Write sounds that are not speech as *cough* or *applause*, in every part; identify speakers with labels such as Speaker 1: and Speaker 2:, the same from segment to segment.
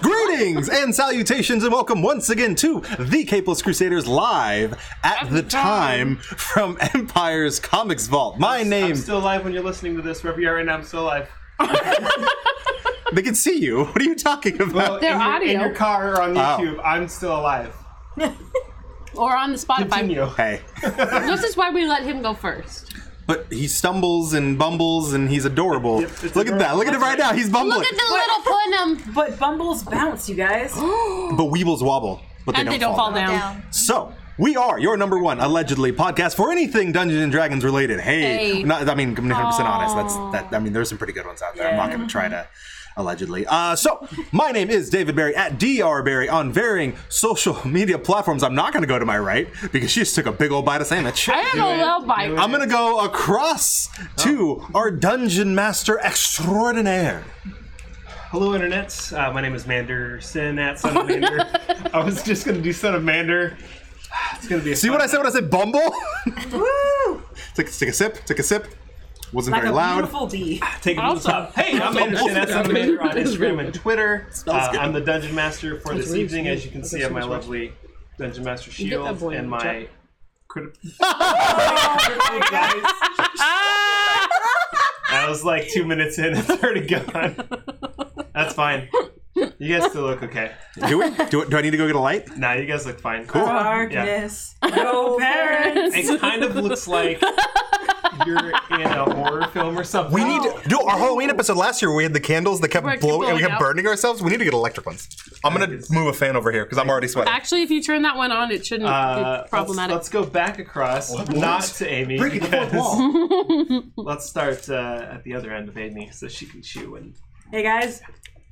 Speaker 1: Greetings and salutations, and welcome once again to the Capeless Crusaders live at the time from Empire's Comics Vault. My
Speaker 2: I'm
Speaker 1: name,
Speaker 2: still alive when you're listening to this. Wherever you are right now, I'm still *laughs* alive.
Speaker 1: they can see you. What are you talking about?
Speaker 2: in, your, in
Speaker 3: audio.
Speaker 2: your car or on
Speaker 1: Oh.
Speaker 2: YouTube, I'm still alive.
Speaker 3: or on the Spotify.
Speaker 2: Continue.
Speaker 1: Hey,
Speaker 3: *laughs* This is why we let him go first.
Speaker 1: but he stumbles and bumbles, and he's adorable.
Speaker 2: Yep, it's
Speaker 1: Look at that!
Speaker 2: adorable.
Speaker 1: Look at him right now. He's bumbling.
Speaker 3: Look at the little Putnam,
Speaker 4: But Bumbles bounce, you guys.
Speaker 3: *gasps*
Speaker 1: but weebles wobble, but they
Speaker 3: and
Speaker 1: don't,
Speaker 3: they don't fall, down.
Speaker 1: So. We are your number one allegedly podcast for anything Dungeons and Dragons related. Hey,
Speaker 3: Hey.
Speaker 1: Not, I mean, I'm 100 percent honest. That's that. I mean, there's some pretty good ones out there. I'm not going to try to allegedly. Uh, so my name is David Barry at Dr Barry on varying social *laughs* media platforms. I'm not going to go to my right because she just took a big old bite of sandwich.
Speaker 3: I have a low bite.
Speaker 1: I'm going to go across
Speaker 3: Oh.
Speaker 1: to our dungeon master extraordinaire.
Speaker 2: Hello, internet. Uh, my name is Mander Sin at Son of Mander. I was just gonna do Son of Mander. It's gonna be. A
Speaker 1: See what I said when I said Bumble? *laughs* take, take a sip. Take a sip. Wasn't
Speaker 4: Like
Speaker 1: very
Speaker 4: a
Speaker 1: loud.
Speaker 4: beautiful D.
Speaker 2: Take it from the
Speaker 3: Also-
Speaker 2: top. Hey, I'm Mander Sin at Son of Mander on Instagram and Twitter. Uh,
Speaker 1: good.
Speaker 2: I'm the dungeon master for this
Speaker 3: really
Speaker 2: evening,
Speaker 3: sweet.
Speaker 2: as you can
Speaker 3: That's
Speaker 2: see, I have my
Speaker 3: so much
Speaker 2: lovely dungeon master
Speaker 3: get that
Speaker 2: shield
Speaker 3: boy
Speaker 2: and
Speaker 3: on the
Speaker 2: my.
Speaker 3: *laughs*
Speaker 2: Crit- I was like two minutes *laughs* in, it's already gone. That's fine. You guys still look okay.
Speaker 1: Do we? Do, do I need to go get a light?
Speaker 2: Nah, you guys look fine.
Speaker 4: *laughs* Darkness. *laughs* No parents.
Speaker 2: It kind of looks like you're in a horror film or something.
Speaker 1: We need to do our Halloween episode last year. where We had the candles that kept
Speaker 3: Where it kept
Speaker 1: blowing and we
Speaker 3: blowing
Speaker 1: kept
Speaker 3: out.
Speaker 1: burning ourselves. We need to get electric ones. I'm gonna move a fan over here because I'm already sweating.
Speaker 3: Actually, if you turn that one on, it shouldn't
Speaker 2: Uh,
Speaker 3: be
Speaker 2: let's,
Speaker 3: problematic.
Speaker 2: let's go back across, not to Amy.
Speaker 1: Breaking the fourth
Speaker 2: because-
Speaker 1: wall.
Speaker 2: *laughs* Let's start uh, at the other end of Amy so she can chew and.
Speaker 4: Hey guys,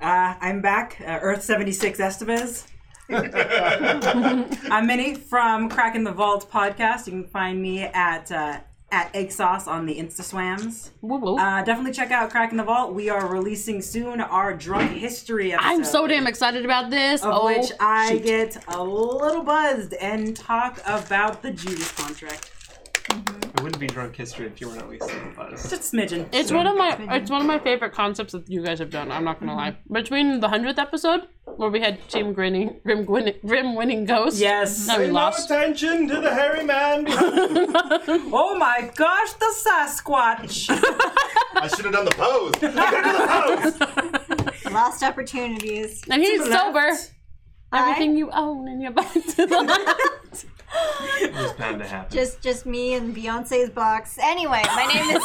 Speaker 4: uh, I'm back. Uh, Earth 76 Estevez. I'm Minnie from Cracking the Vault podcast. You can find me at uh, at Egg Sauce on the InstaSwams.
Speaker 3: Whoa, whoa.
Speaker 4: Uh, definitely check out Cracking the Vault. We are releasing soon our drunk history episode.
Speaker 3: I'm so damn excited about this.
Speaker 4: Of
Speaker 3: oh,
Speaker 4: which I
Speaker 3: shoot.
Speaker 4: get a little buzzed and talk about the Judas contract.
Speaker 2: It wouldn't be drunk history if you weren't at least a little buzzed.
Speaker 4: Just a smidgen.
Speaker 3: It's one of my it's one of my favorite concepts that you guys have done. I'm not gonna lie. Between the hundredth episode where we had Team Grinning, Grim, Gwin- Grim winning Ghost,
Speaker 4: Yes.
Speaker 3: that we lost.
Speaker 2: attention to the hairy man.
Speaker 4: Oh my gosh, the Sasquatch!
Speaker 1: I should have done the pose. *laughs*
Speaker 5: Lost opportunities. *laughs*
Speaker 3: And he's sober.
Speaker 5: I
Speaker 3: Everything you own and your *laughs* body to the left.
Speaker 2: bound to happen.
Speaker 5: Just, just me and Beyonce's box. Anyway, my name is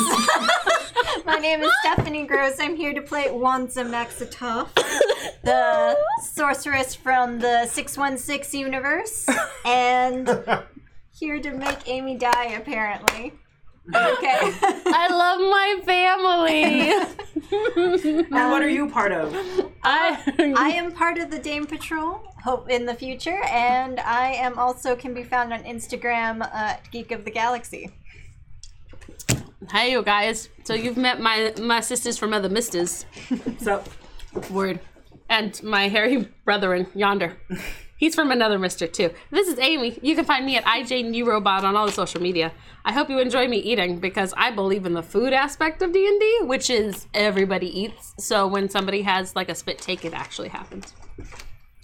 Speaker 5: *laughs* my name is Stephanie Gross. I'm here to play Wanza Maxitoff, the sorceress from the 616 universe, and here to make Amy die. Apparently. Okay. *laughs*
Speaker 3: I love my family.
Speaker 4: *laughs* and what are you part of?
Speaker 3: I
Speaker 5: I am part of the Dame Patrol. Hope in the future, and I am also can be found on Instagram at Geek of the Galaxy.
Speaker 3: *laughs* Hey you guys. So you've met my my sisters from other misters.
Speaker 4: So,
Speaker 3: Word. And my hairy brethren yonder. He's from another mister too. This is Amy. You can find me at IJNewRobot on all the social media. I hope you enjoy me eating because I believe in the food aspect of D&D, which is everybody eats. So when somebody has like a spit take, it actually happens.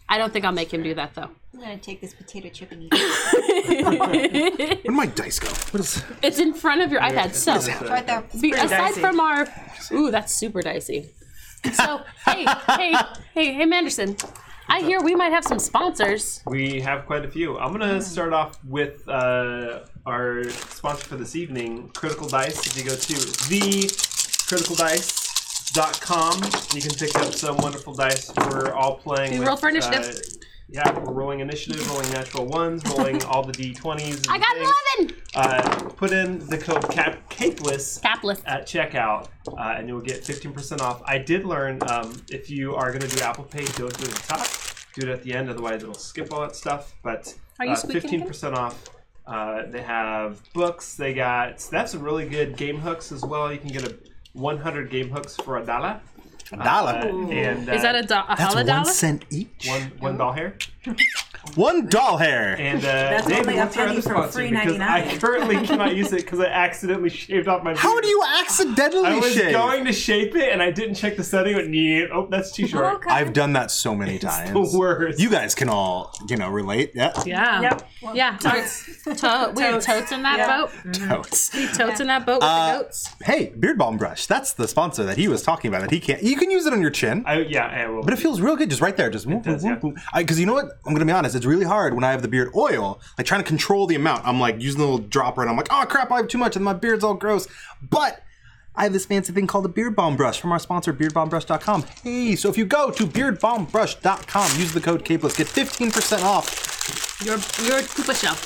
Speaker 3: I don't think I'll make him do that though.
Speaker 5: I'm gonna take this potato chip and eat it.
Speaker 1: Where'd my dice go? What is?
Speaker 3: It's in front of your iPad. So
Speaker 5: Right there.
Speaker 3: Be- aside
Speaker 4: dicey.
Speaker 3: from our ooh, that's super dicey. So hey, hey, hey, hey, Manderson. I hear we might have some sponsors.
Speaker 2: We have quite a few. I'm gonna start off with uh, our sponsor for this evening, Critical Dice. If you go to thecriticaldice.com, you can pick up some wonderful dice. We're all playing.
Speaker 3: we
Speaker 2: with,
Speaker 3: roll for
Speaker 2: Uh,
Speaker 3: initiative?
Speaker 2: yeah, we're rolling initiative, rolling natural ones, rolling all the d20s.
Speaker 3: I got an eleven.
Speaker 2: Uh, put in the code cap- CAPELESS
Speaker 3: Capless.
Speaker 2: at checkout, uh, and you'll get 15% off. I did learn um, if you are going to do Apple Pay, don't do it at the top, do it at the end, otherwise it'll skip all that stuff. But
Speaker 3: Are you
Speaker 2: uh,
Speaker 3: squeaking again?
Speaker 2: 15% off. Uh, they have books. They got they have some really good game hooks as well. You can get a 100 game hooks for a dollar.
Speaker 1: Dollar.
Speaker 2: Uh, and uh,
Speaker 3: Is that a, do- a
Speaker 1: That's
Speaker 3: hollow
Speaker 1: one
Speaker 3: dollar?
Speaker 1: cent each.
Speaker 2: one one doll hair?
Speaker 1: One doll hair.
Speaker 2: And uh,
Speaker 4: That's
Speaker 2: David,
Speaker 4: only a
Speaker 2: what's our
Speaker 4: penny
Speaker 2: other
Speaker 4: for
Speaker 2: sponsor?
Speaker 4: free
Speaker 2: Because I
Speaker 4: 99.
Speaker 2: currently cannot use it because I accidentally shaved off my. Beard.
Speaker 1: How do you accidentally
Speaker 2: I was
Speaker 1: shave?
Speaker 2: going to shape it and I didn't check the setting. Went, "Nee, oh, that's too short.
Speaker 5: Okay.
Speaker 1: I've done that so many times.
Speaker 2: The worst.
Speaker 1: You guys can all, you know, relate. Yeah.
Speaker 3: Yeah.
Speaker 4: Yep.
Speaker 3: Yeah. To- we had totes in that
Speaker 4: Yeah.
Speaker 3: boat.
Speaker 1: Totes.
Speaker 3: Totes in that boat with
Speaker 1: Uh,
Speaker 3: the goats.
Speaker 1: *laughs* Hey, beard balm brush. That's the sponsor that he was talking about. That he can't. You can use it on your chin.
Speaker 2: I, yeah, I will.
Speaker 1: But it feels real good just right there. Just
Speaker 2: does, yeah.
Speaker 1: because you know what? I'm gonna be honest. It's really hard when I have the beard oil. Like trying to control the amount. I'm like using the little dropper, and I'm like, oh crap, I have too much, and my beard's all gross. But I have this fancy thing called a beard balm brush from our sponsor, beardbalmbrush.com. Hey, so if you go to beardbalmbrush.com, use the code CAPELESS, get 15% off.
Speaker 3: Your your Koopa shell.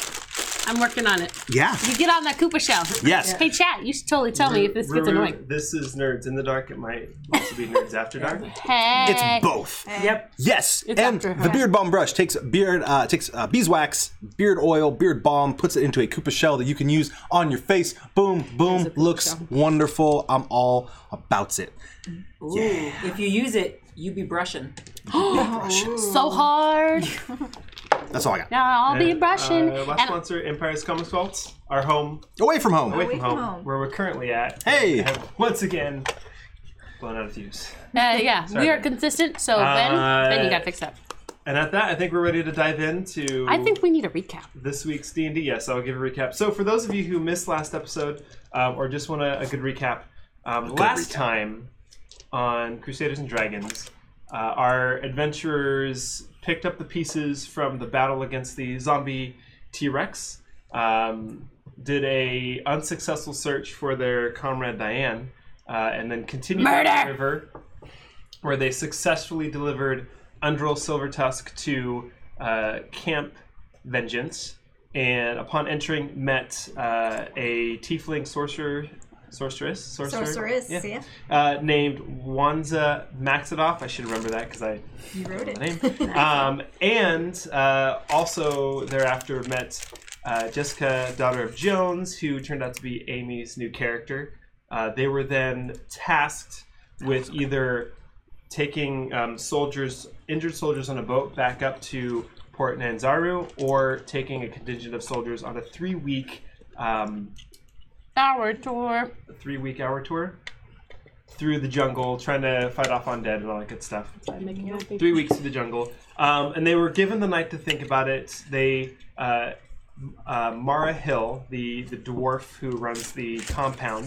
Speaker 3: I'm working on it.
Speaker 1: Yeah.
Speaker 3: You get on that Koopa shell.
Speaker 1: Yes.
Speaker 3: Hey chat, you should totally tell me if this gets
Speaker 2: Ruru,
Speaker 3: annoying.
Speaker 2: This is Nerds in the Dark. It might also be
Speaker 3: *laughs*
Speaker 2: Nerds After Dark.
Speaker 3: Hey.
Speaker 1: It's both.
Speaker 4: Yep.
Speaker 1: Yes,
Speaker 3: It's
Speaker 1: and
Speaker 3: after her.
Speaker 1: the beard balm brush takes beard uh, takes uh, beeswax, beard oil, beard balm, puts it into a Koopa shell that you can use on your face. Boom, boom, looks wonderful. I'm all about it.
Speaker 4: Ooh. If you use it, you be brushing.
Speaker 3: so hard.
Speaker 1: That's all I got.
Speaker 3: Now I'll be brushing.
Speaker 2: Uh, last
Speaker 3: and
Speaker 2: sponsor, Empire's Comics Vault, our home,
Speaker 1: Away from home.
Speaker 2: away from
Speaker 5: from
Speaker 2: home,
Speaker 5: home.
Speaker 2: where we're currently at.
Speaker 1: Hey.
Speaker 2: I have once again blown out of fuse.
Speaker 3: uh, *laughs* yeah, we are consistent. So Ben, Ben, you gotta fix that.
Speaker 2: And at that, I think we're ready to dive into
Speaker 3: I think we need a recap.
Speaker 2: this week's D and D. Yes, I'll give a recap. So for those of you who missed last episode um, or just want a, a good recap, um, last
Speaker 1: recap.
Speaker 2: time on Crusaders and Dragons, uh, our adventurers picked up the pieces from the battle against the zombie T Rex. Um, did a unsuccessful search for their comrade Diane, uh, and then continued down
Speaker 3: Murder!
Speaker 2: the river where they successfully delivered Undrell Silvertusk to uh, Camp Vengeance, and upon entering, met uh, a tiefling sorcerer, sorceress, sorcerer?
Speaker 5: Sorceress, yeah.
Speaker 2: *laughs* Uh, named Wanza Maxidoff. I should remember that because I
Speaker 5: You wrote it.
Speaker 2: the
Speaker 5: *laughs*
Speaker 2: name. um, and uh, also thereafter met uh, Jessica, daughter of Jones, who turned out to be Amy's new character. Uh, they were then tasked with either taking um, soldiers, injured soldiers on a boat back up to Port Nanzaru, or taking a contingent of soldiers on a three-week um,
Speaker 3: Our tour.
Speaker 2: three week hour tour through the jungle, trying to fight off undead and all that good stuff. Three weeks through the jungle, um, and they were given the night to think about it. They uh, uh, Mara Hill, the the dwarf who runs the compound,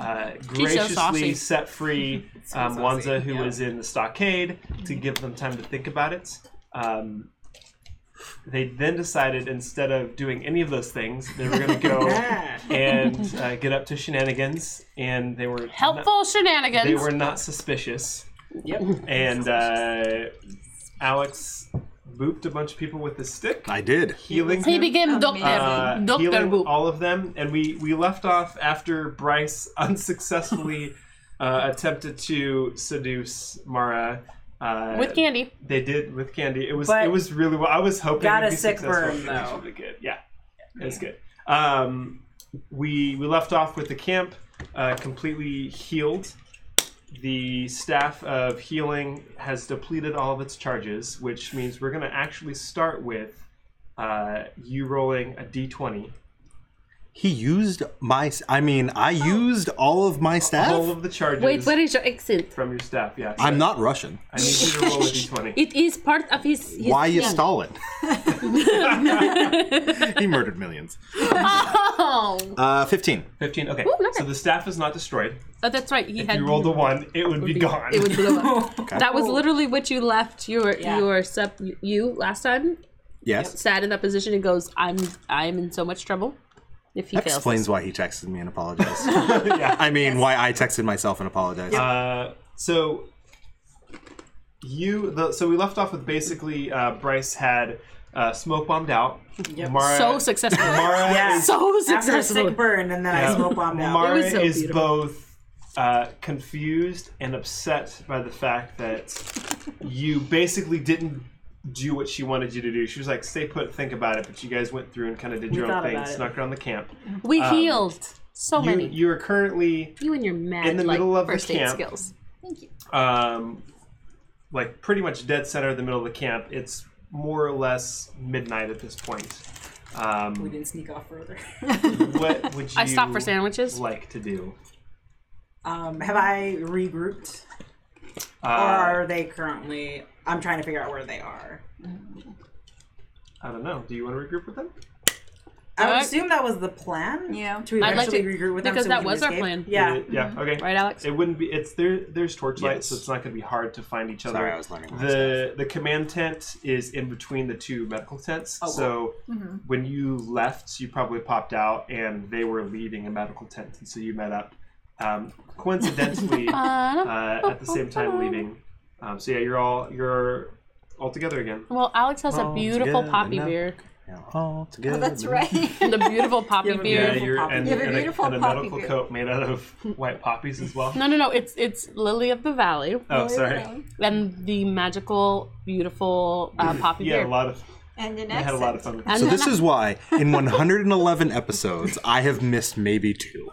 Speaker 2: uh,
Speaker 3: saucy.
Speaker 2: graciously set free um, Wanza, who was in the stockade, to give them time to think about it. Um, they then decided instead of doing any of those things, they were going to go and uh, get up to shenanigans, and they were
Speaker 3: Helpful shenanigans.
Speaker 2: They were not suspicious.
Speaker 4: Yep.
Speaker 2: And uh, Alex booped a bunch of people with his stick,
Speaker 1: I did.
Speaker 2: healing
Speaker 3: he
Speaker 2: them,
Speaker 3: became doctor.
Speaker 5: Amazing.
Speaker 2: uh,
Speaker 3: doctor
Speaker 2: healing
Speaker 3: Boop.
Speaker 2: all of them. And we we left off after Bryce *laughs* unsuccessfully uh, attempted to seduce Mara. Uh,
Speaker 3: with candy.
Speaker 2: they did with candy. It was
Speaker 4: But
Speaker 2: it was really well. I was hoping
Speaker 4: got
Speaker 2: it'd
Speaker 4: a
Speaker 2: be
Speaker 4: sick
Speaker 2: successful.
Speaker 4: burn,
Speaker 2: It was
Speaker 4: though.
Speaker 2: really good. Yeah, it was good. Um, we we left off with the camp uh, completely healed. The staff of healing has depleted all of its charges, which means we're going to actually start with uh, you rolling a d20.
Speaker 1: He used my. I mean, I
Speaker 3: Oh.
Speaker 1: used all of my staff.
Speaker 2: All of the charges
Speaker 3: Wait, where is your accent?
Speaker 2: from your staff. Yeah,
Speaker 1: I'm not Russian.
Speaker 2: I need you to roll a d20. *laughs*
Speaker 3: It is part of his. his
Speaker 1: Why is
Speaker 3: thing. *laughs*
Speaker 1: Stalin? *laughs* he murdered millions.
Speaker 3: Oh,
Speaker 1: Uh, 15.
Speaker 2: 15. Okay.
Speaker 3: nice.
Speaker 2: So the staff is not destroyed.
Speaker 3: oh, that's right. He
Speaker 2: If
Speaker 3: had
Speaker 2: you rolled a one, it would be gone.
Speaker 3: It would blow up. That was literally what you left your
Speaker 4: Yeah.
Speaker 3: your sub you last time.
Speaker 1: Yes.
Speaker 3: Sat in that position and goes, "I'm I'm in so much trouble." If he
Speaker 1: That
Speaker 3: fails,
Speaker 1: explains why he texted me and
Speaker 3: *laughs*
Speaker 1: apologized. *laughs* I mean, why I texted myself and apologized.
Speaker 2: Uh, so you the, so we left off with basically uh, Bryce had uh, smoke bombed out. Mara,
Speaker 3: so successful. *laughs*
Speaker 2: *laughs* Mara
Speaker 4: Yeah.
Speaker 2: is, uh,
Speaker 3: so
Speaker 4: After a sick
Speaker 3: successful.
Speaker 4: burn, and then I smoke bombed out.
Speaker 2: Mara
Speaker 3: was so
Speaker 2: is
Speaker 3: beautiful.
Speaker 2: both uh, confused and upset by the fact that you basically didn't do what she wanted you to do. She was like, "Stay put, think about it." But you guys went through and kind of did your own
Speaker 4: thought
Speaker 2: thing,
Speaker 4: about it.
Speaker 2: snuck around the camp.
Speaker 3: We healed so
Speaker 2: You
Speaker 3: many. Um, You,
Speaker 2: you are currently
Speaker 3: and your mad
Speaker 2: in the
Speaker 3: like
Speaker 2: middle of the
Speaker 3: first aid
Speaker 2: camp.
Speaker 3: skills.
Speaker 2: um, like pretty much dead center in the middle of the camp. It's more or less midnight at this point.
Speaker 4: We
Speaker 2: Um,
Speaker 4: didn't sneak off further.
Speaker 3: *laughs*
Speaker 2: what would you
Speaker 3: I stopped for sandwiches.
Speaker 2: like to do?
Speaker 4: Um, have I regrouped? Or
Speaker 2: Uh,
Speaker 4: are they currently? I'm trying to figure out where they are.
Speaker 2: I don't know. Do you want to regroup with them?
Speaker 4: I would
Speaker 3: Alright.
Speaker 4: assume that was the plan.
Speaker 5: Yeah.
Speaker 4: To
Speaker 3: I'd like
Speaker 4: eventually
Speaker 3: to-
Speaker 4: regroup with them
Speaker 3: because
Speaker 4: so we
Speaker 3: that
Speaker 4: can
Speaker 3: was our
Speaker 4: escape.
Speaker 3: plan.
Speaker 4: Yeah.
Speaker 2: Uh, Yeah. Okay.
Speaker 3: Mm-hmm. Right, Alex?
Speaker 2: It wouldn't be. It's there. There's torchlight,
Speaker 1: Yes.
Speaker 2: so it's not going to be hard to find each other.
Speaker 1: Sorry, I was learning my
Speaker 2: the the command tent is in between the two medical tents.
Speaker 4: Oh,
Speaker 2: so
Speaker 1: Mm-hmm.
Speaker 2: when you left, you probably popped out, and they were leaving a medical tent, and so you met up. Um,
Speaker 3: *laughs*
Speaker 2: coincidentally, uh, at the same time leaving. Um, so yeah, you're all you're all together again.
Speaker 3: Well, Alex has a
Speaker 1: All
Speaker 3: beautiful
Speaker 1: together
Speaker 3: poppy
Speaker 1: now.
Speaker 3: beard.
Speaker 1: Yeah, all together.
Speaker 5: Oh, that's right. *laughs*
Speaker 3: The beautiful poppy
Speaker 4: Yeah, but-
Speaker 3: beard.
Speaker 2: yeah,
Speaker 4: Beautiful
Speaker 2: you're
Speaker 4: poppy.
Speaker 2: and,
Speaker 4: You
Speaker 5: have a
Speaker 2: and a,
Speaker 5: beautiful
Speaker 2: and a
Speaker 5: poppy
Speaker 2: medical
Speaker 5: beard.
Speaker 2: coat made out of *laughs* white poppies as well.
Speaker 3: No, no, no. It's it's Lily of the Valley
Speaker 2: oh, sorry.
Speaker 3: and the magical, beautiful uh, poppy
Speaker 2: Yeah, a
Speaker 3: beard.
Speaker 2: lot of
Speaker 5: And an
Speaker 2: I had a
Speaker 5: accent.
Speaker 2: lot of fun. With that.
Speaker 3: And
Speaker 1: So
Speaker 3: then
Speaker 1: this is why, in 111 episodes, I have missed maybe two.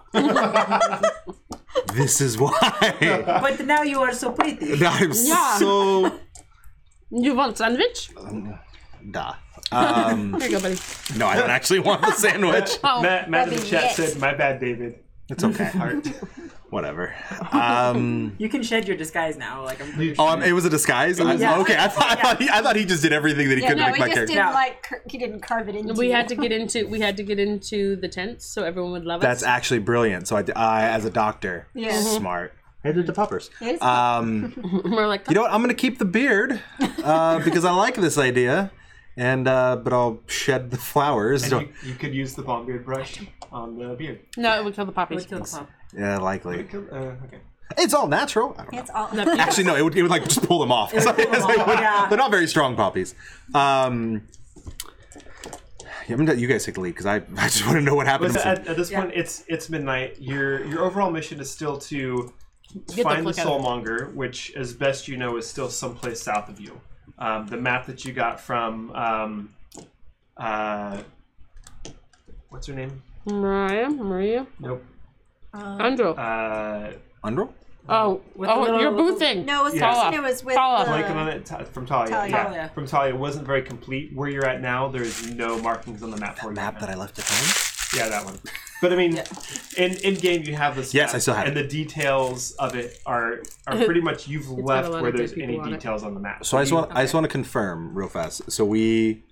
Speaker 1: this is *laughs* why.
Speaker 4: But now you are so pretty.
Speaker 1: I'm
Speaker 3: Yeah.
Speaker 1: so
Speaker 3: you want sandwich?
Speaker 1: da. Um,
Speaker 3: Here you go, buddy.
Speaker 1: no, I don't actually want the
Speaker 5: *laughs*
Speaker 1: sandwich.
Speaker 3: Oh,
Speaker 2: Matt, Matt in the
Speaker 5: Rubbing
Speaker 2: chat
Speaker 5: it.
Speaker 2: said, "My bad, David."
Speaker 1: It's okay.
Speaker 2: Heart.
Speaker 1: Whatever. Um,
Speaker 4: You can shed your disguise now. Like I'm. Pretty
Speaker 1: oh, I'm- it was a disguise. I-
Speaker 4: Yeah.
Speaker 1: Okay, I thought, I, thought he, I thought he just did everything that he could
Speaker 5: no,
Speaker 1: to make
Speaker 5: he
Speaker 1: my
Speaker 5: just
Speaker 1: character.
Speaker 5: didn't
Speaker 4: Yeah.
Speaker 5: like. cur- He didn't carve it into.
Speaker 3: we
Speaker 5: you.
Speaker 3: had to get into we had to get into the tents so everyone would love
Speaker 1: That's
Speaker 3: us.
Speaker 1: actually brilliant. So I, d- I, as a doctor,
Speaker 5: Yeah. Mm-hmm.
Speaker 1: smart. I did the poppers.
Speaker 5: Yes.
Speaker 2: Uh,
Speaker 1: Um,
Speaker 3: We're like,
Speaker 1: You know what? I'm gonna keep the beard uh, because I like this idea, and uh, but I'll shed the flowers.
Speaker 2: You, you could use the bomb beard brush on the beard.
Speaker 3: no, it would kill the poppies.
Speaker 4: Kill the pop.
Speaker 1: yeah, likely.
Speaker 2: Uh, okay.
Speaker 1: It's all natural. I don't know.
Speaker 5: It's *laughs* all.
Speaker 1: Actually, no. It would, it would like just pull them off. It's like,
Speaker 4: Oh,
Speaker 1: *laughs*
Speaker 4: yeah.
Speaker 1: They're not very strong poppies. Um, yeah, I'm gonna let you guys take the lead because I, I just want to know what happened.
Speaker 2: But
Speaker 1: to
Speaker 2: at, at this point, it's it's midnight. Your your overall mission is still to
Speaker 3: the
Speaker 2: find the
Speaker 3: fuck out of-
Speaker 2: soulmonger, which, as best you know, is still someplace south of you. Um, the map that you got from um, uh, what's her name?
Speaker 3: Maria, Maria,
Speaker 2: Nope.
Speaker 3: Andrew.
Speaker 2: Uh,
Speaker 1: Underl?
Speaker 3: oh,
Speaker 4: the
Speaker 3: oh,
Speaker 4: little-
Speaker 3: your boo thing.
Speaker 5: No, it was
Speaker 2: Yeah.
Speaker 5: Carson. It was with.
Speaker 3: Paula.
Speaker 5: the-
Speaker 2: Blank on it Ta- from Talia.
Speaker 5: Talia.
Speaker 2: Yeah,
Speaker 4: Talia.
Speaker 2: from Talia. It wasn't very complete. Where you're at now, there is no markings on the map. for you
Speaker 1: Map
Speaker 2: right
Speaker 1: that
Speaker 2: now.
Speaker 1: I left at home.
Speaker 2: Yeah, that one. But I mean, in in game you have this.
Speaker 1: Yes,
Speaker 2: map,
Speaker 1: I still have
Speaker 2: And
Speaker 1: it.
Speaker 2: the details of it are
Speaker 3: *laughs*
Speaker 2: are pretty much you've left
Speaker 3: lot
Speaker 2: where
Speaker 3: of dead
Speaker 2: there's any
Speaker 3: people on it.
Speaker 2: details on the map.
Speaker 1: So I just
Speaker 2: you-
Speaker 1: want I just want to confirm real fast. So we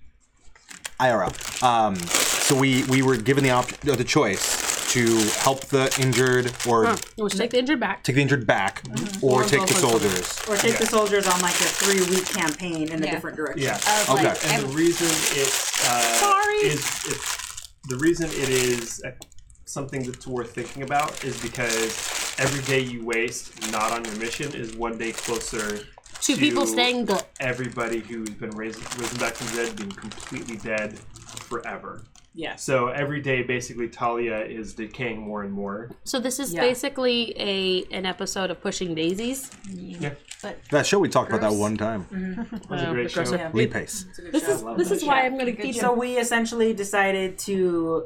Speaker 1: IRL. Um, so we we were given the op- uh, the choice to help the injured or
Speaker 3: We'll take the injured back.
Speaker 1: take the injured back or
Speaker 3: Or
Speaker 1: take
Speaker 3: go
Speaker 1: the
Speaker 3: for
Speaker 1: soldiers.
Speaker 4: Or take the soldiers on like a three-week campaign in a
Speaker 5: Yeah.
Speaker 4: different direction.
Speaker 2: Yeah.
Speaker 5: of,
Speaker 1: Okay.
Speaker 5: uh, like,
Speaker 2: and the
Speaker 5: ev-
Speaker 2: reason it's uh,
Speaker 3: Oh, Sorry.
Speaker 2: is it's the reason it is uh, something that's worth thinking about is because every day you waste not on your mission is one day closer.
Speaker 3: Two
Speaker 2: to
Speaker 3: people staying good.
Speaker 2: Everybody who's been raised, risen back from the dead, being completely dead forever.
Speaker 4: Yes.
Speaker 2: So every day, basically, Talia is decaying more and more.
Speaker 3: So this is
Speaker 4: Yeah.
Speaker 3: basically a an episode of Pushing Daisies.
Speaker 2: Yeah,
Speaker 1: That show we talked about that one time.
Speaker 2: was a
Speaker 3: Uh,
Speaker 2: great show.
Speaker 3: Professor-
Speaker 1: Lee Pace.
Speaker 3: This is this is why I'm going to feed
Speaker 4: So
Speaker 3: him.
Speaker 4: we essentially decided to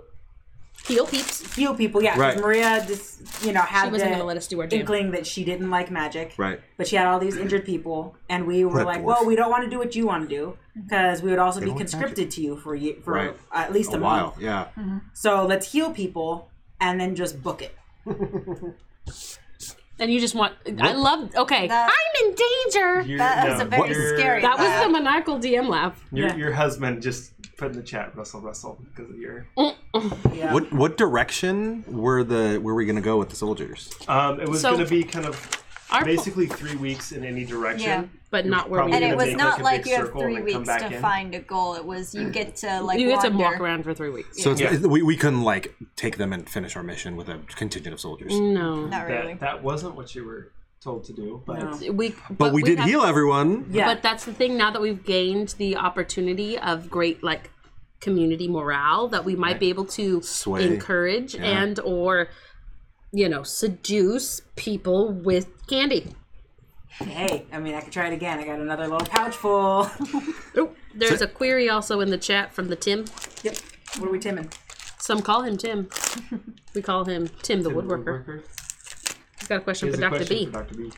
Speaker 3: Heel peeps.
Speaker 4: heal people. Yeah, 'cause
Speaker 1: Right.
Speaker 4: Maria, just you know, had
Speaker 3: She wasn't
Speaker 4: the
Speaker 3: going to let us do our jam.
Speaker 4: inkling that she didn't like magic.
Speaker 1: Right.
Speaker 4: But she had all these injured people, and we were
Speaker 1: a
Speaker 4: like,
Speaker 1: dwarf.
Speaker 4: "Well, we don't want to do what you want to do
Speaker 3: Mm-hmm.
Speaker 4: because we would also be
Speaker 1: don't like magic.
Speaker 4: conscripted to you for ye- for
Speaker 1: Right.
Speaker 4: at least a,
Speaker 1: A
Speaker 4: month.
Speaker 1: while, yeah.
Speaker 4: So let's heal people and then just book it."
Speaker 3: And you just want. I love. Okay.
Speaker 5: That-
Speaker 3: I'm in danger.
Speaker 2: Your-
Speaker 5: That was a very
Speaker 2: your-
Speaker 5: scary
Speaker 3: That was
Speaker 5: laugh.
Speaker 3: the maniacal DM laugh.
Speaker 2: Your,
Speaker 4: Yeah.
Speaker 2: your husband just put in the chat, Russell, Russell, because of your.
Speaker 4: Yeah.
Speaker 1: What what direction were the were we gonna go with the soldiers?
Speaker 2: Um, it was
Speaker 3: So-
Speaker 2: going to be kind of
Speaker 3: Our
Speaker 2: basically three weeks in any direction.
Speaker 5: Yeah.
Speaker 3: But not where we.
Speaker 2: probably
Speaker 5: And it
Speaker 2: gonna
Speaker 5: was
Speaker 2: make, like,
Speaker 5: not
Speaker 2: a
Speaker 5: like
Speaker 2: big
Speaker 5: you have
Speaker 2: circle and
Speaker 5: three
Speaker 2: then come
Speaker 5: weeks
Speaker 2: back
Speaker 5: to
Speaker 2: in.
Speaker 5: find a goal. It was you get to like.
Speaker 3: You get to
Speaker 5: wander.
Speaker 3: walk around for three weeks.
Speaker 1: So it's,
Speaker 2: Yeah.
Speaker 1: we, we couldn't like take them and finish our mission with a contingent of soldiers.
Speaker 3: No.
Speaker 5: Not really.
Speaker 2: That, that wasn't what you were told to do, but
Speaker 3: We,
Speaker 1: But we, did
Speaker 3: have-
Speaker 1: heal everyone.
Speaker 4: Yeah.
Speaker 3: But that's the thing. Now that we've gained the opportunity of great like community morale, that we might be able to
Speaker 1: Sway.
Speaker 3: encourage and or you know seduce people with candy.
Speaker 4: Hey, I mean, I could try it again. I got another little pouch full. *laughs*
Speaker 3: Oh, there's a query also in the chat from the Tim.
Speaker 4: yep. What are we timming?
Speaker 3: Some call him Tim. we call him Tim the woodworker.
Speaker 2: Woodworker.
Speaker 3: He's got a question
Speaker 2: Here's
Speaker 3: for
Speaker 2: a
Speaker 3: Doctor
Speaker 2: question
Speaker 3: B.
Speaker 2: for Dr. B.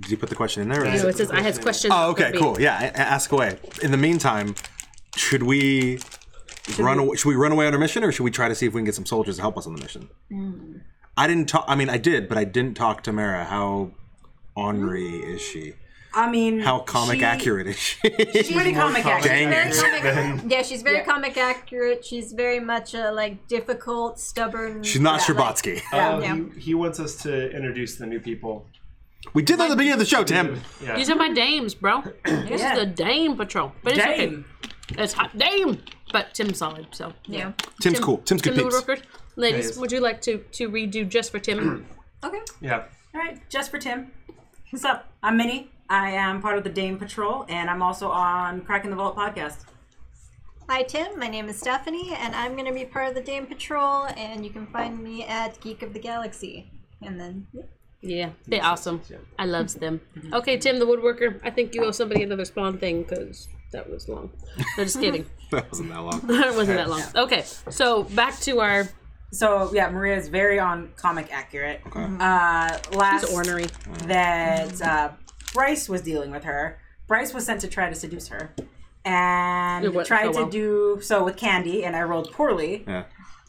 Speaker 1: Did you put the question in there? or is
Speaker 3: No,
Speaker 1: it-
Speaker 3: it says I has questions.
Speaker 1: Oh, okay,
Speaker 3: for me.
Speaker 1: cool. Yeah, a- ask away. In the meantime, should we run? Away, should we run away on our mission, or should we try to see if we can get some soldiers to help us on the mission? Hmm. I didn't talk. I mean, I did, but I didn't talk to Mara. How ornery is she?
Speaker 4: I mean,
Speaker 1: How comic
Speaker 4: she-
Speaker 1: accurate is Hmm. she? *laughs*
Speaker 4: She's pretty comic
Speaker 2: comic
Speaker 1: Dang
Speaker 4: accurate.
Speaker 5: Very
Speaker 1: it!
Speaker 5: comic, *laughs* yeah, she's very comic accurate. She's very much a like difficult, stubborn.
Speaker 1: She's not
Speaker 5: yeah, like-
Speaker 1: Sherbatsky.
Speaker 2: Uh,
Speaker 5: Yeah.
Speaker 2: he, he wants us to introduce the new people.
Speaker 1: we did that at the beginning of the show, Tim.
Speaker 2: Yeah.
Speaker 3: These are my dames, bro. This
Speaker 4: Yeah.
Speaker 3: is the dame patrol. But it's
Speaker 4: Dame.
Speaker 3: okay. It's hot dame. But Tim's solid, so
Speaker 5: yeah.
Speaker 1: Tim's cool. Tim's good
Speaker 3: Tim the
Speaker 1: peeps.
Speaker 3: Rooker. Ladies,
Speaker 2: Yes.
Speaker 3: would you like to to redo just for *clears throat* Tim?
Speaker 5: Okay.
Speaker 2: yeah.
Speaker 4: All right, just for Tim. What's up? I'm Minnie. I am part of the Dame Patrol, and I'm also on Cracking the Vault podcast.
Speaker 5: Hi, Tim. My name is Stephanie, and I'm going to be part of the Dame Patrol, and you can find me at Geek of the Galaxy. And then,
Speaker 3: yeah, they're awesome. I loves them. Okay, Tim the woodworker. I think you owe somebody another spawn thing because that was long. No, just kidding.
Speaker 1: *laughs*
Speaker 3: *laughs*
Speaker 1: That wasn't that long.
Speaker 3: it wasn't that long. Okay, so back to our
Speaker 4: So yeah, Maria is very on comic accurate.
Speaker 1: Okay.
Speaker 4: Uh, last
Speaker 3: ornery.
Speaker 4: that uh, Bryce was dealing with her. Bryce was sent to try to seduce her, and
Speaker 3: It went
Speaker 4: tried
Speaker 3: so
Speaker 4: to
Speaker 3: well.
Speaker 4: do so with Candy, and I rolled poorly.
Speaker 1: Yeah.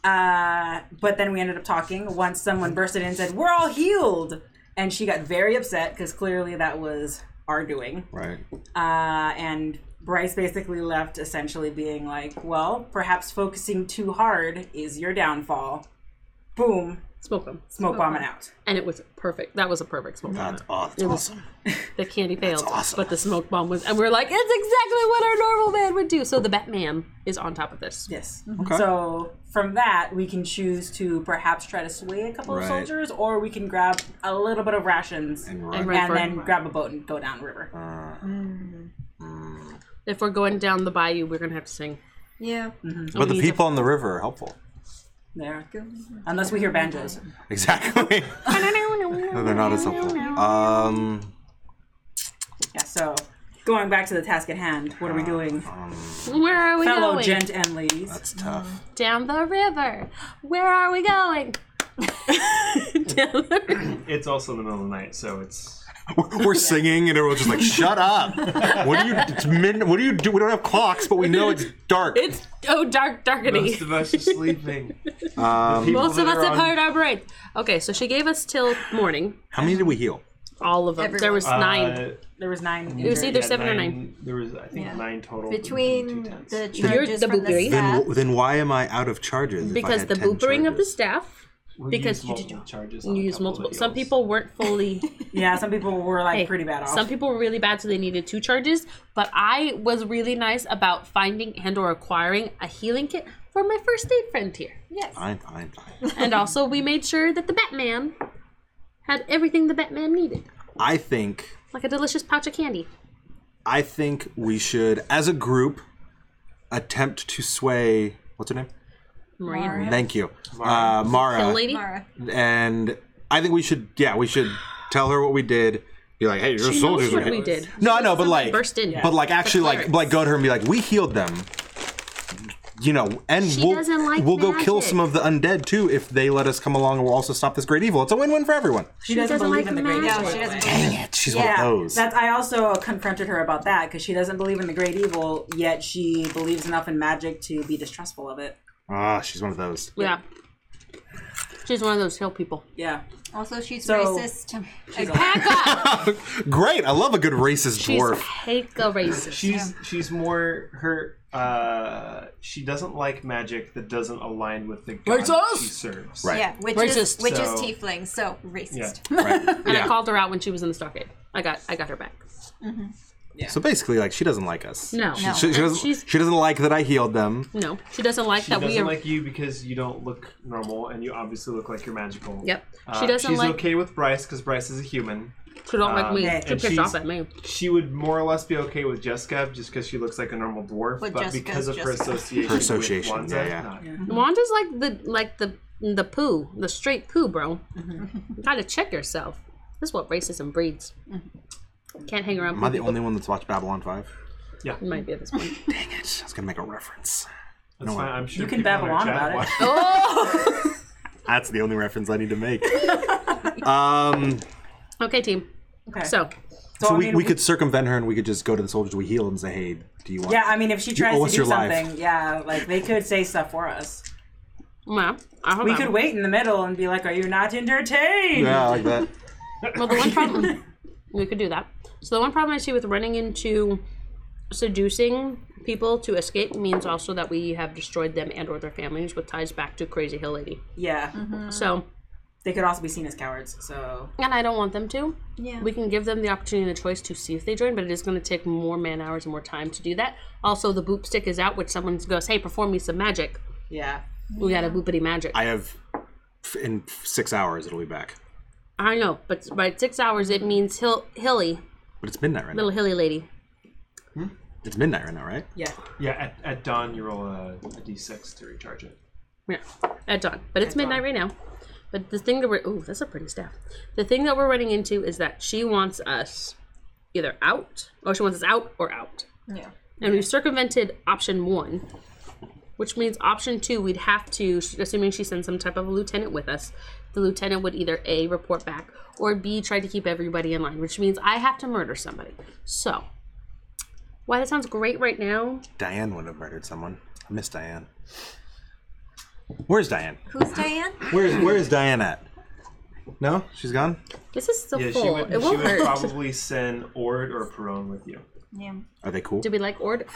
Speaker 4: Uh, but then we ended up talking once someone bursted in and said, We're all healed. And she got very upset because clearly that was our doing.
Speaker 1: Right.
Speaker 4: Uh, and Bryce basically left essentially being like, Well, perhaps focusing too hard is your downfall. Boom,
Speaker 3: Smoke them.
Speaker 4: smoke bombing out.
Speaker 3: And it was perfect. That was a perfect smoke bomb.
Speaker 1: That's aw- that's awesome.
Speaker 3: The candy failed,
Speaker 1: awesome.
Speaker 3: but the smoke bomb was, and we're like, it's exactly what our normal man would do. So the Batman is on top of this.
Speaker 4: Yes.
Speaker 1: Okay.
Speaker 4: So from that, we can choose to perhaps try to sway a couple
Speaker 1: Right.
Speaker 4: of soldiers, or we can grab a little bit of rations and,
Speaker 1: And run.
Speaker 3: run. for it.
Speaker 4: then grab a boat and go downriver.
Speaker 3: If we're going down the bayou, we're gonna have to sing.
Speaker 5: yeah.
Speaker 1: But the people on the river are helpful. *laughs*
Speaker 4: There. Unless we hear banjos.
Speaker 1: Exactly. *laughs* no, they're not as helpful. Um.
Speaker 4: Yeah, so going back to the task at hand, what are we doing?
Speaker 3: Where are we
Speaker 4: Fellow
Speaker 3: going?
Speaker 4: gent and ladies.
Speaker 1: It's tough.
Speaker 3: down the river. Where are we going? down the river.
Speaker 2: It's also in the middle of the night,
Speaker 3: *laughs*
Speaker 2: so it's.
Speaker 1: *laughs* We're singing and everyone's just like, "Shut up! What do you? It's min, What do you do? We don't have clocks, but we know
Speaker 3: *laughs*
Speaker 1: it's dark."
Speaker 3: It's oh dark darkety.
Speaker 2: Most of us are sleeping.
Speaker 1: Um,
Speaker 3: *laughs* Most of us have
Speaker 2: heard.
Speaker 3: hurt our brain. Okay, so she gave us till morning.
Speaker 1: How many did we heal?
Speaker 3: All of them. There was nine.
Speaker 2: Uh,
Speaker 4: There was nine.
Speaker 3: It was
Speaker 4: injured.
Speaker 3: either
Speaker 2: yeah,
Speaker 3: seven or nine.
Speaker 2: nine. There was, I think,
Speaker 5: Yeah.
Speaker 2: nine total. two
Speaker 5: Between
Speaker 2: tents.
Speaker 5: the charges
Speaker 3: the
Speaker 5: from the
Speaker 3: boogery.
Speaker 1: Then,
Speaker 5: staff.
Speaker 1: wh- then why am I out of charges? if I
Speaker 3: Because
Speaker 1: had
Speaker 3: the
Speaker 1: 10
Speaker 3: boopering of the
Speaker 1: charges?
Speaker 3: staff.
Speaker 2: We
Speaker 3: because
Speaker 2: used
Speaker 3: you did
Speaker 2: multiple
Speaker 3: your-
Speaker 2: charges. on
Speaker 3: You
Speaker 2: a
Speaker 3: use
Speaker 2: couple
Speaker 3: multiple.
Speaker 2: of
Speaker 3: Some
Speaker 2: heels.
Speaker 3: people weren't
Speaker 1: *laughs*
Speaker 3: fully
Speaker 4: Yeah, some people were like
Speaker 3: Hey,
Speaker 4: pretty bad off.
Speaker 3: Some people were really bad, so they needed two charges. But I was really nice about finding and or acquiring a healing kit for my first aid friend here.
Speaker 5: Yes.
Speaker 1: Fine, fine, fine.
Speaker 3: And also, we made sure that the Batman had everything the Batman needed,
Speaker 1: I think.
Speaker 3: like a delicious pouch of candy.
Speaker 1: I think we should, as a group, attempt to sway. What's her name?
Speaker 3: Maria,
Speaker 1: Thank you, Mara. Uh, Mara.
Speaker 3: the lady.
Speaker 5: Mara.
Speaker 1: And I think we should. Yeah, we should tell her what we did. Be like, "Hey, your
Speaker 3: She
Speaker 1: soldiers
Speaker 3: knows
Speaker 1: are
Speaker 3: what we
Speaker 1: hit."
Speaker 3: did.
Speaker 1: No, I know, but
Speaker 3: Somebody
Speaker 1: like,
Speaker 3: burst in.
Speaker 1: but like, actually, like,
Speaker 3: clerics.
Speaker 1: like, go to her and be like, "We healed them." You know, and
Speaker 3: She
Speaker 1: we'll
Speaker 3: doesn't like
Speaker 1: we'll go kill
Speaker 3: magic.
Speaker 1: some of the undead too if they let us come along, and we'll also stop this great evil. It's a win-win for everyone.
Speaker 4: she doesn't,
Speaker 3: doesn't
Speaker 4: believe
Speaker 3: like
Speaker 4: in the great
Speaker 3: magic.
Speaker 4: evil.
Speaker 5: No, she doesn't
Speaker 1: Dang it, she's
Speaker 4: Yeah,
Speaker 1: one of those.
Speaker 4: that's. I also confronted her about that because she doesn't believe in the great evil, yet she believes enough in magic to be distrustful of it.
Speaker 1: Ah, she's one of those.
Speaker 3: Yeah. She's one of those hill people.
Speaker 4: Yeah,
Speaker 5: Also, she's
Speaker 4: So-
Speaker 5: racist.
Speaker 1: *laughs* Great, I love a good racist
Speaker 3: She's
Speaker 1: dwarf.
Speaker 3: heck a racist.
Speaker 2: She's she's more her. Uh, she doesn't like magic that doesn't align with the god
Speaker 3: Racist!
Speaker 2: she serves.
Speaker 1: Right.
Speaker 5: Yeah, which is
Speaker 3: Racist.
Speaker 5: which is
Speaker 2: So-
Speaker 5: tiefling, so racist.
Speaker 1: Right.
Speaker 3: *laughs* And I
Speaker 1: Yeah.
Speaker 3: called her out when she was in the stockade. I got I got her back.
Speaker 1: So basically, like, she doesn't like us.
Speaker 3: No.
Speaker 1: she,
Speaker 3: No.
Speaker 1: she, she
Speaker 3: She's-
Speaker 1: doesn't, she doesn't like that I healed them.
Speaker 3: No, she doesn't like *laughs*
Speaker 2: She
Speaker 3: that we
Speaker 2: doesn't
Speaker 3: are.
Speaker 2: like you because you don't look normal, and you obviously look like you're magical.
Speaker 3: Yep.
Speaker 2: Uh,
Speaker 3: She doesn't
Speaker 2: She's
Speaker 3: like-
Speaker 2: okay with Bryce because Bryce is a human.
Speaker 3: she don't like me.
Speaker 4: yeah,
Speaker 3: She
Speaker 2: um, and
Speaker 3: pissed
Speaker 2: she's-
Speaker 3: off at me.
Speaker 2: She would more or less be okay with Jessica just because she looks like a normal dwarf,
Speaker 5: But
Speaker 2: but
Speaker 5: Jessica's
Speaker 2: because of her
Speaker 5: Jessica.
Speaker 2: association,
Speaker 1: Her association,
Speaker 2: with Wanza,
Speaker 1: yeah, yeah.
Speaker 2: not.
Speaker 3: Mm-hmm. Wanda's like the like the the poo, the straight poo, bro.
Speaker 4: Mm-hmm.
Speaker 3: You gotta check yourself. This is what racism breeds.
Speaker 4: Mm-hmm.
Speaker 3: Can't hang around.
Speaker 1: Am I
Speaker 3: poo
Speaker 1: the
Speaker 3: people.
Speaker 1: only one that's watched Babylon 5?
Speaker 3: It might be at this point.
Speaker 1: I was going to make a reference.
Speaker 2: That's fine. I'm sure
Speaker 4: You can
Speaker 2: people in our
Speaker 4: babble on
Speaker 2: chat
Speaker 4: about it.
Speaker 2: watch-
Speaker 3: *laughs*
Speaker 1: That's the only reference I need to make. um,
Speaker 3: okay, team.
Speaker 4: Okay.
Speaker 3: So
Speaker 4: So,
Speaker 1: So
Speaker 4: I
Speaker 1: we,
Speaker 4: mean,
Speaker 1: we could circumvent her and we could just go to the soldiers we heal and say, hey, do you want?
Speaker 4: Yeah, I mean, if she tries
Speaker 1: owe
Speaker 4: to
Speaker 1: us
Speaker 4: do
Speaker 1: your life.
Speaker 4: something, yeah, like they could say stuff for us.
Speaker 3: well, I hope
Speaker 4: We could wait in the middle and be like, "Are you not entertained?"
Speaker 1: Yeah, I like that.
Speaker 3: Well, the one
Speaker 4: *laughs*
Speaker 3: problem we could do that. So the one problem I see with running into seducing people to escape means also that we have destroyed them and or their families with ties back to Crazy Hill Lady.
Speaker 4: Yeah.
Speaker 3: So,
Speaker 4: They could also be seen as cowards. So
Speaker 3: and I don't want them to.
Speaker 5: Yeah.
Speaker 3: We can give them the opportunity and the choice to see if they join, but it is going to take more man hours and more time to do that. Also, the boop stick is out, which someone goes, "Hey, perform me some magic."
Speaker 4: yeah,
Speaker 3: We got a boopity magic.
Speaker 1: I
Speaker 3: I,
Speaker 1: have in six hours. It'll be back,
Speaker 3: know, but by six hours, it means Hill Hilly,
Speaker 1: but it's midnight right
Speaker 3: little
Speaker 1: now.
Speaker 3: Hilly lady.
Speaker 1: It's midnight right now, right?
Speaker 4: yeah.
Speaker 2: Yeah, at, at dawn you roll a, a d6 to recharge it.
Speaker 3: Yeah, at dawn. But it's midnight right now. But the thing that we're ooh, that's a pretty staff. The thing that we're running into is that she wants us either out, or she wants us out or out.
Speaker 5: Yeah.
Speaker 3: And we've circumvented option one, which means option two we'd have to, assuming she sends some type of a lieutenant with us, the lieutenant would either a report back or b try to keep everybody in line, which means I have to murder somebody. So. Why that sounds great right now?
Speaker 1: Diane would have murdered someone. I miss Diane. Where's Diane?
Speaker 5: Who's Diane?
Speaker 1: Where's Where is Diane at? No, she's gone.
Speaker 3: This is still
Speaker 2: Yeah, she
Speaker 3: full.
Speaker 2: would,
Speaker 3: it
Speaker 2: she
Speaker 3: won't
Speaker 2: would
Speaker 3: hurt.
Speaker 2: probably send Ord or Perone with you.
Speaker 5: Yeah.
Speaker 1: Are they cool?
Speaker 3: Do we like Uh, Ord?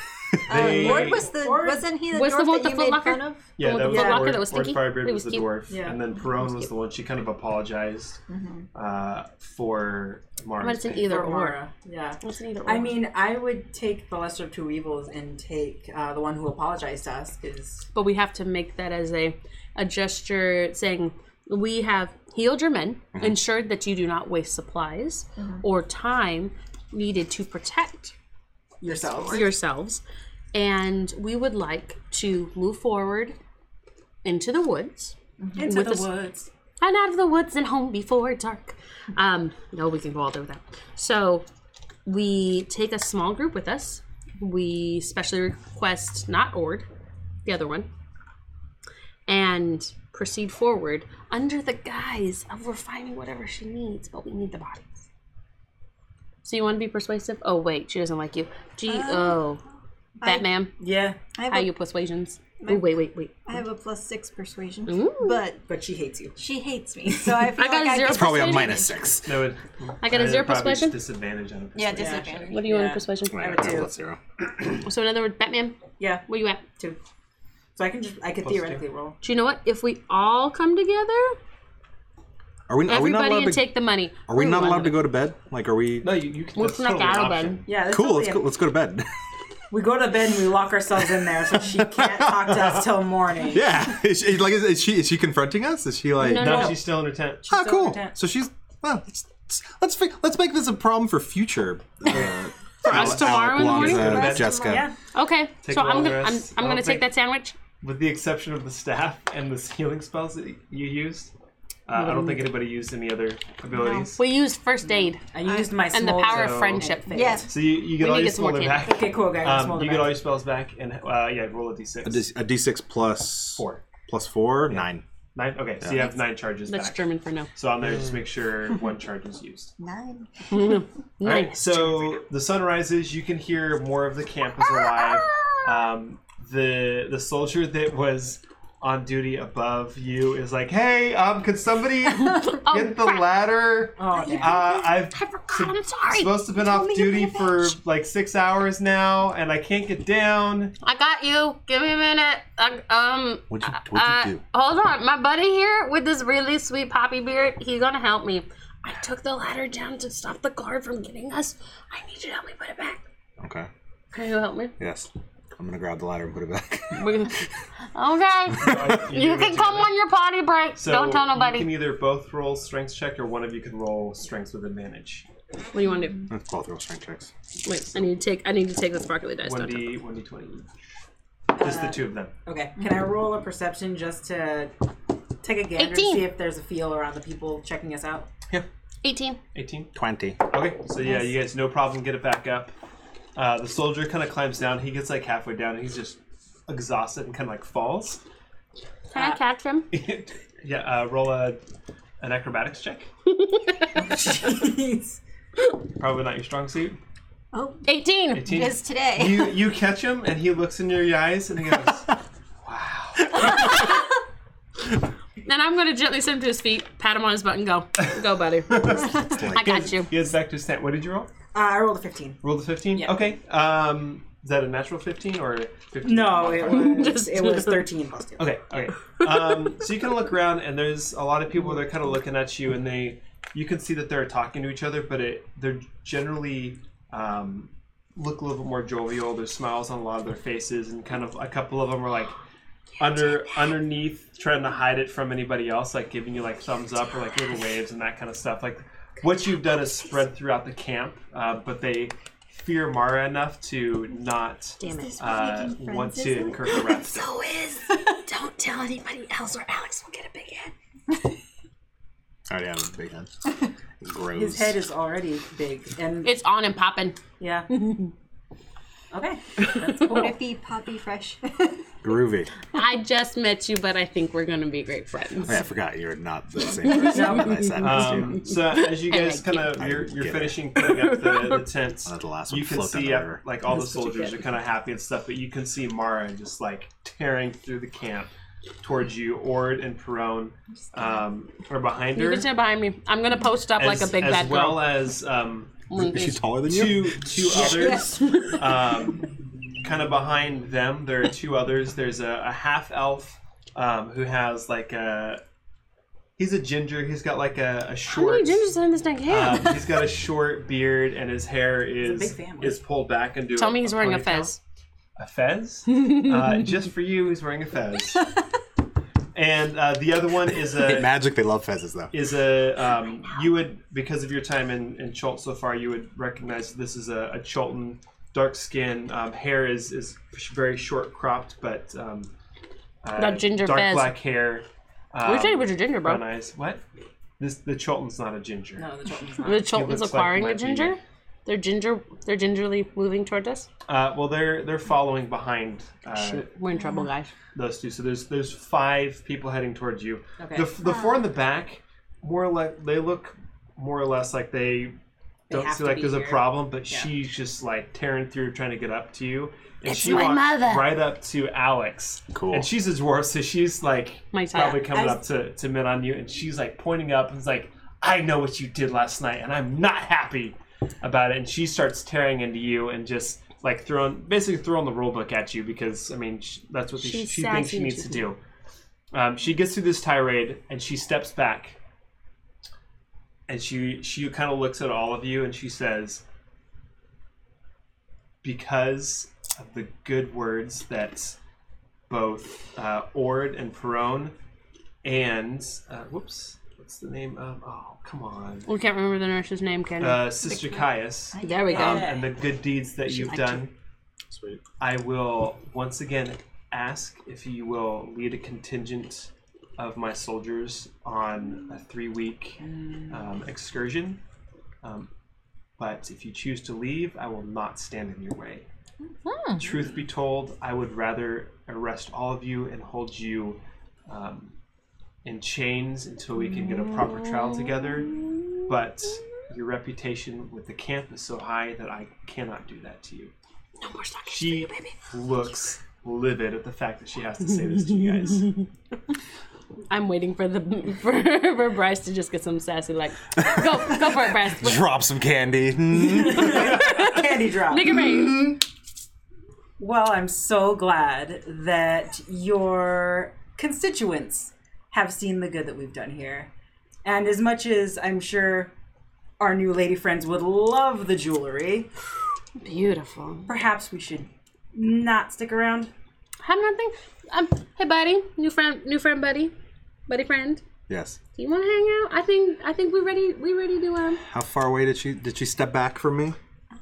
Speaker 2: They-
Speaker 5: Uh, Ward was the wasn't he the
Speaker 3: Was the
Speaker 5: dwarf
Speaker 3: one with
Speaker 5: that
Speaker 3: the
Speaker 5: you
Speaker 3: Foot
Speaker 5: made
Speaker 3: Locker?
Speaker 5: fun of?
Speaker 2: Yeah,
Speaker 3: one
Speaker 2: that
Speaker 3: with
Speaker 2: was
Speaker 3: the
Speaker 2: the
Speaker 3: locker
Speaker 2: Ord,
Speaker 3: that was
Speaker 2: Ord
Speaker 3: stinky?
Speaker 2: Firebeard
Speaker 3: It
Speaker 2: was,
Speaker 3: was
Speaker 2: the
Speaker 3: cute.
Speaker 2: dwarf,
Speaker 4: Yeah.
Speaker 2: and then Perone was the one. She kind of apologized
Speaker 3: Mm-hmm.
Speaker 2: uh, for Mara.
Speaker 3: But it's an either
Speaker 4: Or
Speaker 3: or.
Speaker 4: Mara. Yeah.
Speaker 3: It's an either or.
Speaker 4: I mean, I would take the lesser of two evils and take uh, the one who apologized to us because
Speaker 3: but we have to make that as a a gesture saying we have healed your men, ensured that you do not waste supplies or time needed to protect
Speaker 4: yourself.
Speaker 3: yourselves, and we would like to move forward into the woods
Speaker 4: Into
Speaker 3: with
Speaker 4: the
Speaker 3: us-
Speaker 4: woods.
Speaker 3: and out of the woods and home before dark. Um, no, we can go all there with that. So we take a small group with us. We specially request not Ord, the other one, and proceed forward under the guise of we're finding whatever she needs, but we need the bodies. So you want to be persuasive? Oh wait, she doesn't like you. Gee, oh, Batman,
Speaker 4: Yeah,
Speaker 5: Uh, I have,
Speaker 3: how
Speaker 5: a,
Speaker 3: you persuasions? Oh wait, wait, wait.
Speaker 5: I have a plus six persuasion, but
Speaker 4: but she hates you.
Speaker 5: she hates me, so I
Speaker 3: *laughs*
Speaker 5: feel
Speaker 3: I got
Speaker 5: like
Speaker 3: a zero
Speaker 5: I could-
Speaker 1: Probably a
Speaker 3: persuasion.
Speaker 1: minus six.
Speaker 2: No, it,
Speaker 3: I got a
Speaker 2: it'd
Speaker 3: zero
Speaker 2: probably
Speaker 3: persuasion.
Speaker 2: Disadvantage on a
Speaker 5: Yeah,
Speaker 2: persuasion.
Speaker 5: disadvantage.
Speaker 3: What do you want in
Speaker 4: Yeah.
Speaker 3: persuasion?
Speaker 4: I would
Speaker 1: That's
Speaker 4: too.
Speaker 1: a zero.
Speaker 3: So in other words, Batman,
Speaker 4: Yeah,
Speaker 3: where you at?
Speaker 4: two. So I can just I could
Speaker 2: Plus two.
Speaker 4: theoretically roll.
Speaker 3: Do you know what? If we all come together,
Speaker 1: Are we? Are we not
Speaker 3: everybody
Speaker 1: allowed to?
Speaker 3: and take the money.
Speaker 1: are we not allowed to go to bed? Like, are we?
Speaker 2: No, you, you can.
Speaker 3: We'll
Speaker 2: that's
Speaker 3: sneak
Speaker 2: totally
Speaker 3: out
Speaker 2: an
Speaker 3: of bed.
Speaker 2: option.
Speaker 4: Yeah, that's
Speaker 1: Cool.
Speaker 4: totally
Speaker 1: Let's
Speaker 4: a-
Speaker 1: go. Let's go to bed.
Speaker 4: We go to bed and we lock ourselves in there so
Speaker 1: *laughs*
Speaker 4: she can't talk to us till morning.
Speaker 1: yeah. Is she, like, is, is she? Is she confronting us? Is she like?
Speaker 3: No,
Speaker 2: No,
Speaker 3: no, no.
Speaker 2: she's still in her tent.
Speaker 1: Ah,
Speaker 4: still
Speaker 1: cool.
Speaker 4: content.
Speaker 1: So she's. Well, let's, let's fi- let's make this a problem for future. Uh, for
Speaker 3: us tomorrow in the morning?
Speaker 2: For us
Speaker 1: Jessica.
Speaker 4: Yeah.
Speaker 3: Okay,
Speaker 2: Take
Speaker 3: so
Speaker 2: a long
Speaker 3: I'm gonna I'm,
Speaker 2: rest.
Speaker 3: I'm
Speaker 2: I don't
Speaker 3: gonna take
Speaker 2: think-
Speaker 3: that sandwich.
Speaker 2: With the exception of the staff and the healing spells that you used, uh, I don't think anybody used any other abilities.
Speaker 3: Mm-hmm. We used first aid
Speaker 4: I used my
Speaker 3: and the
Speaker 4: small
Speaker 3: power
Speaker 2: So-
Speaker 3: of friendship.
Speaker 5: Yeah.
Speaker 2: So you, you
Speaker 3: We
Speaker 2: get all
Speaker 3: need to
Speaker 2: your
Speaker 3: get some more
Speaker 2: smolder
Speaker 3: candy.
Speaker 2: back.
Speaker 4: Okay, cool, guy.
Speaker 2: Um, you get all your spells back, and uh, yeah, roll a d6.
Speaker 1: A, D- a d6 plus
Speaker 2: Four.
Speaker 1: Plus four, nine.
Speaker 2: Nine. Okay, so you have nine charges
Speaker 3: That's
Speaker 2: back.
Speaker 3: German for no.
Speaker 2: So on there, just make sure one charge is used.
Speaker 5: Nine.
Speaker 2: All right. So the sun rises. You can hear more of the camp is alive. Um, the the soldier that was on duty above you is like, "Hey, um, could
Speaker 3: *laughs*
Speaker 2: somebody
Speaker 3: Oh,
Speaker 2: get the ladder?
Speaker 4: Oh, yeah.
Speaker 2: Uh, I've
Speaker 3: I forgot. I'm sorry.
Speaker 2: supposed to have been
Speaker 3: Tell
Speaker 2: off
Speaker 3: me
Speaker 2: duty
Speaker 3: you're
Speaker 2: for
Speaker 3: finished.
Speaker 2: like six hours now, and I can't get down."
Speaker 3: I got you. Give me a minute. I, um.
Speaker 1: What'd you, what'd
Speaker 3: Uh,
Speaker 1: you do?
Speaker 3: hold on, my buddy here with this really sweet poppy beard, he's gonna help me. I took the ladder down to stop the guard from getting us. I need you to help me put it back.
Speaker 1: Okay.
Speaker 3: Can you help me? *laughs*
Speaker 1: Yes. I'm gonna grab the ladder and put it back.
Speaker 3: We're gonna- okay. You can come on your potty break.
Speaker 2: So
Speaker 3: Don't tell
Speaker 2: You can
Speaker 3: nobody.
Speaker 2: either both roll strength check, or one of you can roll strength with advantage.
Speaker 3: What do you want to do?
Speaker 1: That's both roll strength checks.
Speaker 3: Wait, I need to take. I need to take the sparkly dice.
Speaker 2: One
Speaker 3: don't I?
Speaker 2: d one d twenty Just
Speaker 3: Uh,
Speaker 2: the two of them.
Speaker 4: Okay. Can I roll a perception just to take a gander to
Speaker 3: 18.
Speaker 4: see if there's a feel around the people checking us out? *laughs*
Speaker 2: Yeah.
Speaker 3: Eighteen.
Speaker 2: 18.
Speaker 1: Twenty.
Speaker 2: Okay, so yeah, you guys, no problem, get it back up. Uh, the soldier kind of climbs down. He gets like halfway down and he's just exhausted and kind of like falls. *laughs*
Speaker 3: Can I catch him?
Speaker 2: yeah, uh, roll a, an acrobatics check.
Speaker 4: Jeez.
Speaker 2: Probably not your strong suit.
Speaker 3: 18.
Speaker 2: 18.
Speaker 5: It is today.
Speaker 2: You you catch him and he looks in your eyes and he goes,
Speaker 3: *laughs*
Speaker 2: "Wow."
Speaker 3: And I'm going to gently sit him to his feet, pat him on his butt, and
Speaker 2: *laughs*
Speaker 3: go, go, buddy. I got you.
Speaker 2: He heads back to his tent. What did you roll?
Speaker 4: Uh, I rolled a 15.
Speaker 2: Roll the fifteen.
Speaker 4: Yeah.
Speaker 2: Okay. Um, is that a natural fifteen or fifteen?
Speaker 4: No, it *laughs* was
Speaker 3: Just-
Speaker 4: it was 13 plus 2.
Speaker 2: Okay, okay. Um, so you kind of look around, and there's a lot of people that are kind of looking at you, and they, you can see that they're talking to each other, but it, they're generally um, look a little bit more jovial. There's smiles on a lot of their faces, and kind of a couple of them are like under underneath, trying to hide it from anybody else, like giving you like thumbs up or like little waves and that kind of stuff. Like what you've done is spread throughout the camp, uh, but they fear Mara enough to not
Speaker 3: Damn it.
Speaker 2: uh, want to incur harassment.
Speaker 5: So is. Don't tell anybody else or Alex will get a big head.
Speaker 1: I already have a big head. Gross.
Speaker 4: His head is already big. And
Speaker 3: It's on and popping. *laughs*
Speaker 4: yeah. Okay. That's cool.
Speaker 5: Rippy, poppy, fresh.
Speaker 1: Groovy.
Speaker 3: I just met you, but I think we're going to be great friends.
Speaker 1: Oh, yeah, I forgot you're not the
Speaker 4: *laughs*
Speaker 1: same person that I sat next
Speaker 2: Um,
Speaker 1: to.
Speaker 2: so as you guys
Speaker 3: *laughs* I like
Speaker 2: kind of you're,
Speaker 1: I
Speaker 2: you're
Speaker 1: get it.
Speaker 2: finishing putting up
Speaker 3: *laughs*
Speaker 2: the, the tents,
Speaker 1: Let the last one
Speaker 2: you can
Speaker 1: float down
Speaker 2: see
Speaker 1: the
Speaker 2: uh,
Speaker 1: river.
Speaker 2: like all the soldiers are kind of happy and stuff, but you can see Mara just like tearing through the camp towards you. Ord and Perone um, are behind
Speaker 3: You
Speaker 2: her,
Speaker 3: can stand behind me. I'm going to post up like a
Speaker 2: as-
Speaker 3: big
Speaker 2: as
Speaker 3: bad
Speaker 2: well
Speaker 3: girl.
Speaker 2: as um,
Speaker 1: Is she taller than you?
Speaker 2: two two others.
Speaker 3: *laughs*
Speaker 2: Um, kind of behind them, there are two others. There's a, a half elf um, who has like a he's a ginger. He's got like a, a
Speaker 3: How many
Speaker 2: short.
Speaker 3: gingers are in this dang camp?
Speaker 2: Um, he's got a short beard and his hair
Speaker 4: It's a
Speaker 2: is
Speaker 4: big family.
Speaker 2: is pulled back into.
Speaker 3: Tell me he's wearing a
Speaker 2: ponytail.
Speaker 3: fez.
Speaker 2: A fez?
Speaker 4: *laughs*
Speaker 2: uh, just for you, he's wearing a fez. and uh, the other one is
Speaker 1: In
Speaker 2: a
Speaker 1: Magic, they love fezzes though.
Speaker 2: is a um, you would because of your time in in Chult so far, you would recognize this is a, a Chultan dark skin. Um, hair is is very short cropped, but um, uh,
Speaker 3: Got ginger
Speaker 2: dark
Speaker 3: fez.
Speaker 2: black hair. Um,
Speaker 3: Which um, was your ginger,
Speaker 2: brown
Speaker 3: bro?
Speaker 2: eyes. What? This the Chultan's not a ginger.
Speaker 4: No, the Chilton's
Speaker 3: The
Speaker 4: not.
Speaker 3: Chilton's
Speaker 2: looks like
Speaker 3: acquiring
Speaker 2: might
Speaker 3: a
Speaker 2: be-
Speaker 3: ginger. They're ginger. They're gingerly moving toward us.
Speaker 2: Uh, well, they're they're following behind uh,
Speaker 3: We're in trouble, guys.
Speaker 2: those two. So there's there's five people heading towards you.
Speaker 4: Okay.
Speaker 2: The, the four in the back, more or less, they look more or less like they don't
Speaker 4: have
Speaker 2: see
Speaker 4: to
Speaker 2: like
Speaker 4: be
Speaker 2: there's
Speaker 4: here.
Speaker 2: a problem, but she's just like tearing through, trying to get up to you. And she
Speaker 3: my
Speaker 2: walks
Speaker 3: mother.
Speaker 2: right up to Alex.
Speaker 1: Cool.
Speaker 2: And she's a dwarf, so she's like
Speaker 3: My type.
Speaker 2: probably coming
Speaker 4: I-
Speaker 2: up to to mid on you, and she's like pointing up and is like, "I know what you did last night, and I'm not happy about it." And she starts tearing into you and just. Like throwing, basically throwing the rule book at you because I mean sh that's what she,
Speaker 3: She's
Speaker 2: she thinks
Speaker 3: sassy
Speaker 2: she
Speaker 3: and
Speaker 2: needs to
Speaker 3: she's-
Speaker 2: do. Um, she gets through this tirade and she steps back and she she kind of looks at all of you and she says because of the good words that both uh, ord and perone and uh, whoops what's the name um, oh come on
Speaker 3: We can't remember the nurse's name, can we?
Speaker 2: uh, sister caius
Speaker 3: there we go.
Speaker 2: um, and the good deeds that you've
Speaker 3: liked
Speaker 2: done
Speaker 1: Sweet.
Speaker 2: I will once again ask if you will lead a contingent of my soldiers on a three week um, excursion. Um, but if you choose to leave, I will not stand in your way.
Speaker 3: Hmm.
Speaker 2: Truth be told, I would rather arrest all of you and hold you um, in chains until we can get a proper trial together. But your reputation with the camp is so high that I cannot do that to you.
Speaker 3: no more stockings for
Speaker 2: She
Speaker 3: you, baby.
Speaker 2: looks livid at the fact that she has to say this to you
Speaker 1: *laughs*
Speaker 2: guys.
Speaker 3: I'm waiting for the *laughs* for, for Bryce to just get some sassy like, go go for it, Bryce. Look
Speaker 1: Drop some candy. Mm.
Speaker 4: Candy drop. Mm-hmm.
Speaker 3: at me.
Speaker 4: Well, I'm so glad that your constituents have seen the good that we've done here. And as much as I'm sure our new lady friends would love the jewelry,
Speaker 3: *laughs* Beautiful.
Speaker 4: perhaps we should not stick around.
Speaker 3: Have nothing. Um, hey, buddy, new friend, new friend, buddy, buddy friend.
Speaker 1: *laughs* yes.
Speaker 3: Do you want to hang out? I think I think we ready. We ready to um.
Speaker 1: How far away did she did she step back from me?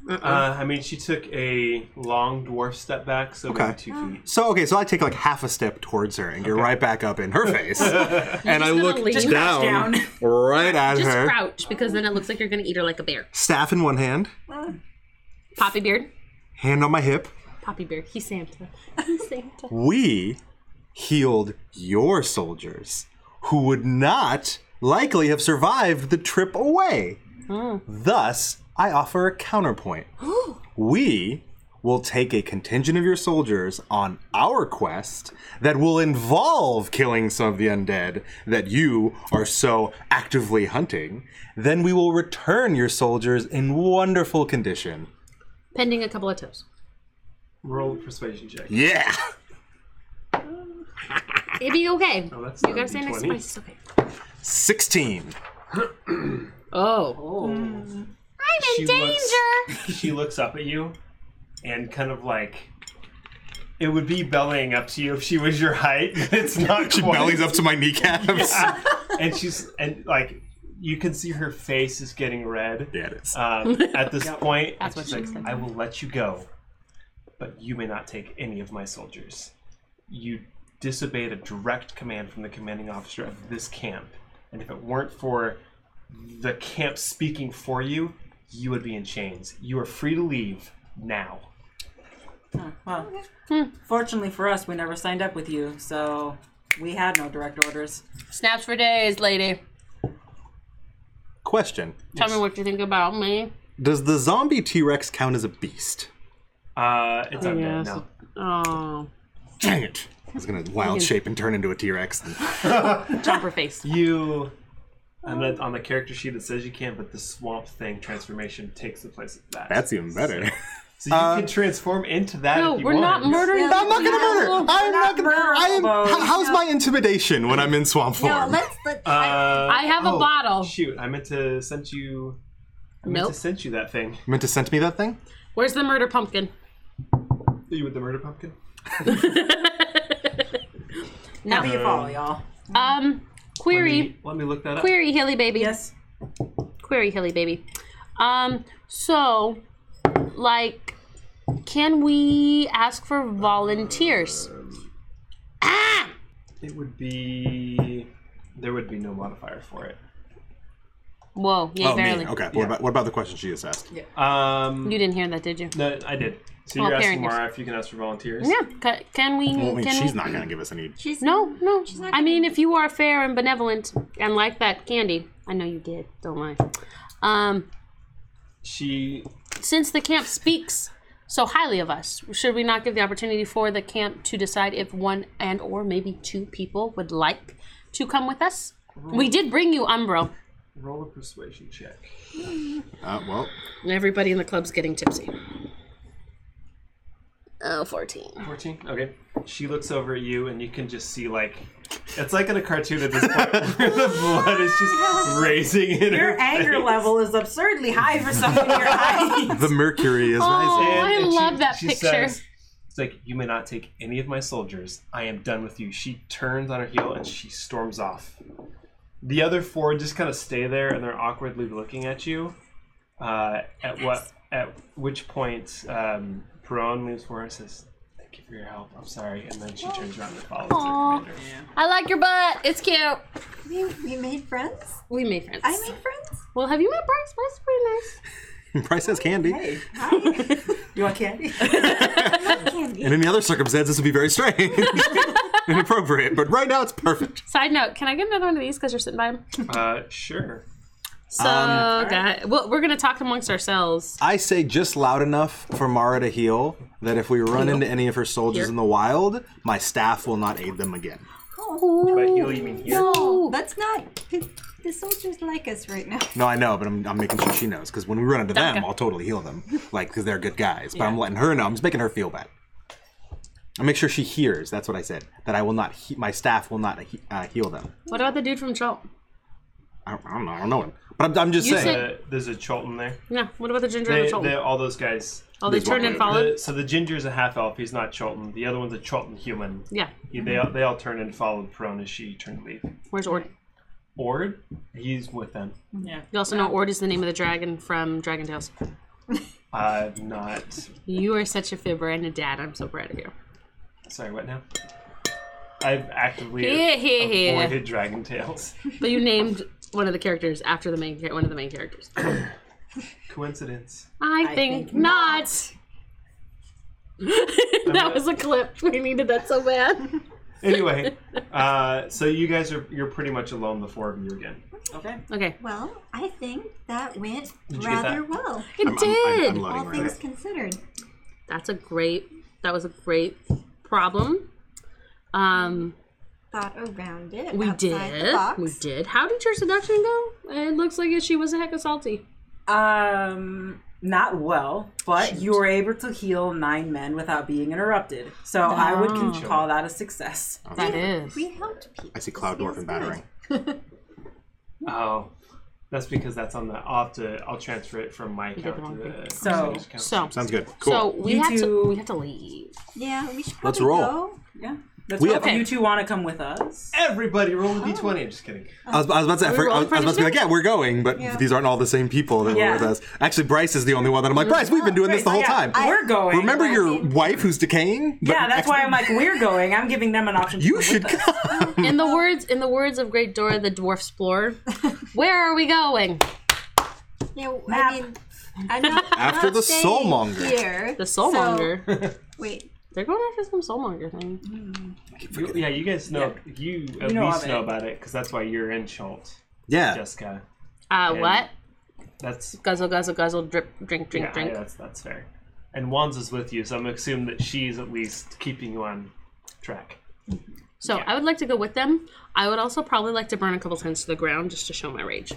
Speaker 2: Uh, I mean, she took a long dwarf step back, so maybe
Speaker 1: Okay.
Speaker 2: two feet.
Speaker 1: So okay, so I take like half a step towards her and get right back up in her *laughs* face, and I
Speaker 3: gonna
Speaker 1: look
Speaker 3: lean. Just
Speaker 4: crouch
Speaker 1: down,
Speaker 4: down.
Speaker 1: right at
Speaker 3: Just
Speaker 1: her,
Speaker 3: crouch because then it looks like you're gonna eat her like a bear.
Speaker 1: staff in one hand,
Speaker 3: Poppy beard.
Speaker 1: hand on my hip.
Speaker 3: Poppy beard. He's Santa. *laughs* He's Santa.
Speaker 1: We healed your soldiers, who would not likely have survived the trip away. Thus, I offer a counterpoint. we will take a contingent of your soldiers on our quest that will involve killing some of the undead that you are so actively hunting. Then we will return your soldiers in wonderful condition.
Speaker 3: Pending a couple of tips.
Speaker 2: Roll a persuasion check.
Speaker 1: Yeah!
Speaker 3: It'd be okay.
Speaker 2: Oh, that's
Speaker 3: you
Speaker 2: not a
Speaker 3: gotta say next
Speaker 2: D20.
Speaker 3: place. It's okay.
Speaker 1: 16.
Speaker 3: Oh.
Speaker 2: I'm in danger. she looks up at you and kind of like it would be bellying up to you if she was your height. It's
Speaker 1: *laughs*
Speaker 2: not
Speaker 1: She
Speaker 2: quite.
Speaker 1: bellies up to my kneecaps.
Speaker 2: and she's and like you can see her face is getting red.
Speaker 1: Yeah, it is.
Speaker 3: *laughs*
Speaker 2: Um, at this point,
Speaker 3: That's what
Speaker 2: she's
Speaker 3: she
Speaker 2: like,
Speaker 3: said.
Speaker 2: I will let you go, but you may not take any of my soldiers. You disobeyed a direct command from the commanding officer of this camp, and if it weren't for the camp speaking for you, you would be in chains. You are free to leave now.
Speaker 4: Well, fortunately for us, we never signed up with you, so we had no direct orders.
Speaker 3: Snaps for days, lady.
Speaker 1: Question
Speaker 3: Tell me what you think about me.
Speaker 1: Does the zombie T Rex count as a beast?
Speaker 2: Uh, it's undead
Speaker 3: yes.
Speaker 2: now.
Speaker 3: Oh.
Speaker 1: Dang it! I was gonna wild shape and turn into a T Rex.
Speaker 3: Chomper face.
Speaker 2: You. On the, on the character sheet, it says you can, but the swamp thing transformation takes the place of that.
Speaker 1: That's even *laughs* better. Uh,
Speaker 2: so you can transform into that.
Speaker 3: No,
Speaker 2: if you
Speaker 3: we're
Speaker 2: want.
Speaker 3: not murdering
Speaker 5: Yeah.
Speaker 3: the
Speaker 5: I'm not gonna
Speaker 3: people.
Speaker 5: murder.
Speaker 1: I'm not gonna. I am.
Speaker 4: Murderable.
Speaker 1: how- How's my intimidation when I'm in swamp form?
Speaker 5: *laughs* No, let's let.
Speaker 2: Uh,
Speaker 5: I,
Speaker 3: I have a
Speaker 2: oh,
Speaker 3: bottle.
Speaker 2: Shoot, I meant to send you. I meant
Speaker 3: Nope.
Speaker 2: to send you that thing.
Speaker 1: You meant to send me that thing?
Speaker 3: Where's the murder pumpkin? *laughs*
Speaker 2: You with the murder pumpkin?
Speaker 4: Now you follow, y'all.
Speaker 3: Um, query.
Speaker 2: Let me, let me look that up.
Speaker 3: Query, Hilly Baby.
Speaker 4: Yes.
Speaker 3: Query, Hilly Baby. Um, so, like, can we ask for volunteers? Ah!
Speaker 2: It would be. There would be no modifier for it.
Speaker 3: Whoa, yeah,
Speaker 1: Oh,
Speaker 3: barely.
Speaker 1: me. Okay. What, about, what about the question she just asked?
Speaker 2: Um,
Speaker 3: You didn't hear that, did you?
Speaker 2: no, I did. So
Speaker 3: Well,
Speaker 2: you're asking
Speaker 3: pairing is-
Speaker 2: Mara if you can ask for volunteers.
Speaker 3: Yeah. Ca- can we?
Speaker 1: Well, I mean,
Speaker 3: can
Speaker 1: she's
Speaker 3: we?
Speaker 1: not gonna give us any.
Speaker 5: she's
Speaker 3: No, no.
Speaker 5: not
Speaker 3: I mean, if you are fair and benevolent and like that candy, I know you did. Don't lie. Um,
Speaker 2: She.
Speaker 3: since the camp speaks so highly of us, should we not give the opportunity for the camp to decide if one and or maybe two people would like to come with us? We did bring you Umbro.
Speaker 2: Roll a persuasion check.
Speaker 1: Uh, well,
Speaker 3: Everybody in the club's getting tipsy. Oh, 14.
Speaker 2: 14? Okay. She looks over at you, and you can just see, like. It's like in a cartoon at this point, *laughs* where the blood is
Speaker 3: *laughs*
Speaker 2: just raising in
Speaker 4: Your
Speaker 2: her
Speaker 4: anger
Speaker 2: face.
Speaker 4: level is absurdly high for something your height.
Speaker 1: the mercury is rising.
Speaker 3: Oh, I love that picture.
Speaker 2: it's like, you may not take any of my soldiers. I am done with you. She turns on her heel and she storms off. The other four just kind of stay there and they're awkwardly looking at you. Uh, at what? At which point, um, Peron leans forward and says, "Thank you for your help. I'm sorry." And then she turns around and follows
Speaker 3: Aw.
Speaker 2: her commander.
Speaker 3: I like your butt. It's cute.
Speaker 5: we, we made friends.
Speaker 3: We made friends.
Speaker 5: I made friends.
Speaker 3: well, have you met Bryce? Bryce is pretty nice.
Speaker 1: Price has candy.
Speaker 4: *laughs* you want candy?
Speaker 1: In any other circumstance, this would be very strange, *laughs* inappropriate. But right now, it's perfect.
Speaker 3: Side note, can I get another one of these because you're sitting by him?
Speaker 2: Uh, sure.
Speaker 3: So, guy, well, we're going to talk amongst ourselves.
Speaker 1: I say just loud enough for Mara to heal that if we run into any of her soldiers in the wild, my staff will not aid them again.
Speaker 2: By heel, you mean here?
Speaker 5: Oh, No, that's not. The soldiers like us right now. *laughs*
Speaker 1: No, I know, but I'm, I'm making sure she knows because when we run into them,
Speaker 3: Okay.
Speaker 1: I'll totally heal them, like because they're good guys. But I'm letting her know. I'm just making her feel bad. I make sure she hears. That's what I said. That I will not. He- my staff will not he- uh, heal them.
Speaker 3: What about the dude from Chult?
Speaker 1: I don't, I don't know. I don't know him. But I'm, I'm just
Speaker 3: You
Speaker 1: saying.
Speaker 3: said-
Speaker 2: Uh, there's a Cholton there.
Speaker 3: Yeah, what about the ginger
Speaker 2: They,
Speaker 3: and the
Speaker 2: they,
Speaker 3: Chult?
Speaker 2: all those guys.
Speaker 3: Oh, they
Speaker 1: There's
Speaker 3: turned
Speaker 1: one
Speaker 3: and
Speaker 1: way or the
Speaker 3: followed?
Speaker 2: The, so the ginger's a half elf. He's not Cholton. The other one's a Cholton human.
Speaker 3: Yeah.
Speaker 2: He, they, all- they all turned and followed Perone as she turned to leave.
Speaker 3: Where's Ord?
Speaker 2: Ord, he's with them.
Speaker 4: yeah.
Speaker 3: You also know Ord is the name of the dragon from Dragon Tales.
Speaker 2: I've not.
Speaker 3: You are such a fibber and a dad. I'm so proud of you.
Speaker 2: Sorry, what now? I've actively
Speaker 3: Yeah, yeah, yeah.
Speaker 2: avoided Dragon Tales. *laughs*
Speaker 3: But you named one of the characters after the main cha- one of the main characters. I,
Speaker 2: Coincidence.
Speaker 3: think,
Speaker 4: think
Speaker 3: not. that *laughs*
Speaker 2: not-
Speaker 3: was a clip. We needed that so bad.
Speaker 2: Anyway, uh, so you guys are you're pretty much alone, the four of you again.
Speaker 4: *laughs* Okay.
Speaker 3: Okay.
Speaker 5: Well, I think that went
Speaker 2: Did you get
Speaker 5: rather well.
Speaker 3: It
Speaker 1: I'm, I'm,
Speaker 3: did.
Speaker 1: I'm unloading
Speaker 5: All
Speaker 1: right
Speaker 5: things
Speaker 1: now.
Speaker 5: considered.
Speaker 3: That's a great. That was a great problem. Um,
Speaker 5: Thought around it.
Speaker 3: we
Speaker 5: outside
Speaker 3: did.
Speaker 5: The box.
Speaker 3: We did. How did your seduction go? It looks like she was a heck of salty.
Speaker 4: Um, not well, but you were able to heal nine men without being interrupted. So I would con- call that a success.
Speaker 3: That is.
Speaker 5: We helped people.
Speaker 1: I see Cloud Dwarf and Battering.
Speaker 2: Oh, that's because that's on the. I'll have to. I'll transfer it from my
Speaker 3: did
Speaker 2: account
Speaker 3: the
Speaker 2: to
Speaker 3: wrong
Speaker 2: the
Speaker 4: So-
Speaker 2: percentage account.
Speaker 3: So,
Speaker 1: Sounds good. Cool.
Speaker 3: so we
Speaker 4: You
Speaker 3: have
Speaker 4: two-
Speaker 3: to. We have to leave.
Speaker 5: Yeah, we should probably
Speaker 1: Let's roll.
Speaker 5: *laughs* go.
Speaker 4: Yeah. That's
Speaker 1: We
Speaker 4: we
Speaker 1: have-
Speaker 4: you two want to come with us.
Speaker 2: Everybody, roll a d20. I'm just kidding.
Speaker 1: I was, I was about to say, I,
Speaker 3: we
Speaker 1: forgot- I
Speaker 3: rolling
Speaker 1: was, I was about to be like,
Speaker 3: furniture?
Speaker 1: yeah, we're going, but these aren't all the same people that
Speaker 4: Yeah.
Speaker 1: were with us. Actually, Bryce is the only one that I'm like, Bryce, we've been doing this the whole
Speaker 4: Yeah,
Speaker 1: time.
Speaker 4: we're going.
Speaker 1: Remember
Speaker 5: Bryce.
Speaker 1: your wife who's decaying? But
Speaker 4: Yeah, that's
Speaker 1: next-
Speaker 4: why I'm like, we're going. I'm giving them an option. To
Speaker 1: You
Speaker 4: come
Speaker 1: should
Speaker 4: With
Speaker 1: *laughs*
Speaker 4: us.
Speaker 1: come.
Speaker 3: In the words, in the words of Great Dora the Dwarf Explorer, where are we going?
Speaker 5: Yeah,
Speaker 4: Map.
Speaker 5: I mean, I'm not,
Speaker 1: After
Speaker 5: not
Speaker 1: the
Speaker 5: staying
Speaker 1: soulmonger.
Speaker 5: Here,
Speaker 3: The
Speaker 4: *laughs*
Speaker 5: so-
Speaker 3: soulmonger.
Speaker 5: wait,
Speaker 3: They're going after some soulmonger
Speaker 4: Mm-hmm.
Speaker 3: thing.
Speaker 2: You- yeah, you guys know. You at
Speaker 4: We know
Speaker 2: least
Speaker 4: of
Speaker 2: know
Speaker 4: it.
Speaker 2: about it because that's why you're in Schult,
Speaker 1: Yeah.
Speaker 2: Jessica.
Speaker 3: Uh,
Speaker 2: Yeah.
Speaker 3: what?
Speaker 2: That's
Speaker 3: Guzzle, guzzle, guzzle, drip, drink, drink,
Speaker 2: yeah,
Speaker 3: drink.
Speaker 2: that's that's fair. And Wands is with you, so I'm assuming that she's at least keeping you on track.
Speaker 3: So I would like to go with them. I would also probably like to burn a couple tents to the ground just to show my rage.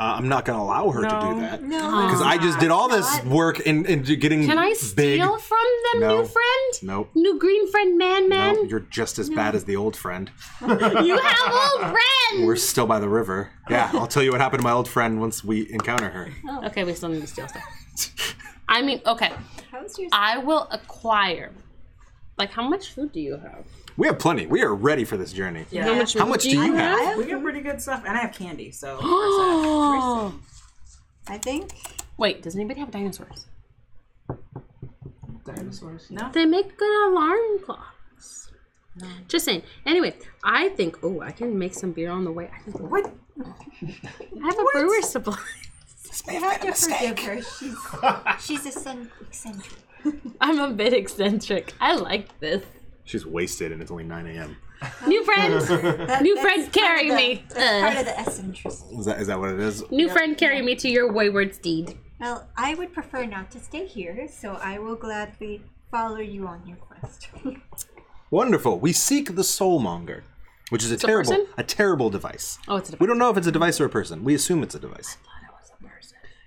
Speaker 1: Uh, I'm not going to allow her to do
Speaker 4: No.
Speaker 1: that.
Speaker 5: no,
Speaker 1: Because I just did all this work in, in getting
Speaker 3: Can I
Speaker 1: big.
Speaker 3: steal from them,
Speaker 1: No.
Speaker 3: new friend?
Speaker 1: Nope.
Speaker 3: New green friend, man, man.
Speaker 1: No, you're just as bad as the old friend.
Speaker 3: You have
Speaker 1: *laughs*
Speaker 3: old
Speaker 1: We're
Speaker 3: friends.
Speaker 1: still by the river. Yeah, I'll tell you what happened to my old friend once we encounter her. *laughs*
Speaker 3: Okay, we still need to steal stuff. I mean, okay.
Speaker 5: how's your
Speaker 3: I will acquire. Like, how much food do you have?
Speaker 1: We have plenty. We are ready for this journey.
Speaker 3: How
Speaker 4: Yeah.
Speaker 3: much?
Speaker 1: How much do you have?
Speaker 5: I,
Speaker 4: We got pretty good stuff, and I have
Speaker 1: *gasps*
Speaker 4: candy, so.
Speaker 3: Oh.
Speaker 5: I think
Speaker 3: *gasps* Wait, does anybody have dinosaurs?
Speaker 2: Dinosaurs.
Speaker 3: They make good alarm clocks. Just saying. Anyway, I think. Oh, I can make some beer on the way. I think.
Speaker 4: What?
Speaker 3: I have a brewer supply.
Speaker 5: you have to forgive her. She's *laughs* she's eccent- eccentric.
Speaker 3: *laughs* I'm a bit eccentric. I like this.
Speaker 1: She's wasted and it's only 9 a.m. *laughs*
Speaker 3: New friend,
Speaker 5: That-
Speaker 3: new
Speaker 5: that's
Speaker 3: friend,
Speaker 5: part
Speaker 3: carry
Speaker 5: of the-
Speaker 3: me.
Speaker 5: That's
Speaker 3: Ugh.
Speaker 5: part of the eccentricity.
Speaker 1: Is that, is that what it is?
Speaker 3: New friend, carry me to your wayward steed.
Speaker 5: Well, I would prefer not to stay here, so I will gladly follow you on your quest.
Speaker 1: Wonderful. We seek the soulmonger, which is a terrible,
Speaker 3: person?
Speaker 1: a terrible device.
Speaker 3: Oh, it's a device.
Speaker 1: We don't know if it's a device or a person. We assume it's a device.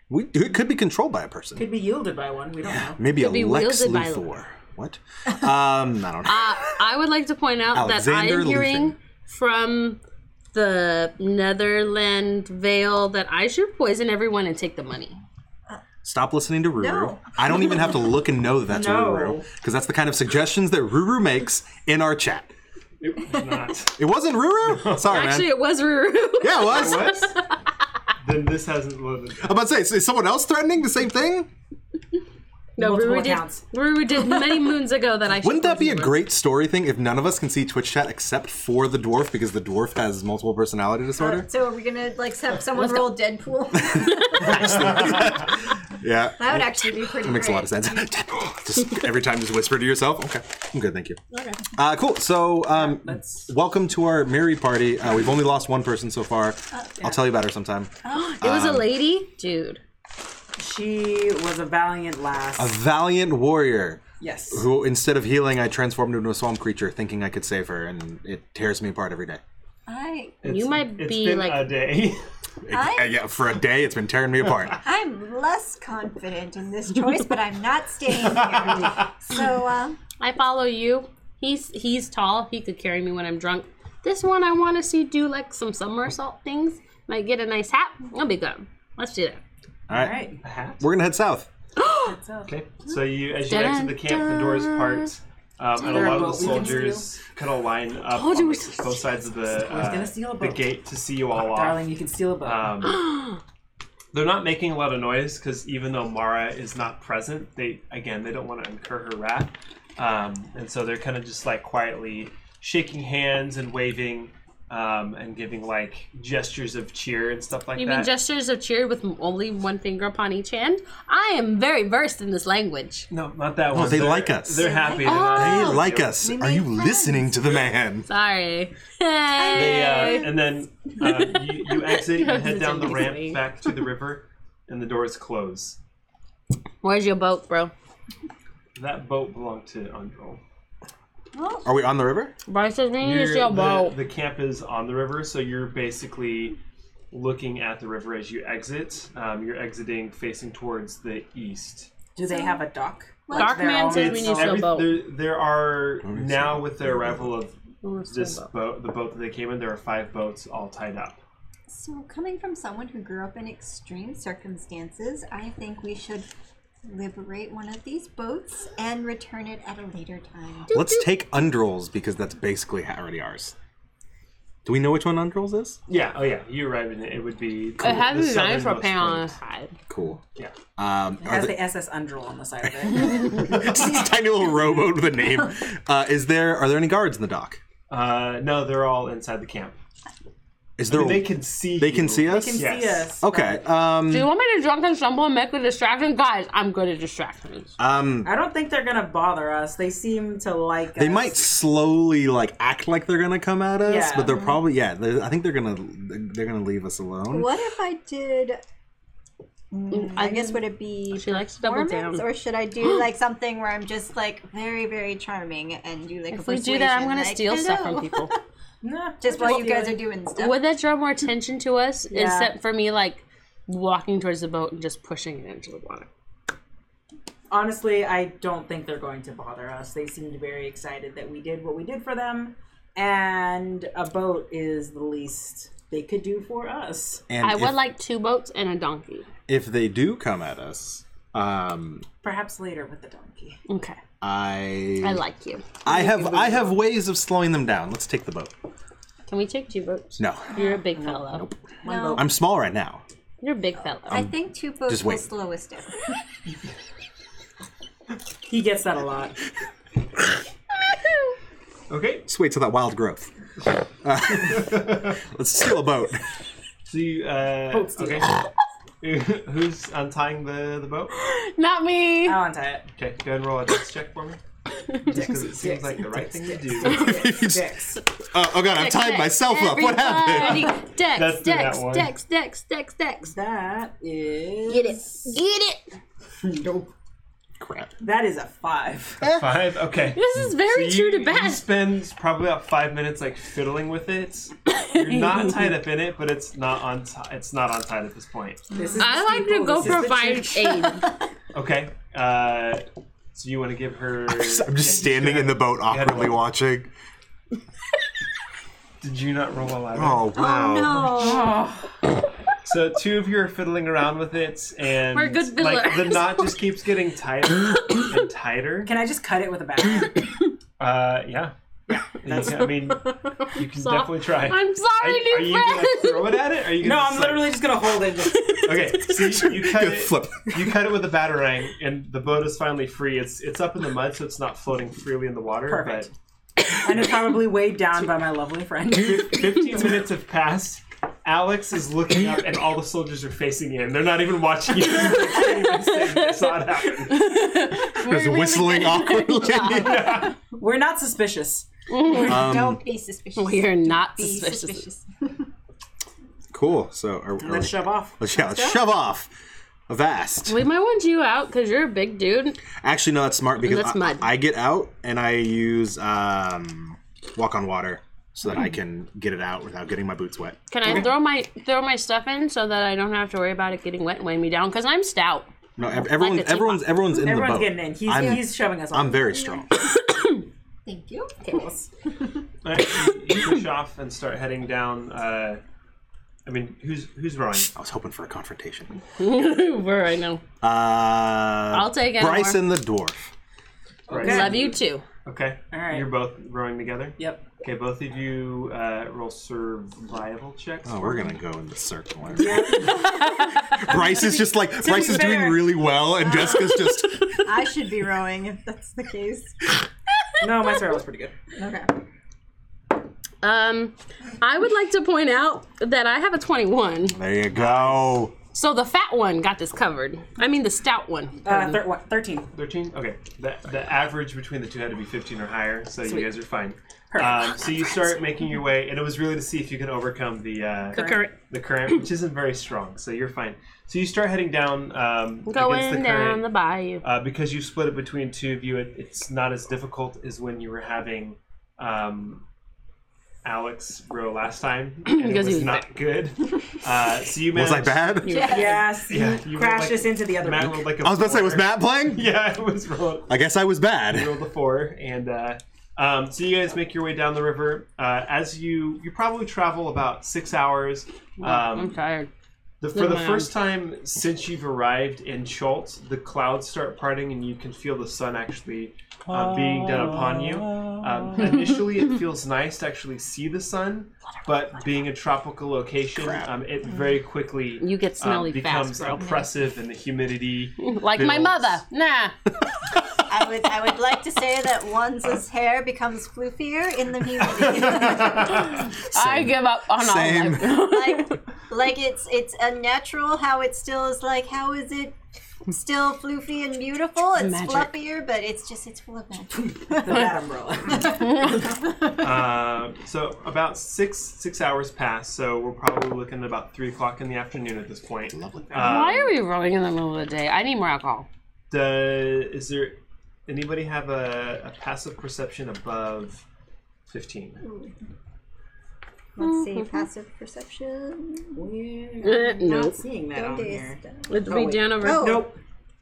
Speaker 1: We, it could be controlled by a person.
Speaker 4: Could be yielded by one. We don't know.
Speaker 1: Maybe a
Speaker 3: be
Speaker 1: Lex
Speaker 3: wielded by a-
Speaker 1: Luthor. What? Um, I don't know.
Speaker 3: Uh, I would like to point out that I
Speaker 1: Alexander
Speaker 3: am hearing
Speaker 1: Luthen.
Speaker 3: from the Netherland Vale that I should poison everyone and take the money.
Speaker 1: Stop listening to Ruru.
Speaker 5: No.
Speaker 1: I don't even have to look and know that that's
Speaker 4: No.
Speaker 1: Ruru because that's the kind of suggestions that Ruru makes in our chat.
Speaker 2: It was
Speaker 4: *laughs*
Speaker 2: not.
Speaker 1: It wasn't Ruru. Sorry,
Speaker 3: Actually,
Speaker 1: man.
Speaker 3: it was Ruru.
Speaker 1: Yeah, it
Speaker 3: *laughs*
Speaker 1: was. I'm
Speaker 2: What? *laughs* then this hasn't loaded.
Speaker 1: about to say, is- is someone else threatening the same thing?
Speaker 3: no,
Speaker 4: Multiple
Speaker 3: Ruru did.
Speaker 4: accounts.
Speaker 3: Ruru did *laughs* many moons ago that I should.
Speaker 1: Wouldn't that be a
Speaker 3: poison everyone.
Speaker 1: great story thing if none of us can see Twitch chat except for the dwarf because the dwarf has multiple personality disorder?
Speaker 5: so are we gonna like have someone roll Deadpool? *laughs*
Speaker 1: Yeah.
Speaker 5: that would actually be pretty.
Speaker 1: That makes a lot of sense. *laughs* just every time, just whisper to yourself. Okay, I'm good. Thank you. Okay. Uh, cool. So, um,
Speaker 4: That's
Speaker 1: welcome to our merry party. Uh, we've only lost one person so
Speaker 5: Oh,
Speaker 1: far. I'll tell you about her sometime.
Speaker 3: It was a lady, dude.
Speaker 4: she was a valiant lass.
Speaker 1: A valiant warrior
Speaker 4: yes.
Speaker 1: who, instead of healing, I transformed into a swamp creature, thinking I could save her, and it tears me apart every day.
Speaker 5: I
Speaker 3: You might
Speaker 2: It's
Speaker 3: be
Speaker 2: been
Speaker 3: like
Speaker 2: a
Speaker 3: *laughs*
Speaker 2: day.
Speaker 1: It- uh, yeah, for a day, it's been tearing me
Speaker 5: *laughs*
Speaker 1: apart.
Speaker 5: I'm less confident in this choice, but I'm not staying here. *laughs* So um,
Speaker 3: I follow you. He's he's tall. He could carry me when I'm drunk. This one I want to see do like some somersault things. Might get a nice hat. I'll be good. Let's do that.
Speaker 1: All right.
Speaker 4: All right.
Speaker 2: A hat.
Speaker 1: we're gonna head south.
Speaker 2: Okay. So you, as you exit the camp, the doors part, um, and a
Speaker 4: there a
Speaker 2: lot of
Speaker 4: boat
Speaker 2: the
Speaker 4: we can
Speaker 2: soldiers kind of line up
Speaker 3: Told you
Speaker 2: on
Speaker 3: we're
Speaker 2: the-
Speaker 3: so-
Speaker 2: both sides of the
Speaker 4: I was gonna
Speaker 2: uh,
Speaker 4: steal a
Speaker 2: the
Speaker 4: boat. Oh,
Speaker 2: gate to see you all off.
Speaker 4: Darling, you can steal a boat.
Speaker 2: Um, they're not making a lot of noise because even though Mara is not present, they again they don't want to incur her wrath, um, and so they're kind of just like quietly shaking hands and waving. um, and giving like gestures of cheer and stuff like
Speaker 3: You
Speaker 2: that.
Speaker 3: mean gestures of cheer with only one finger upon each hand? I am very versed in this language.
Speaker 2: no, not that one.
Speaker 1: they
Speaker 2: They're-
Speaker 1: like us.
Speaker 2: They're happy. to
Speaker 3: us.
Speaker 2: not-
Speaker 1: They like us.
Speaker 5: Oh. We
Speaker 1: Are you
Speaker 5: made friends.
Speaker 1: listening to the man?
Speaker 3: Sorry.
Speaker 2: They, uh,
Speaker 3: Hey.
Speaker 2: and
Speaker 3: *laughs*
Speaker 2: then uh, you, you exit, you head down the ramp
Speaker 3: Amazing.
Speaker 2: back to the river, and the doors close.
Speaker 3: *laughs* Where's your boat, bro?
Speaker 2: That boat belonged to Undrol.
Speaker 1: Are we on the river?
Speaker 3: Bryce says, "Where's
Speaker 2: You're-
Speaker 3: your
Speaker 2: the,
Speaker 3: boat?"
Speaker 2: the camp is on the river, so you're basically looking at the river as you exit. Um, you're exiting facing towards the east.
Speaker 4: Do they have a dock?
Speaker 3: Dark
Speaker 4: their
Speaker 3: man
Speaker 4: own-
Speaker 3: says we need
Speaker 4: It's
Speaker 3: to boat.
Speaker 2: there, there are
Speaker 1: Okay,
Speaker 2: now
Speaker 1: so-
Speaker 2: with the arrival of
Speaker 3: Where's your
Speaker 2: this
Speaker 3: boat?
Speaker 2: boat, the boat that they came in, there are five boats all tied up.
Speaker 5: So, coming from someone who grew up in extreme circumstances, I think we should liberate one of these boats and return it at a later time.
Speaker 1: Let's take Undrolls because that's basically already ours. Do we know which one Undrolls is?
Speaker 2: Yeah. Oh yeah. You arrive and it would be.
Speaker 3: It has
Speaker 2: the
Speaker 3: his eyes for
Speaker 2: southernmost
Speaker 3: pound.
Speaker 2: boat.
Speaker 1: Cool.
Speaker 2: Yeah.
Speaker 1: Um, are
Speaker 4: Has
Speaker 1: the-
Speaker 4: the SS Undrel on the side of
Speaker 1: *laughs*
Speaker 4: it.
Speaker 1: just this tiny little rowboat with a
Speaker 3: *laughs*
Speaker 1: name. Uh, is there? Are there any guards in the dock?
Speaker 2: Uh, no, they're all inside the camp.
Speaker 1: Is there?
Speaker 2: They can see.
Speaker 1: They can
Speaker 2: you.
Speaker 1: see us.
Speaker 4: Can see
Speaker 2: Yes.
Speaker 4: us.
Speaker 1: Okay. Um,
Speaker 3: Do you want me to drunk and stumble and make a distraction, guys? I'm good at distractions.
Speaker 1: um,
Speaker 4: I don't think they're gonna bother us. They seem to like
Speaker 1: they
Speaker 4: us.
Speaker 1: might slowly like act like they're gonna come at us,
Speaker 4: Yeah.
Speaker 1: but
Speaker 3: Mm-hmm.
Speaker 1: they're probably yeah. they're- I think they're gonna they're gonna leave us alone.
Speaker 5: What if I did? Mm, I guess would it be
Speaker 3: She likes to double
Speaker 5: performance,
Speaker 3: down.
Speaker 5: or should I do like something where I'm just like very, very charming and do like a
Speaker 3: If we do that, I'm gonna steal stuff from people.
Speaker 4: Nah,
Speaker 5: Just
Speaker 4: we'll
Speaker 5: while you guys
Speaker 4: do
Speaker 5: are
Speaker 4: it.
Speaker 5: doing stuff.
Speaker 3: *laughs* Would that draw more attention to us?
Speaker 4: Yeah.
Speaker 3: Except for me, like walking towards the boat and just pushing it into the water.
Speaker 4: Honestly, I don't think they're going to bother us. They seemed very excited that we did what we did for them, and a boat is the least they could do for us.
Speaker 1: And
Speaker 3: I
Speaker 1: if,
Speaker 3: would like two boats and a donkey.
Speaker 1: if they do come at us. Um,
Speaker 4: Perhaps later with the donkey.
Speaker 3: Okay,
Speaker 1: I
Speaker 3: I like you.
Speaker 1: I have I have ways of slowing them down. Let's take the boat.
Speaker 3: Can we take two boats?
Speaker 1: No,
Speaker 3: You're a big fellow.
Speaker 5: no,
Speaker 1: I'm small right now.
Speaker 3: You're a big fellow.
Speaker 5: I think two boats
Speaker 1: just
Speaker 5: will
Speaker 1: wait.
Speaker 5: slow us down.
Speaker 4: He gets that a lot.
Speaker 2: Okay.
Speaker 1: Just wait till that wild *laughs* growth. Uh, let's steal a boat.
Speaker 2: So you. Uh, okay. *laughs* Who's untying the the boat?
Speaker 3: Not me.
Speaker 4: I'll untie it.
Speaker 2: Okay, go ahead and roll a dex
Speaker 3: *coughs*
Speaker 2: check for me. Just because it seems like the right thing to
Speaker 1: *laughs*
Speaker 2: do.
Speaker 4: Six.
Speaker 1: Oh, oh god, I've tied
Speaker 3: Dex,
Speaker 1: myself up. What happened?
Speaker 3: everybody. Dex,
Speaker 2: That's the-
Speaker 3: Dex,
Speaker 2: that one.
Speaker 3: Dex, Dex, Dex, Dex.
Speaker 4: That is.
Speaker 3: Get it. Get it. *laughs*
Speaker 4: Nope.
Speaker 1: Crap.
Speaker 4: That is a five.
Speaker 2: Five. Okay.
Speaker 3: *laughs* This is very
Speaker 2: You-
Speaker 3: true to
Speaker 2: you
Speaker 3: bad.
Speaker 2: spend probably about five minutes like fiddling with it. You're
Speaker 3: *laughs*
Speaker 2: not tied up in it, but it's not on. it's not untied at this point.
Speaker 4: This is
Speaker 3: I like to go provide aid.
Speaker 2: Okay. Uh, so you want to give her?
Speaker 1: I'm just standing in the boat
Speaker 2: had to
Speaker 1: awkwardly
Speaker 2: roll.
Speaker 1: watching.
Speaker 2: Did you not roll eleven?
Speaker 1: Oh wow.
Speaker 2: So two of you are fiddling around with it, and
Speaker 3: We're good
Speaker 2: like the
Speaker 3: fiddlers.
Speaker 2: knot just keeps getting
Speaker 3: *coughs*
Speaker 2: tighter and tighter.
Speaker 4: Can I just cut it with a backpack?
Speaker 2: Uh,
Speaker 3: *laughs*
Speaker 2: yeah. You can- I mean, you can
Speaker 3: Sorry.
Speaker 2: definitely try.
Speaker 3: I'm
Speaker 2: are,
Speaker 3: sorry,
Speaker 2: are
Speaker 3: new
Speaker 2: you gonna
Speaker 3: friend.
Speaker 2: throw it at it? Or are you
Speaker 4: no,
Speaker 2: gonna
Speaker 4: I'm
Speaker 2: just, like-
Speaker 4: literally just gonna hold it. Just,
Speaker 2: *laughs* okay. So you, you cut
Speaker 1: Good
Speaker 2: it.
Speaker 1: flip.
Speaker 2: You cut it with a batarang, and the boat is finally free. It's it's up in the mud, so it's not floating freely in the water.
Speaker 4: Perfect. and it's probably weighed down by my lovely friend.
Speaker 2: But fifteen minutes have passed. Alex is looking up, and all the soldiers are facing in. They're not even watching you. *laughs* They're even saying they saw it happen.
Speaker 1: Just whistling awkwardly.
Speaker 4: We're not suspicious.
Speaker 1: Um,
Speaker 5: Don't be suspicious.
Speaker 3: We are not
Speaker 5: Be
Speaker 3: suspicious.
Speaker 5: suspicious.
Speaker 1: cool. So are, are
Speaker 4: Let's
Speaker 1: we-
Speaker 4: shove off.
Speaker 1: let's, yeah, let's shove off. Avast.
Speaker 3: We might want you out because you're a big dude.
Speaker 1: Actually, no, that's smart because
Speaker 3: That's
Speaker 1: I,
Speaker 3: mud.
Speaker 1: I get out and I use um, walk on water so that I can get it out without getting my boots wet.
Speaker 3: Can I throw my throw my stuff in so that I don't have to worry about it getting wet and weighing me down? Because I'm stout.
Speaker 1: No, ev- everyone's
Speaker 3: teapot.
Speaker 1: everyone's everyone's in
Speaker 4: Everyone's
Speaker 1: the boat.
Speaker 4: getting in. He's,
Speaker 1: I'm-
Speaker 4: he's shoving us off.
Speaker 1: I'm very strong.
Speaker 5: Thank you.
Speaker 2: All right, you push off and start heading down. Uh, I mean, who's who's rowing?
Speaker 1: I was hoping for a confrontation.
Speaker 3: Where I know.
Speaker 1: Uh, I'll
Speaker 3: take it,
Speaker 1: Bryce
Speaker 3: Nor.
Speaker 1: and the dwarf.
Speaker 2: Okay.
Speaker 3: Love you too.
Speaker 2: Okay. All
Speaker 4: right.
Speaker 2: You're both rowing together.
Speaker 4: Yep.
Speaker 2: Okay, both of you uh, roll survival checks.
Speaker 1: Oh,
Speaker 2: for
Speaker 1: we're
Speaker 2: me.
Speaker 1: gonna go in the circle. aren't we? *laughs* Bryce is just like Bryce is doing
Speaker 4: fair-
Speaker 1: really well, and Jessica's just
Speaker 5: I should be rowing if that's the case.
Speaker 4: Uh, No, my survival's pretty good.
Speaker 5: Okay.
Speaker 3: Um, I would like to point out that I have a 21,
Speaker 1: There you go.
Speaker 3: so the fat one got this covered. I mean, the stout one.
Speaker 4: Uh, thir- what, 13.
Speaker 2: 13? Okay. The, the average between the two had to be 15 or higher, so you guys are fine.
Speaker 4: Perfect.
Speaker 2: Um, so you start making your way, and it was really to see if you can overcome the uh,
Speaker 3: The current.
Speaker 2: the current, which isn't very strong. So you're fine. So you start heading down um, against the
Speaker 3: Going
Speaker 2: current.
Speaker 3: down the bayou.
Speaker 2: uh, because you split it between two of you, it, it's not as difficult as when you were having um, Alex row
Speaker 3: *clears throat*
Speaker 2: last time. And it
Speaker 3: Because
Speaker 2: was,
Speaker 3: he was *laughs*
Speaker 2: not good. Uh, so you
Speaker 1: Was I
Speaker 2: managed,
Speaker 1: bad?
Speaker 4: Yes.
Speaker 2: Yeah, you
Speaker 4: you
Speaker 2: rolled
Speaker 4: crashed
Speaker 2: like-
Speaker 4: us into the other
Speaker 2: Matt
Speaker 4: week.
Speaker 2: rolled like a
Speaker 1: I was about to say, was
Speaker 2: four.
Speaker 1: Matt playing?
Speaker 2: *laughs* Yeah, it was rolled,
Speaker 1: I guess I was bad.
Speaker 2: rolled a four, and uh, um, so you guys make your way down the river. Uh, as you you probably travel about six hours. Um,
Speaker 3: I'm tired.
Speaker 2: The, for the
Speaker 3: my
Speaker 2: first time since you've arrived in Schultz, the clouds start parting and you can feel the sun actually uh, being down upon you. Um, initially, it feels nice to actually see the sun, but being a tropical location, um, it very quickly
Speaker 3: You get
Speaker 2: um,
Speaker 3: smelly
Speaker 2: becomes
Speaker 3: fast, bro.
Speaker 2: oppressive and the humidity.
Speaker 3: *laughs* Like my
Speaker 2: builds.
Speaker 3: mother. Nah.
Speaker 5: I would I would like to say that Wanza's hair becomes floofier in the humidity. *laughs*
Speaker 3: I give up on
Speaker 1: Same.
Speaker 3: all life.
Speaker 5: like like it's it's unnatural how it still is like how is it still floofy and beautiful? It's
Speaker 3: Magic.
Speaker 5: fluffier, but it's just it's full of magic.
Speaker 4: the bad umbrella.
Speaker 2: Uh, so about six six hours pass, so we're probably looking at about three o'clock in the afternoon at this point.
Speaker 1: Lovely.
Speaker 3: Why are we rolling in the middle of the day? I need more alcohol.
Speaker 2: Does, is there anybody have a, a passive perception above 15?
Speaker 5: Let's see, passive perception.
Speaker 4: We're
Speaker 3: no.
Speaker 4: not seeing that on here.
Speaker 3: It'd be
Speaker 4: wait.
Speaker 3: down over.
Speaker 5: Oh,
Speaker 4: Nope.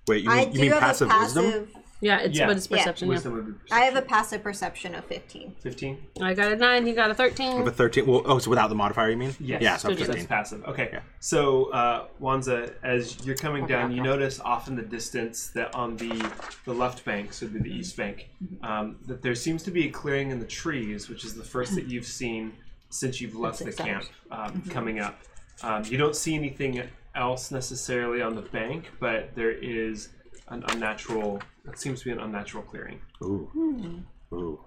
Speaker 1: Wait, you
Speaker 5: I
Speaker 1: mean,
Speaker 5: do
Speaker 1: you mean
Speaker 5: have
Speaker 1: passive,
Speaker 5: a passive.
Speaker 1: wisdom?
Speaker 3: Yeah, it's
Speaker 2: Yeah.
Speaker 3: but it's
Speaker 5: Yeah.
Speaker 3: perception. Yeah.
Speaker 2: Wisdom would be perception.
Speaker 5: I have a passive perception of fifteen.
Speaker 2: 15?
Speaker 3: I got a nine. He got a
Speaker 1: I have a
Speaker 3: thirteen.
Speaker 1: 13. Well, oh, so without the modifier, you mean?
Speaker 2: Yes.
Speaker 1: Yeah, so
Speaker 3: So just-
Speaker 2: That's
Speaker 1: 13.
Speaker 2: passive. Okay. So, uh, Wanza, as you're coming down, you
Speaker 3: alcohol.
Speaker 2: notice off in the distance that on the, the left bank, so the, the east bank,
Speaker 3: Mm-hmm.
Speaker 2: um, that there seems to be a clearing in the trees, which is the first that you've seen since you've left the
Speaker 3: six
Speaker 2: camp
Speaker 3: hours.
Speaker 2: um, coming up. Um, you don't see anything else necessarily on the bank, but there is an unnatural, it seems to be an unnatural clearing.
Speaker 1: Ooh.
Speaker 5: Hmm.
Speaker 1: Ooh.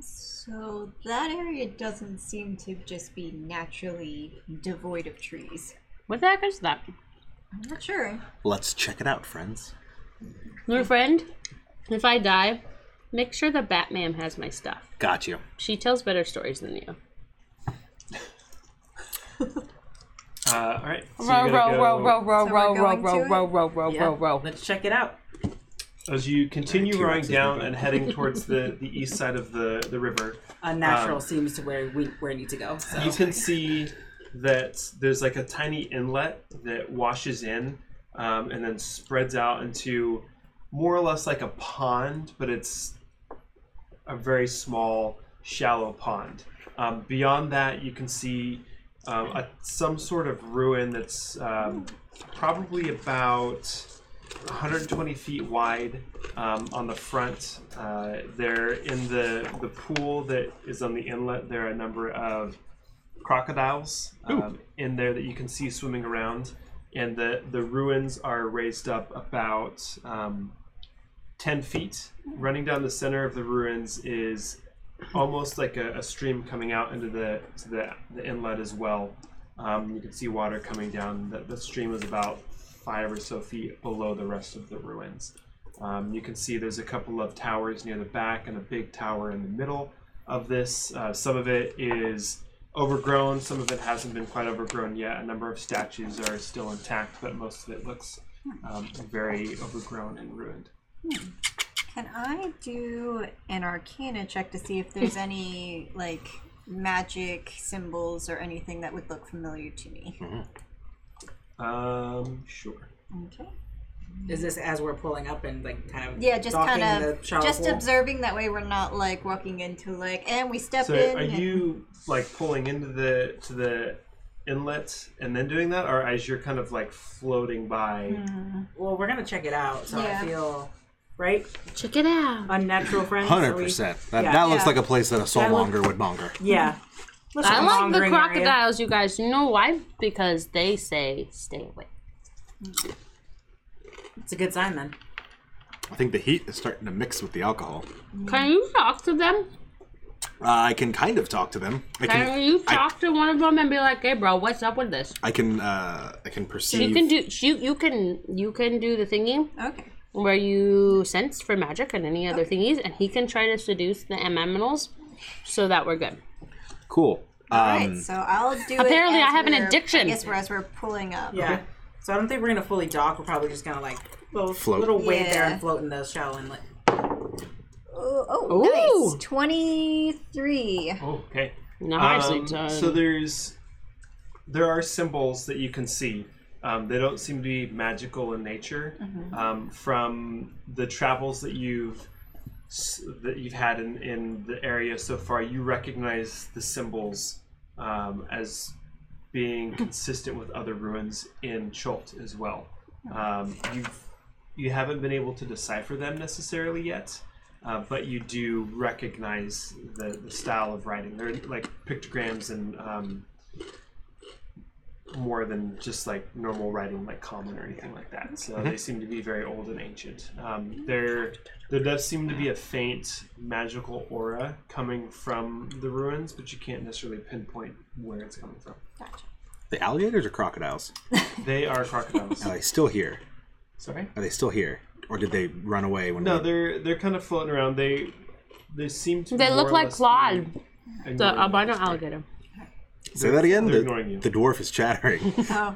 Speaker 5: So that area doesn't seem to just be naturally devoid of trees.
Speaker 3: What the heck is that?
Speaker 5: I'm not sure.
Speaker 1: Let's check it out, friends.
Speaker 3: New friend. If I die, make sure the Batman has my stuff.
Speaker 1: Got you.
Speaker 3: She tells better stories than you.
Speaker 2: Uh, all right. So
Speaker 3: Row,
Speaker 2: you're gonna
Speaker 3: row,
Speaker 2: go-
Speaker 3: row, row, row,
Speaker 5: So we're
Speaker 3: row, row,
Speaker 5: going
Speaker 3: row,
Speaker 5: to it?
Speaker 3: row, row, row,
Speaker 4: Yeah.
Speaker 3: row, row.
Speaker 4: Let's check it out.
Speaker 2: As you continue
Speaker 1: T-Rexes
Speaker 2: rowing
Speaker 1: make
Speaker 2: down
Speaker 1: it.
Speaker 2: and heading towards the, the east side of the, the river,
Speaker 4: Unnatural seems to where we where I need to go. So.
Speaker 2: you can see that there's like a tiny inlet that washes in um, and then spreads out into more or less like a pond, but it's a very small, shallow pond. Um, beyond that, you can see um, a, some sort of ruin that's um, probably about 120 feet wide um, on the front. Uh, there, in the the pool that is on the inlet, there are a number of crocodiles um, in there that you can see swimming around, and the the ruins are raised up about. Um, 10 feet. Running down the center of the ruins is almost like a, a stream coming out into the to the, the inlet as well. Um, you can see water coming down. The, the stream is about five or so feet below the rest of the ruins. Um, you can see there's a couple of towers near the back and a big tower in the middle of this. Uh, some of it is overgrown, some of it hasn't been quite overgrown yet. A number of statues are still intact, but most of it looks um, very overgrown and ruined.
Speaker 5: Can I do an arcana check to see if there's any like magic symbols or anything that would look familiar to me?
Speaker 2: Um, sure.
Speaker 5: Okay.
Speaker 4: Is this as we're pulling up and like kind of
Speaker 5: Yeah, just
Speaker 4: docking
Speaker 5: kind of
Speaker 4: the shallow
Speaker 5: just
Speaker 4: pool?
Speaker 5: observing that way we're not like walking into like and we step
Speaker 2: So
Speaker 5: in
Speaker 2: are
Speaker 5: and-
Speaker 2: you like pulling into the to the inlet and then doing that, or as you're kind of like floating by?
Speaker 4: Well, we're gonna check it out. So
Speaker 5: Yeah.
Speaker 4: I feel right
Speaker 3: Check it out.
Speaker 4: unnatural friends. are we-
Speaker 1: 100%. That,
Speaker 4: Yeah.
Speaker 1: that looks
Speaker 5: Yeah.
Speaker 1: like a place that a soul
Speaker 4: That look-
Speaker 1: monger would monger.
Speaker 4: Yeah. Let's
Speaker 3: I
Speaker 4: check
Speaker 3: like the
Speaker 4: mongering area.
Speaker 3: crocodiles, you guys. You know why? Because they say stay away.
Speaker 4: It's a good sign then.
Speaker 1: I think the heat is starting to mix with the alcohol.
Speaker 3: Can you talk to them?
Speaker 1: Uh, I can kind of talk to them. I
Speaker 3: Can
Speaker 1: can.
Speaker 3: you talk to one of them and be like, "Hey, bro, what's up with this?"
Speaker 1: I can. Uh, I can perceive.
Speaker 3: You can do you you can you can do the thingy
Speaker 5: Okay.
Speaker 3: where you sense for magic and any other thingies, and he can try to seduce the MMNals, so that we're good.
Speaker 1: cool.
Speaker 5: All right. So I'll do. it
Speaker 3: apparently
Speaker 5: as
Speaker 3: I have an
Speaker 5: we're-
Speaker 3: addiction.
Speaker 5: I guess we're as we're pulling up.
Speaker 4: Yeah. So I don't think we're gonna fully dock. We're probably just gonna like little
Speaker 1: Float.
Speaker 4: little wave there
Speaker 5: Yeah.
Speaker 4: and float in the shallow inlet.
Speaker 5: Oh,
Speaker 3: Ooh.
Speaker 5: oh nice. Twenty-three.
Speaker 2: Oh, okay.
Speaker 3: Nicely
Speaker 2: Um,
Speaker 3: done.
Speaker 2: so there's there are symbols that you can see. Um, they don't seem to be magical in nature. Um, from the travels that you've s- that you've had in, in the area so far, you recognize the symbols um, as being consistent with other ruins in Cholt as well. Um, you've you haven't been able to decipher them necessarily yet, uh, but you do recognize the, the style of writing. They're like pictograms and um, more than just like normal writing, like common or anything like that. So they seem to be very old and ancient. Um, there, there does seem to be a faint magical aura coming from the ruins, but you can't necessarily pinpoint where it's coming from.
Speaker 1: The alligators or crocodiles?
Speaker 2: They
Speaker 1: *laughs*
Speaker 2: are crocodiles.
Speaker 1: Are they still here?
Speaker 2: Sorry.
Speaker 1: Are they still here, or did they run away when?
Speaker 2: No,
Speaker 1: we...
Speaker 2: they're they're kind of floating around. They they seem to.
Speaker 3: They
Speaker 2: more
Speaker 3: look
Speaker 2: or
Speaker 3: like
Speaker 2: less be
Speaker 3: Claude, the
Speaker 2: ignoring
Speaker 3: albino
Speaker 2: you.
Speaker 3: alligator.
Speaker 1: Say that again.
Speaker 2: they're
Speaker 1: The,
Speaker 2: ignoring you.
Speaker 1: the dwarf is
Speaker 3: *laughs*
Speaker 1: chattering.
Speaker 5: Oh,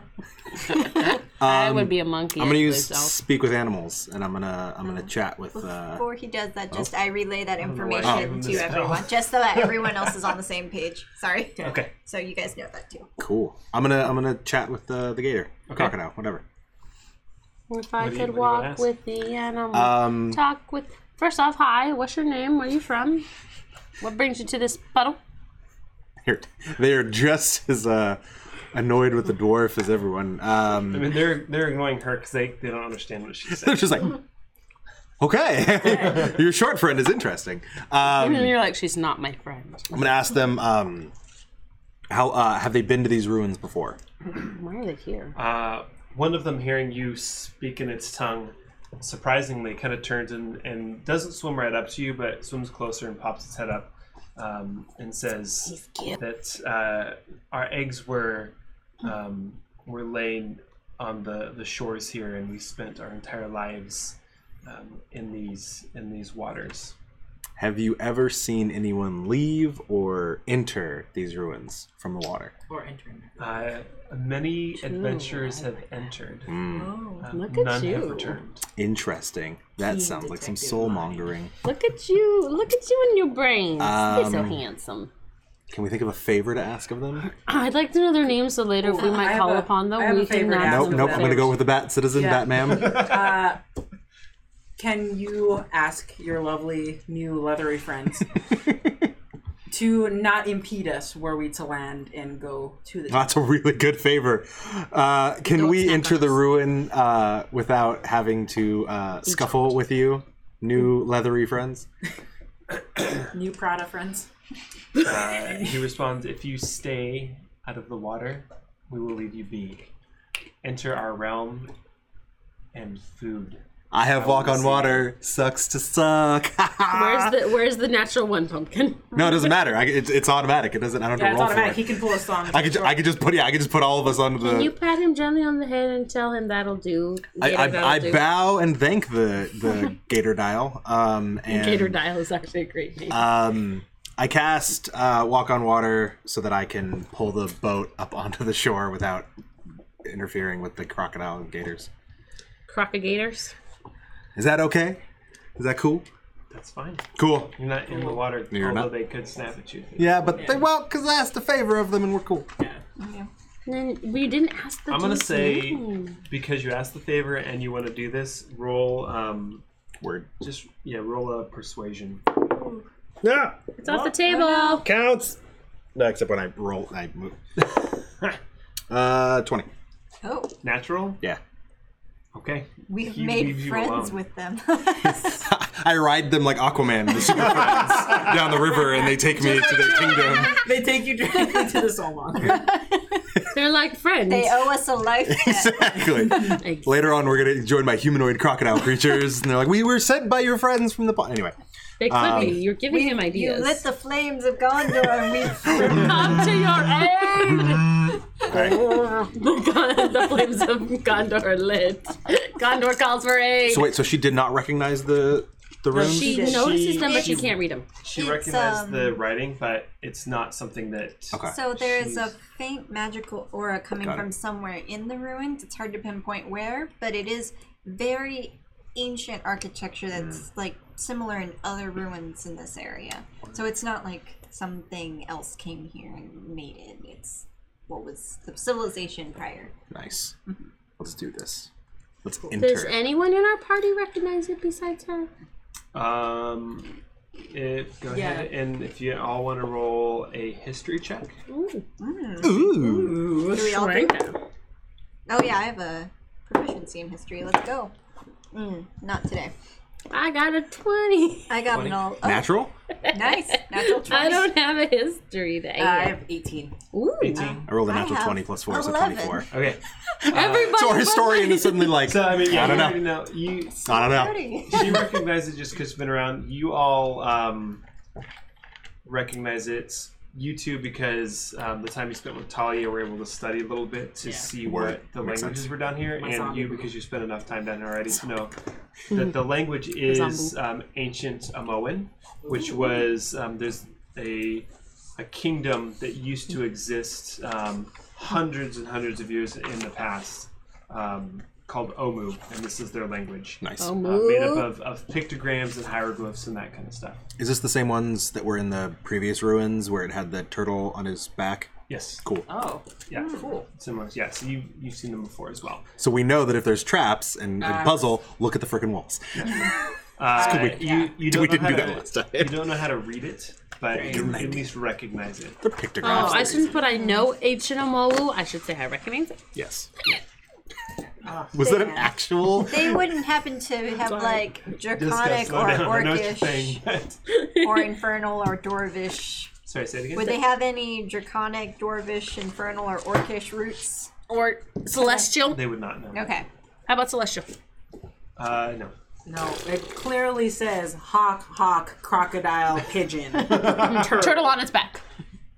Speaker 3: I
Speaker 2: Um,
Speaker 3: would be a monkey.
Speaker 1: I'm gonna
Speaker 3: if
Speaker 1: use
Speaker 3: they don't.
Speaker 1: speak with animals, and I'm gonna I'm gonna chat with. Uh,
Speaker 5: before he does that, just I relay that
Speaker 2: know why I gave
Speaker 5: information
Speaker 2: him
Speaker 5: to
Speaker 2: this
Speaker 5: everyone,
Speaker 2: spell.
Speaker 5: *laughs* just so
Speaker 2: *laughs*
Speaker 5: that everyone else is on the same page. Sorry.
Speaker 2: Okay.
Speaker 5: *laughs* So you guys know that too.
Speaker 1: cool. I'm gonna I'm gonna chat with uh, the the gator, crocodile, whatever. *laughs*
Speaker 3: If I
Speaker 2: What do you-
Speaker 3: could
Speaker 2: what do you wanna
Speaker 3: walk
Speaker 2: ask?
Speaker 3: with the animal,
Speaker 1: Um,
Speaker 3: talk with. First off, hi. What's your name? Where are you from? What brings you to this puddle?
Speaker 1: They're, they're just as uh, annoyed with the dwarf as everyone.
Speaker 2: I
Speaker 1: Um,
Speaker 2: mean, they're they're ignoring her because they, they don't understand what
Speaker 1: *laughs*
Speaker 2: she's
Speaker 1: they're
Speaker 2: saying.
Speaker 1: just like, okay, *laughs* your short friend is interesting. Um,
Speaker 3: And you're like, she's not my friend.
Speaker 1: I'm gonna ask them um, how uh, have they been to these ruins before?
Speaker 3: Why are they here?
Speaker 2: Uh, one of them, hearing you speak in its tongue, surprisingly kind of turns and, and doesn't swim right up to you, but swims closer and pops its head up um, and says that uh, our eggs were um, were laid on the, the shores here, and we spent our entire lives um, in these in these waters.
Speaker 1: Have you ever seen anyone leave or enter these ruins from the water?
Speaker 4: Or entering.
Speaker 2: Uh, many adventurers have entered.
Speaker 4: Oh.
Speaker 2: Uh,
Speaker 3: Look at
Speaker 2: none have
Speaker 3: you.
Speaker 2: returned.
Speaker 1: Interesting. That sounds like some soul mongering.
Speaker 3: Look at you. Look at you and your brains. You're so
Speaker 1: Um,
Speaker 3: handsome.
Speaker 1: Can we think of a favor to ask of them?
Speaker 3: I'd like to know their names so later if we
Speaker 4: I
Speaker 3: might
Speaker 4: have
Speaker 3: call
Speaker 4: a-
Speaker 3: upon them.
Speaker 4: I have
Speaker 3: we
Speaker 4: a favorite
Speaker 3: ask
Speaker 4: app.
Speaker 1: Nope,
Speaker 3: them
Speaker 1: nope.
Speaker 3: about
Speaker 1: I'm gonna
Speaker 3: it.
Speaker 1: go with the Bat Citizen,
Speaker 4: Yeah.
Speaker 1: Batman.
Speaker 4: Uh, can you ask your lovely new
Speaker 1: *laughs*
Speaker 4: leathery friends to not impede us were we to land and go to the?
Speaker 1: That's a really good favor. Uh, can we enter the ruin uh, without having to uh, scuffle with you, new leathery friends?
Speaker 4: New Prada friends.
Speaker 2: Uh, he responds, If you stay out of the water, we will leave you be. Enter our realm and food.
Speaker 1: I have walk on water. Sucks to suck. *laughs*
Speaker 3: Where's the Where's the natural one pumpkin?
Speaker 1: no, it doesn't matter. I, it's, it's automatic. It doesn't. I don't
Speaker 4: Yeah,
Speaker 1: have
Speaker 4: it's
Speaker 1: to roll
Speaker 4: automatic.
Speaker 1: for
Speaker 4: He
Speaker 1: it.
Speaker 4: can pull us on.
Speaker 1: I could, ju- I could just put yeah I could just put all of us on
Speaker 3: Can *laughs* you
Speaker 1: the
Speaker 3: pat him gently on the head and tell him that'll do?
Speaker 1: I,
Speaker 3: Gator, that'll
Speaker 1: I, I
Speaker 3: do.
Speaker 1: bow and thank the
Speaker 3: *laughs*
Speaker 1: the gator dial um and
Speaker 3: Gator Dial is actually a great name.
Speaker 1: Um, I cast uh, Walk on Water so that I can pull the boat up onto the shore without interfering with the crocodile and gators.
Speaker 3: Crocogators.
Speaker 1: Is that okay? Is that cool?
Speaker 2: That's fine.
Speaker 1: Cool.
Speaker 2: You're not in the water,
Speaker 1: You're
Speaker 2: although
Speaker 1: not.
Speaker 2: they could snap at you.
Speaker 1: Yeah, but they won't because I asked a favor of them and we're cool.
Speaker 3: And then we didn't ask the.
Speaker 2: I'm going to
Speaker 3: dude's
Speaker 2: say,
Speaker 3: name.
Speaker 2: because you asked the favor and you want to do this, roll, um,
Speaker 1: Word.
Speaker 2: just, yeah, roll a persuasion.
Speaker 1: Yeah,
Speaker 3: it's off the table.
Speaker 1: counts. No, except when I roll, I move. *laughs* uh, 20.
Speaker 5: Oh,
Speaker 2: Natural?
Speaker 1: Yeah.
Speaker 2: Okay.
Speaker 5: we've
Speaker 2: He
Speaker 5: made
Speaker 2: leaves you
Speaker 5: friends
Speaker 2: alone. *laughs*
Speaker 5: with them.
Speaker 1: *laughs* I ride them like Aquaman the super *laughs*
Speaker 5: *laughs*
Speaker 1: friends, down the river and they take me to their kingdom. *laughs*
Speaker 4: They take you directly to the soul monger.
Speaker 3: They're like friends.
Speaker 5: They owe us a life debt.
Speaker 1: exactly. Later on, we're gonna join by humanoid crocodile creatures, and they're like, "We were sent by your friends from the pond."
Speaker 5: *laughs*
Speaker 1: Anyway,
Speaker 3: They could
Speaker 1: Um,
Speaker 3: be. You're giving him
Speaker 5: You
Speaker 3: ideas. *laughs*
Speaker 5: lit the flames of Gondor
Speaker 2: *laughs*
Speaker 5: and we *laughs*
Speaker 3: Come to your aid!
Speaker 1: all right.
Speaker 3: the, gun, *laughs* the flames of Gondor are lit. Gondor calls for aid.
Speaker 1: So wait, so she did not recognize the the runes?
Speaker 3: she
Speaker 2: did.
Speaker 3: notices
Speaker 2: She-
Speaker 3: them, but she
Speaker 2: she-
Speaker 3: can't read them.
Speaker 2: She
Speaker 5: It's,
Speaker 2: recognized
Speaker 5: um,
Speaker 2: the writing, but it's not something that.
Speaker 1: Okay.
Speaker 5: So there is a
Speaker 2: Jeez.
Speaker 5: faint magical aura coming
Speaker 1: Got it.
Speaker 5: from somewhere in the ruins. It's hard to pinpoint where, but it is very ancient architecture
Speaker 1: Hmm.
Speaker 5: that's like similar in other ruins in this area. So it's not like something else came here and made it. It's what was the civilization prior.
Speaker 1: Nice.
Speaker 5: Mm-hmm.
Speaker 1: Let's do this. Let's enter.
Speaker 3: Does anyone in our party recognize it besides her?
Speaker 2: Um, if, go
Speaker 4: Yeah.
Speaker 2: ahead and if you all want to roll a history check.
Speaker 3: Ooh,
Speaker 1: Ooh.
Speaker 4: Ooh.
Speaker 5: Do we all do?
Speaker 3: right.
Speaker 5: Oh yeah, I have a proficiency in history. Let's go. Mm, not today.
Speaker 3: I got a 20.
Speaker 5: I got
Speaker 2: Twenty.
Speaker 5: an all. Oh,
Speaker 1: Natural.
Speaker 5: nice natural
Speaker 3: *laughs*
Speaker 5: twenty.
Speaker 3: I don't have a history day.
Speaker 4: I have *laughs* 18.
Speaker 3: Ooh.
Speaker 2: 18.
Speaker 1: I rolled a
Speaker 5: I
Speaker 1: natural
Speaker 5: have
Speaker 1: twenty plus four, so
Speaker 5: 11.
Speaker 1: twenty-four.
Speaker 2: Okay.
Speaker 3: Everybody.
Speaker 1: So our
Speaker 3: *laughs* but
Speaker 1: historian
Speaker 3: me.
Speaker 1: is suddenly like,
Speaker 2: So, I mean, yeah,
Speaker 1: I don't
Speaker 2: you
Speaker 1: know.
Speaker 2: already know. You,
Speaker 1: I don't know.
Speaker 2: *laughs*
Speaker 5: Pretty.
Speaker 2: she recognized it just because it's been around. You all um, recognize it. You two, because um, the time you spent with Talia, were able to study a little bit to see what the
Speaker 1: Makes
Speaker 2: languages
Speaker 1: sense.
Speaker 2: were down here,
Speaker 4: My
Speaker 2: and
Speaker 4: zombie.
Speaker 2: you, because you spent enough time down here already to
Speaker 4: *laughs*
Speaker 2: know that the language is um, ancient Amoan, which was um, there's a a kingdom that used to exist um, hundreds and hundreds of years in the past um, called Omu, and this is their language
Speaker 1: nice.
Speaker 3: Oh,
Speaker 2: uh, made up
Speaker 3: moo.
Speaker 2: of, of pictograms and hieroglyphs and that kind of stuff.
Speaker 1: Is this the same ones that were in the previous ruins where it had the turtle on his back?
Speaker 2: Yes.
Speaker 1: Cool.
Speaker 4: Oh.
Speaker 2: Yeah. Cool. Similar. Yeah. So you you've seen them before as well.
Speaker 1: So we know that if there's traps and, and
Speaker 3: Ah.
Speaker 1: puzzle, look at the freaking walls.
Speaker 2: Uh,
Speaker 1: good.
Speaker 2: you you don't
Speaker 1: We
Speaker 2: know
Speaker 1: didn't
Speaker 2: how
Speaker 1: do
Speaker 2: to,
Speaker 1: that last time.
Speaker 2: You don't know how to read it, but you at least recognize it.
Speaker 1: They're pictographs.
Speaker 3: Oh, I shouldn't put I know ancient Omolu. I should say I recognize it.
Speaker 1: Yes.
Speaker 3: Oh,
Speaker 1: Was that an
Speaker 3: *laughs*
Speaker 1: actual?
Speaker 5: They wouldn't happen to have like draconic
Speaker 2: slow
Speaker 5: or
Speaker 2: down. I know what you're
Speaker 5: orcish
Speaker 2: saying. but-
Speaker 5: *laughs* or infernal or dwarvish.
Speaker 2: *laughs* Sorry. Say it again.
Speaker 5: Would they have any draconic, dwarvish, infernal, or orcish roots?
Speaker 3: Or celestial.
Speaker 2: They would not know.
Speaker 5: Okay.
Speaker 3: How about celestial?
Speaker 2: Uh, no.
Speaker 4: No, it clearly says hawk, hawk, crocodile,
Speaker 3: *laughs*
Speaker 4: pigeon.
Speaker 3: Turtle on its back.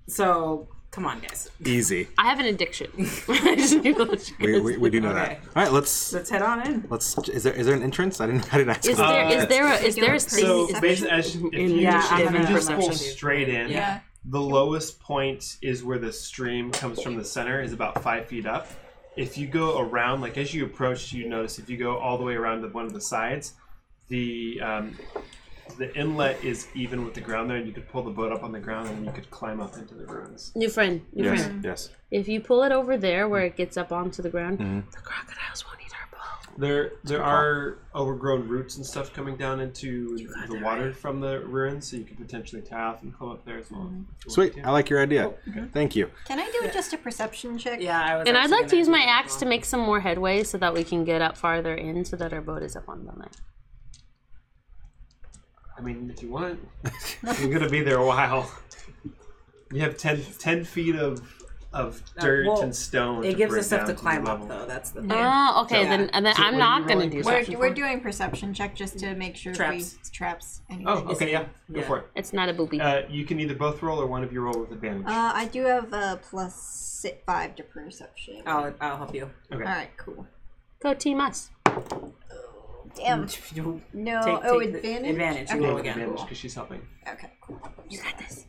Speaker 4: So, come on, guys.
Speaker 3: *laughs*
Speaker 1: Easy.
Speaker 3: I have an addiction. I just knew that was-
Speaker 1: We, we, we do know
Speaker 4: Okay.
Speaker 1: that. All right, let's
Speaker 4: Let's head on in.
Speaker 1: let's. Is there is there an entrance? I didn't I didn't ask.
Speaker 3: Is
Speaker 1: about
Speaker 3: there
Speaker 1: that.
Speaker 3: is there a is there a
Speaker 2: So
Speaker 5: Is that-
Speaker 2: basically, as, if you,
Speaker 4: Yeah,
Speaker 2: just,
Speaker 4: I'm
Speaker 2: if you
Speaker 4: gonna
Speaker 2: just pull
Speaker 4: perception.
Speaker 2: straight in,
Speaker 5: Yeah.
Speaker 2: the lowest point is where the stream comes from the center is about five feet up. If you go around, like as you approach, you notice if you go all the way around to one of the sides, the um, the inlet is even with the ground there, and you could pull the boat up on the ground, and you could climb up into the ruins.
Speaker 3: new friend? New
Speaker 1: Yes.
Speaker 3: friend.
Speaker 1: Yes.
Speaker 3: If you pull it over there where it gets up onto the ground, the crocodiles won't eat our boat.
Speaker 2: There, there are overgrown roots and stuff coming down into the water from the ruins, so you could potentially tie and climb up there as well. if you
Speaker 1: Sweet.
Speaker 2: wanted to.
Speaker 1: I like your idea.
Speaker 3: Oh,
Speaker 1: Thank you.
Speaker 5: Can I do just a perception check?
Speaker 4: Yeah, I was.
Speaker 3: And I'd
Speaker 4: actually
Speaker 3: like to
Speaker 4: gonna
Speaker 3: use my
Speaker 4: do that
Speaker 3: axe to make some more headway so that we can get up farther in so that our boat is up on the land.
Speaker 2: I mean, if you want, you're gonna be there a while. You have 10, 10 feet of of dirt
Speaker 4: Uh, well,
Speaker 2: and stone.
Speaker 4: as well. It gives
Speaker 2: break
Speaker 4: us stuff
Speaker 2: down
Speaker 4: to climb
Speaker 2: the
Speaker 4: up,
Speaker 2: level.
Speaker 4: though. That's the thing.
Speaker 3: Oh, okay.
Speaker 4: Yeah.
Speaker 3: Then and then
Speaker 2: what are
Speaker 3: I'm
Speaker 2: you
Speaker 3: not gonna
Speaker 2: rolling?
Speaker 3: do
Speaker 5: We're,
Speaker 3: that.
Speaker 5: we're doing perception check just to make sure
Speaker 4: Traps.
Speaker 5: if we traps. Anything.
Speaker 2: Oh, okay, yeah, go
Speaker 4: Yeah.
Speaker 2: for it.
Speaker 3: It's not a booby.
Speaker 2: Uh, you can either both roll or one of you roll with advantage.
Speaker 5: Uh, I do have a plus si- five to perception.
Speaker 4: I'll, I'll help you. *laughs*
Speaker 2: okay,
Speaker 5: All right, cool.
Speaker 3: Go team us.
Speaker 5: Damn.
Speaker 4: You
Speaker 5: No.
Speaker 4: Mm. take,
Speaker 5: oh,
Speaker 4: take the
Speaker 5: advantage.
Speaker 4: Advantage. You
Speaker 2: roll
Speaker 4: roll
Speaker 2: with
Speaker 4: again.
Speaker 2: advantage because she's helping.
Speaker 5: Okay, cool.
Speaker 3: You got this.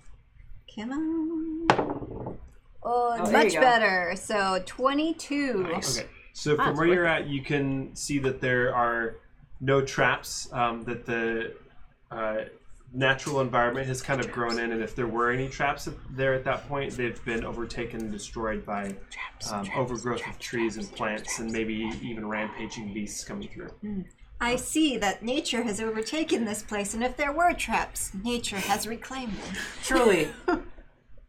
Speaker 5: Come on. Oh,
Speaker 4: there you
Speaker 5: much
Speaker 4: go.
Speaker 5: better. So twenty-two.
Speaker 2: Okay, so from where you're at, you can see that there are no traps. Um, that the uh, natural environment has kind of grown in, and if there were any traps there at that point, they've been overtaken and destroyed by um, overgrowth of trees and plants, and maybe even rampaging beasts coming through.
Speaker 5: I see that nature has overtaken this place, and if there were traps, nature has reclaimed them.
Speaker 3: *laughs*
Speaker 4: Truly,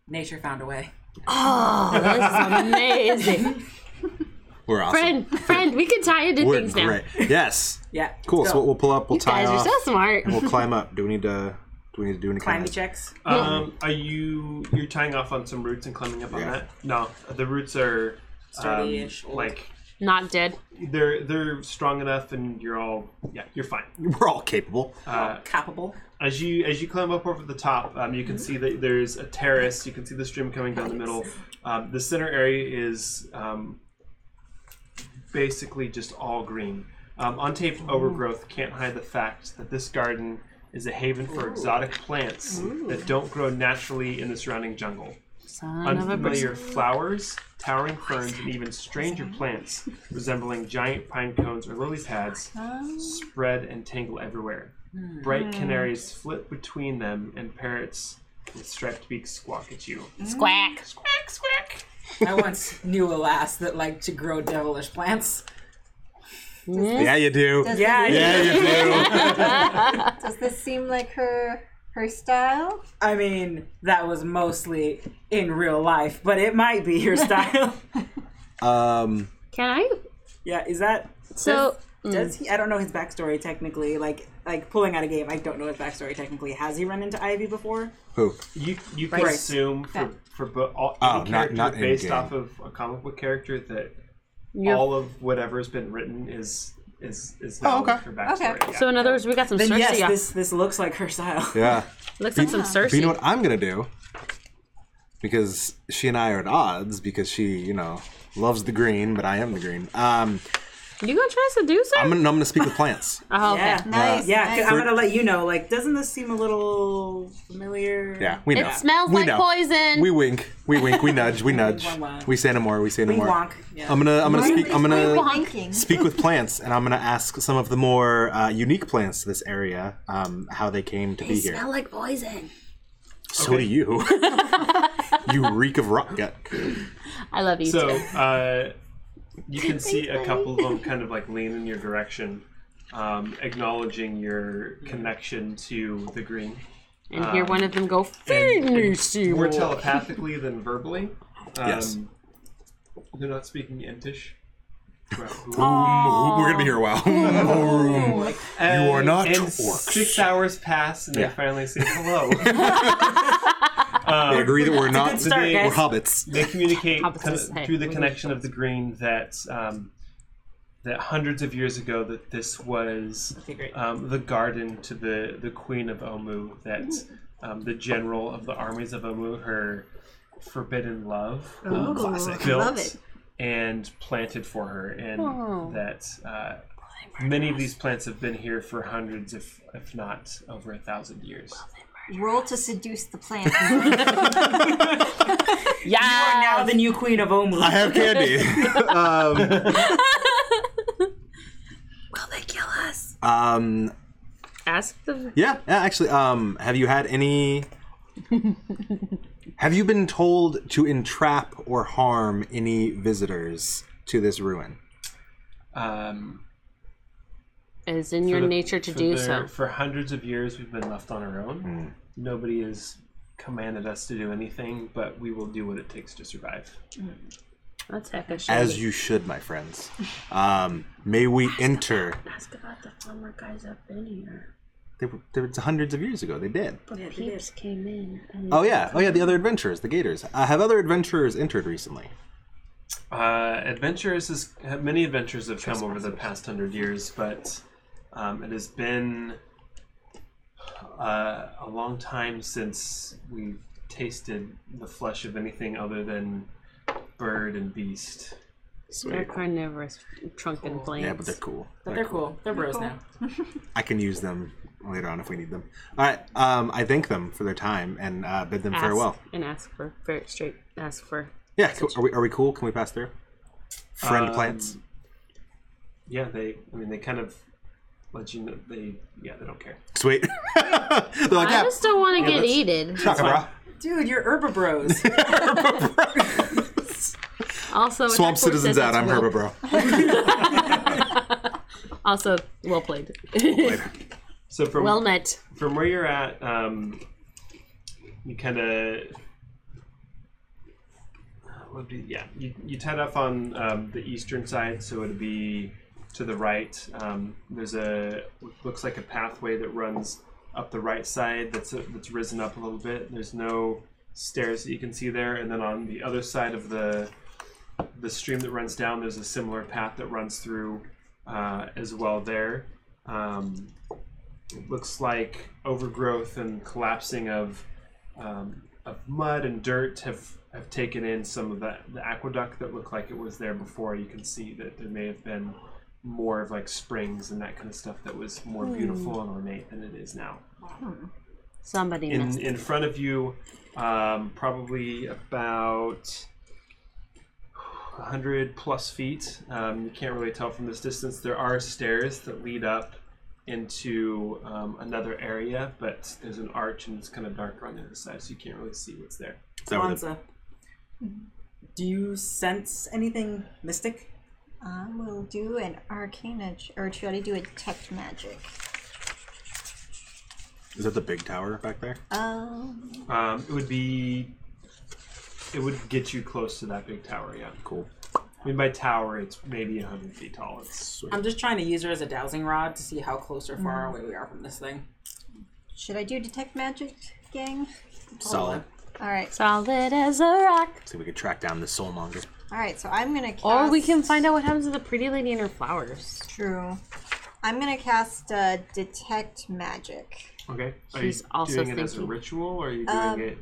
Speaker 4: nature found a way.
Speaker 3: Oh, this is amazing.
Speaker 1: We're awesome.
Speaker 3: friend, friend, we can tie into
Speaker 1: We're
Speaker 3: things now.
Speaker 1: great. Yes.
Speaker 4: Yeah.
Speaker 3: *laughs*
Speaker 1: Cool.
Speaker 4: let's
Speaker 1: So
Speaker 4: go.
Speaker 1: we'll pull up. We'll
Speaker 3: You
Speaker 1: tie
Speaker 3: guys
Speaker 1: off.
Speaker 3: are so smart.
Speaker 1: We'll climb up. Do we need to? Do Do we need to do any kind
Speaker 4: Climbing
Speaker 1: of
Speaker 4: checks.
Speaker 2: Um, are you you're tying off on some roots and climbing up on
Speaker 1: Yeah.
Speaker 2: that? No, the roots are um,
Speaker 4: Sturdy-ish, old.
Speaker 2: like
Speaker 3: Not dead.
Speaker 2: they're they're strong enough, and you're all yeah, you're fine.
Speaker 1: We're all capable.
Speaker 2: Uh, *laughs*
Speaker 4: Capable.
Speaker 2: as you as you climb up over the top, um, you can see that there's a terrace. You can see the stream coming down the middle. Um, the center area is um, basically just all green. Um, untaped overgrowth can't hide the fact that this garden is a haven for exotic plants that don't grow naturally in the surrounding jungle.
Speaker 3: Son of a bitch.
Speaker 2: Unfamiliar flowers, towering ferns, and even stranger plants resembling giant pine cones or lily pads spread and tangle everywhere. Bright canaries flit between them, and parrots with striped beaks squawk at you.
Speaker 3: Squack.
Speaker 2: Squawk, squawk!
Speaker 4: I once knew a lass that liked to grow devilish plants.
Speaker 1: Yeah, you do.
Speaker 4: *laughs* Yeah,
Speaker 1: Yeah, you do.
Speaker 5: Does this seem like her her style?
Speaker 4: I mean, that was mostly in real life, but it might
Speaker 3: *laughs*
Speaker 4: be your style. *laughs*
Speaker 1: um,
Speaker 3: Can I?
Speaker 4: yeah, is that
Speaker 3: So
Speaker 4: does he? I don't know his backstory technically. Like, like pulling out a game, I don't know his backstory technically. Has he run into Ivy before?
Speaker 1: who?
Speaker 2: You you can
Speaker 4: Right.
Speaker 2: assume for for bo- all,
Speaker 1: Oh, not-
Speaker 2: any character
Speaker 1: not in
Speaker 2: based
Speaker 1: game.
Speaker 2: off of a comic book character that
Speaker 3: You're-
Speaker 2: all of whatever's been written is is is
Speaker 1: Oh,
Speaker 2: known
Speaker 1: okay.
Speaker 2: for backstory.
Speaker 5: Okay.
Speaker 2: yeah.
Speaker 3: so in other words, we got some
Speaker 4: Then
Speaker 3: Cersei.
Speaker 4: yes, this this looks like her style.
Speaker 1: Yeah.
Speaker 3: Looks like some Cersei.
Speaker 1: But you know what I'm gonna do? Because she and I are at odds because she, you know, loves the green, but I am the green. Um,
Speaker 3: You gonna try to seduce her?
Speaker 1: I'm gonna, I'm gonna speak with plants.
Speaker 3: oh, okay.
Speaker 4: *laughs* Yeah.
Speaker 5: Nice.
Speaker 4: Uh, Yeah, 'cause
Speaker 5: nice.
Speaker 4: I'm gonna let you know. Like, doesn't this seem a little familiar?
Speaker 1: Yeah, we know.
Speaker 3: It smells
Speaker 1: we
Speaker 3: like
Speaker 1: know.
Speaker 3: poison.
Speaker 1: We wink, we wink, we nudge, we nudge. We say no more. We say no
Speaker 4: We
Speaker 1: more.
Speaker 4: wonk. Yeah.
Speaker 1: I'm gonna, I'm gonna speak. I'm gonna
Speaker 5: Thinking.
Speaker 1: speak with plants, and I'm gonna ask some of the more uh, unique plants to this area um, how they came to be here.
Speaker 3: smell like poison.
Speaker 1: So do *laughs* you. you reek of rock gut.
Speaker 3: I love you.
Speaker 2: So
Speaker 3: too.
Speaker 2: uh, you can see a couple of them kind of like lean in your direction, um, acknowledging your connection to the green.
Speaker 3: and hear
Speaker 1: Um,
Speaker 3: one of them go.
Speaker 2: and-
Speaker 3: Finish you.
Speaker 2: More telepathically than verbally. Um,
Speaker 1: Yes.
Speaker 2: They're not speaking Entish.
Speaker 1: We're gonna be here a while.
Speaker 2: you
Speaker 1: are not
Speaker 2: And
Speaker 1: orcs.
Speaker 2: six hours pass, and
Speaker 1: Yeah.
Speaker 2: they
Speaker 1: *laughs*
Speaker 2: finally say hello. *laughs*
Speaker 1: I
Speaker 2: um,
Speaker 1: agree that we're not.
Speaker 4: start,
Speaker 1: We're
Speaker 4: guys.
Speaker 1: hobbits.
Speaker 2: they
Speaker 3: *laughs*
Speaker 2: communicate
Speaker 3: Hobbits
Speaker 2: kind
Speaker 3: say,
Speaker 2: of through the
Speaker 3: we
Speaker 2: connection of the green that um, that hundreds of years ago that this was
Speaker 4: great.
Speaker 2: um, the garden to the the queen of Omu that um, the general of the armies of Omu her forbidden love um,
Speaker 5: Classic.
Speaker 2: built
Speaker 5: Love it.
Speaker 2: and planted for her and
Speaker 3: Oh.
Speaker 2: that uh, many of these plants have been here for hundreds if if not over a thousand years
Speaker 5: Roll to seduce the plants.
Speaker 3: yeah.
Speaker 4: Now the new queen of Omu.
Speaker 1: I have candy. um,
Speaker 5: Will they kill us?
Speaker 1: *laughs* um,
Speaker 3: Ask the.
Speaker 1: yeah, yeah, actually, um, have you had any? have you been told to entrap or harm any visitors to this ruin?
Speaker 2: um,
Speaker 3: It is in your
Speaker 2: the-
Speaker 3: nature to
Speaker 2: for
Speaker 3: do
Speaker 2: the-
Speaker 3: so.
Speaker 2: For hundreds of years, we've been left on our own. Nobody has commanded us to do anything, but we will do what it takes to survive.
Speaker 3: That's epic.
Speaker 1: As you should, my friends. Um, may we enter?
Speaker 3: ask about the farmer guys up in here.
Speaker 1: They were, they were hundreds of years ago. They did.
Speaker 3: The peeps came in. And
Speaker 1: Oh yeah, oh yeah. The other adventurers, the Gators. Uh, have other adventurers entered recently?
Speaker 2: Uh, adventurers is many adventures have come over the past hundred years, but um, it has been uh, a long time since we've tasted the flesh of anything other than bird and beast.
Speaker 3: They're carnivorous, trunken plants.
Speaker 1: Yeah, but they're cool.
Speaker 4: They're cool. They're bros now.
Speaker 1: I can use them later on if we need them. All right. Um, I thank them for their time and uh, bid them
Speaker 3: ask,
Speaker 1: farewell.
Speaker 3: And ask for very straight. Ask for.
Speaker 1: Yeah. cool. Are we are we cool? Can we pass through? Friend
Speaker 2: Um,
Speaker 1: plants.
Speaker 2: Yeah, they. I mean, they kind of let you know they. Yeah, they don't care.
Speaker 1: Sweet. *laughs* They're like,
Speaker 3: I
Speaker 1: yeah.
Speaker 3: just don't want to get eaten.
Speaker 1: Shaka bra.
Speaker 4: Dude,
Speaker 1: *laughs*
Speaker 4: you're herbivores.
Speaker 3: *laughs* Also, an
Speaker 1: Swamp
Speaker 3: expert
Speaker 1: citizens
Speaker 3: says
Speaker 1: out. I'm
Speaker 3: it's well-
Speaker 1: Herba Bro.
Speaker 3: Also, well played. *laughs*
Speaker 2: So from
Speaker 3: well met.
Speaker 2: from where you're at, um, you kind of. Yeah, you, you tied off on um, the eastern side, so it'd be to the right. Um, there's a looks like a pathway that runs up the right side that's uh, that's risen up a little bit. There's no stairs that you can see there, and then on the other side of the the stream that runs down, there's a similar path that runs through uh, as well. There um, looks like overgrowth and collapsing of um, of mud and dirt have have taken in some of the, the aqueduct that looked like it was there before. You can see that there may have been more of like springs and that kind of stuff that was more beautiful and ornate than it is now.
Speaker 3: Somebody
Speaker 2: In
Speaker 3: missed.
Speaker 2: in front of you, um, probably about. 100 plus feet. Um, you can't really tell from this distance. There are stairs that lead up into um, another area, but there's an arch and it's kind of dark on the other side, so you can't really see what's there.
Speaker 1: Is that where the-
Speaker 4: Lanza, do you sense anything mystic?
Speaker 5: I will do an arcana, ch- or should I do a detect magic?
Speaker 1: is that the big tower back there?
Speaker 3: Uh,
Speaker 5: Um,
Speaker 2: Um, it would be. It would get you close to that big tower, yeah.
Speaker 1: Cool.
Speaker 2: I mean, by tower, it's maybe 100 feet tall. It's
Speaker 4: I'm just trying to use her as a dowsing rod to see how close or far away we are from this thing.
Speaker 5: should I do detect magic, gang?
Speaker 1: Solid.
Speaker 5: All right,
Speaker 3: Solid as a rock.
Speaker 1: See if we could track down this soulmonger.
Speaker 3: Uh,
Speaker 5: all right. So I'm gonna. Cast...
Speaker 3: Or we can find out what happens to the pretty lady and her flowers.
Speaker 5: True. I'm gonna cast uh, detect magic.
Speaker 2: okay. Are
Speaker 3: He's
Speaker 2: you
Speaker 3: also
Speaker 2: doing it as a
Speaker 3: thinking.
Speaker 2: ritual, or are you doing it?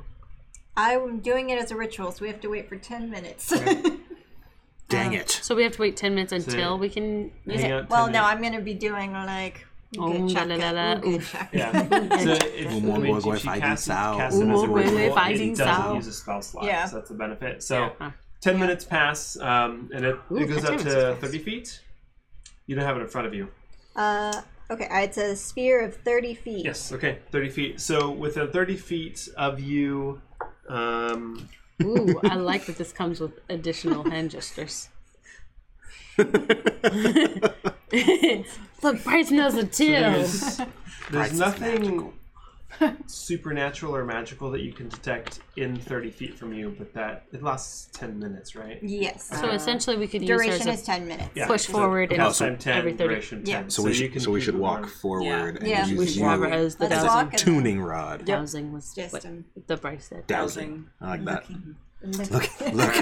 Speaker 5: I'm doing it as a ritual, so we have to wait for ten minutes. *laughs*
Speaker 1: Dang it.
Speaker 3: So we have to wait 10 minutes until we can use
Speaker 2: hang
Speaker 3: it.
Speaker 2: out
Speaker 5: well,
Speaker 2: ten
Speaker 5: no,
Speaker 2: minutes?
Speaker 5: I'm gonna be doing like.
Speaker 3: Oh,
Speaker 5: Good
Speaker 3: la, la, la, la.
Speaker 5: chaka, good chaka.
Speaker 3: *laughs*
Speaker 2: Yeah. so if,
Speaker 1: Um,
Speaker 2: I
Speaker 1: um,
Speaker 2: mean, if she
Speaker 1: fighting
Speaker 2: casts, it-
Speaker 1: sow.
Speaker 2: casts it
Speaker 1: Um,
Speaker 2: as a
Speaker 1: um,
Speaker 2: ritual,
Speaker 3: fighting
Speaker 2: it doesn't
Speaker 3: sow.
Speaker 2: use a spell slot.
Speaker 5: Yeah.
Speaker 2: So that's a benefit. So
Speaker 3: Yeah.
Speaker 2: 10 minutes pass, um, and it,
Speaker 3: Ooh,
Speaker 2: it goes
Speaker 3: that
Speaker 2: up
Speaker 3: time is
Speaker 2: to
Speaker 3: fast.
Speaker 2: 30 feet. You don't have it in front of you.
Speaker 5: Uh, okay, uh, it's a sphere of 30 feet.
Speaker 2: Yes, okay, 30 feet. So within 30 feet of you, um,
Speaker 3: Ooh, I like that this comes with additional hand gestures. Look, Bryce knows it too. *laughs*
Speaker 2: there's,
Speaker 1: Right, it's
Speaker 2: there's nothing
Speaker 1: magical.
Speaker 2: supernatural or magical that you can detect in 30 feet from you, but that it lasts 10 minutes, right?
Speaker 5: Yes.
Speaker 3: So essentially, we could use
Speaker 5: Duration
Speaker 3: her
Speaker 5: is
Speaker 3: as a
Speaker 5: 10 minutes.
Speaker 2: Yeah.
Speaker 3: push forward and
Speaker 2: Cast
Speaker 1: Oh, so
Speaker 2: time 10,
Speaker 3: every 30
Speaker 2: duration 10.
Speaker 5: Yeah.
Speaker 1: So, we
Speaker 2: you
Speaker 1: should
Speaker 2: can
Speaker 1: so we
Speaker 2: keep
Speaker 1: should
Speaker 2: it
Speaker 1: walk
Speaker 2: warm.
Speaker 1: forward and
Speaker 4: Yeah,
Speaker 1: use
Speaker 4: we
Speaker 3: we
Speaker 1: the
Speaker 3: should have her as the
Speaker 5: Let's
Speaker 3: dowsing.
Speaker 5: walk and
Speaker 1: tuning rod.
Speaker 3: Dowsing was
Speaker 5: Just
Speaker 3: what
Speaker 5: um,
Speaker 3: the Bryce said.
Speaker 1: Dowsing. I like that.
Speaker 5: look.
Speaker 1: Look, look.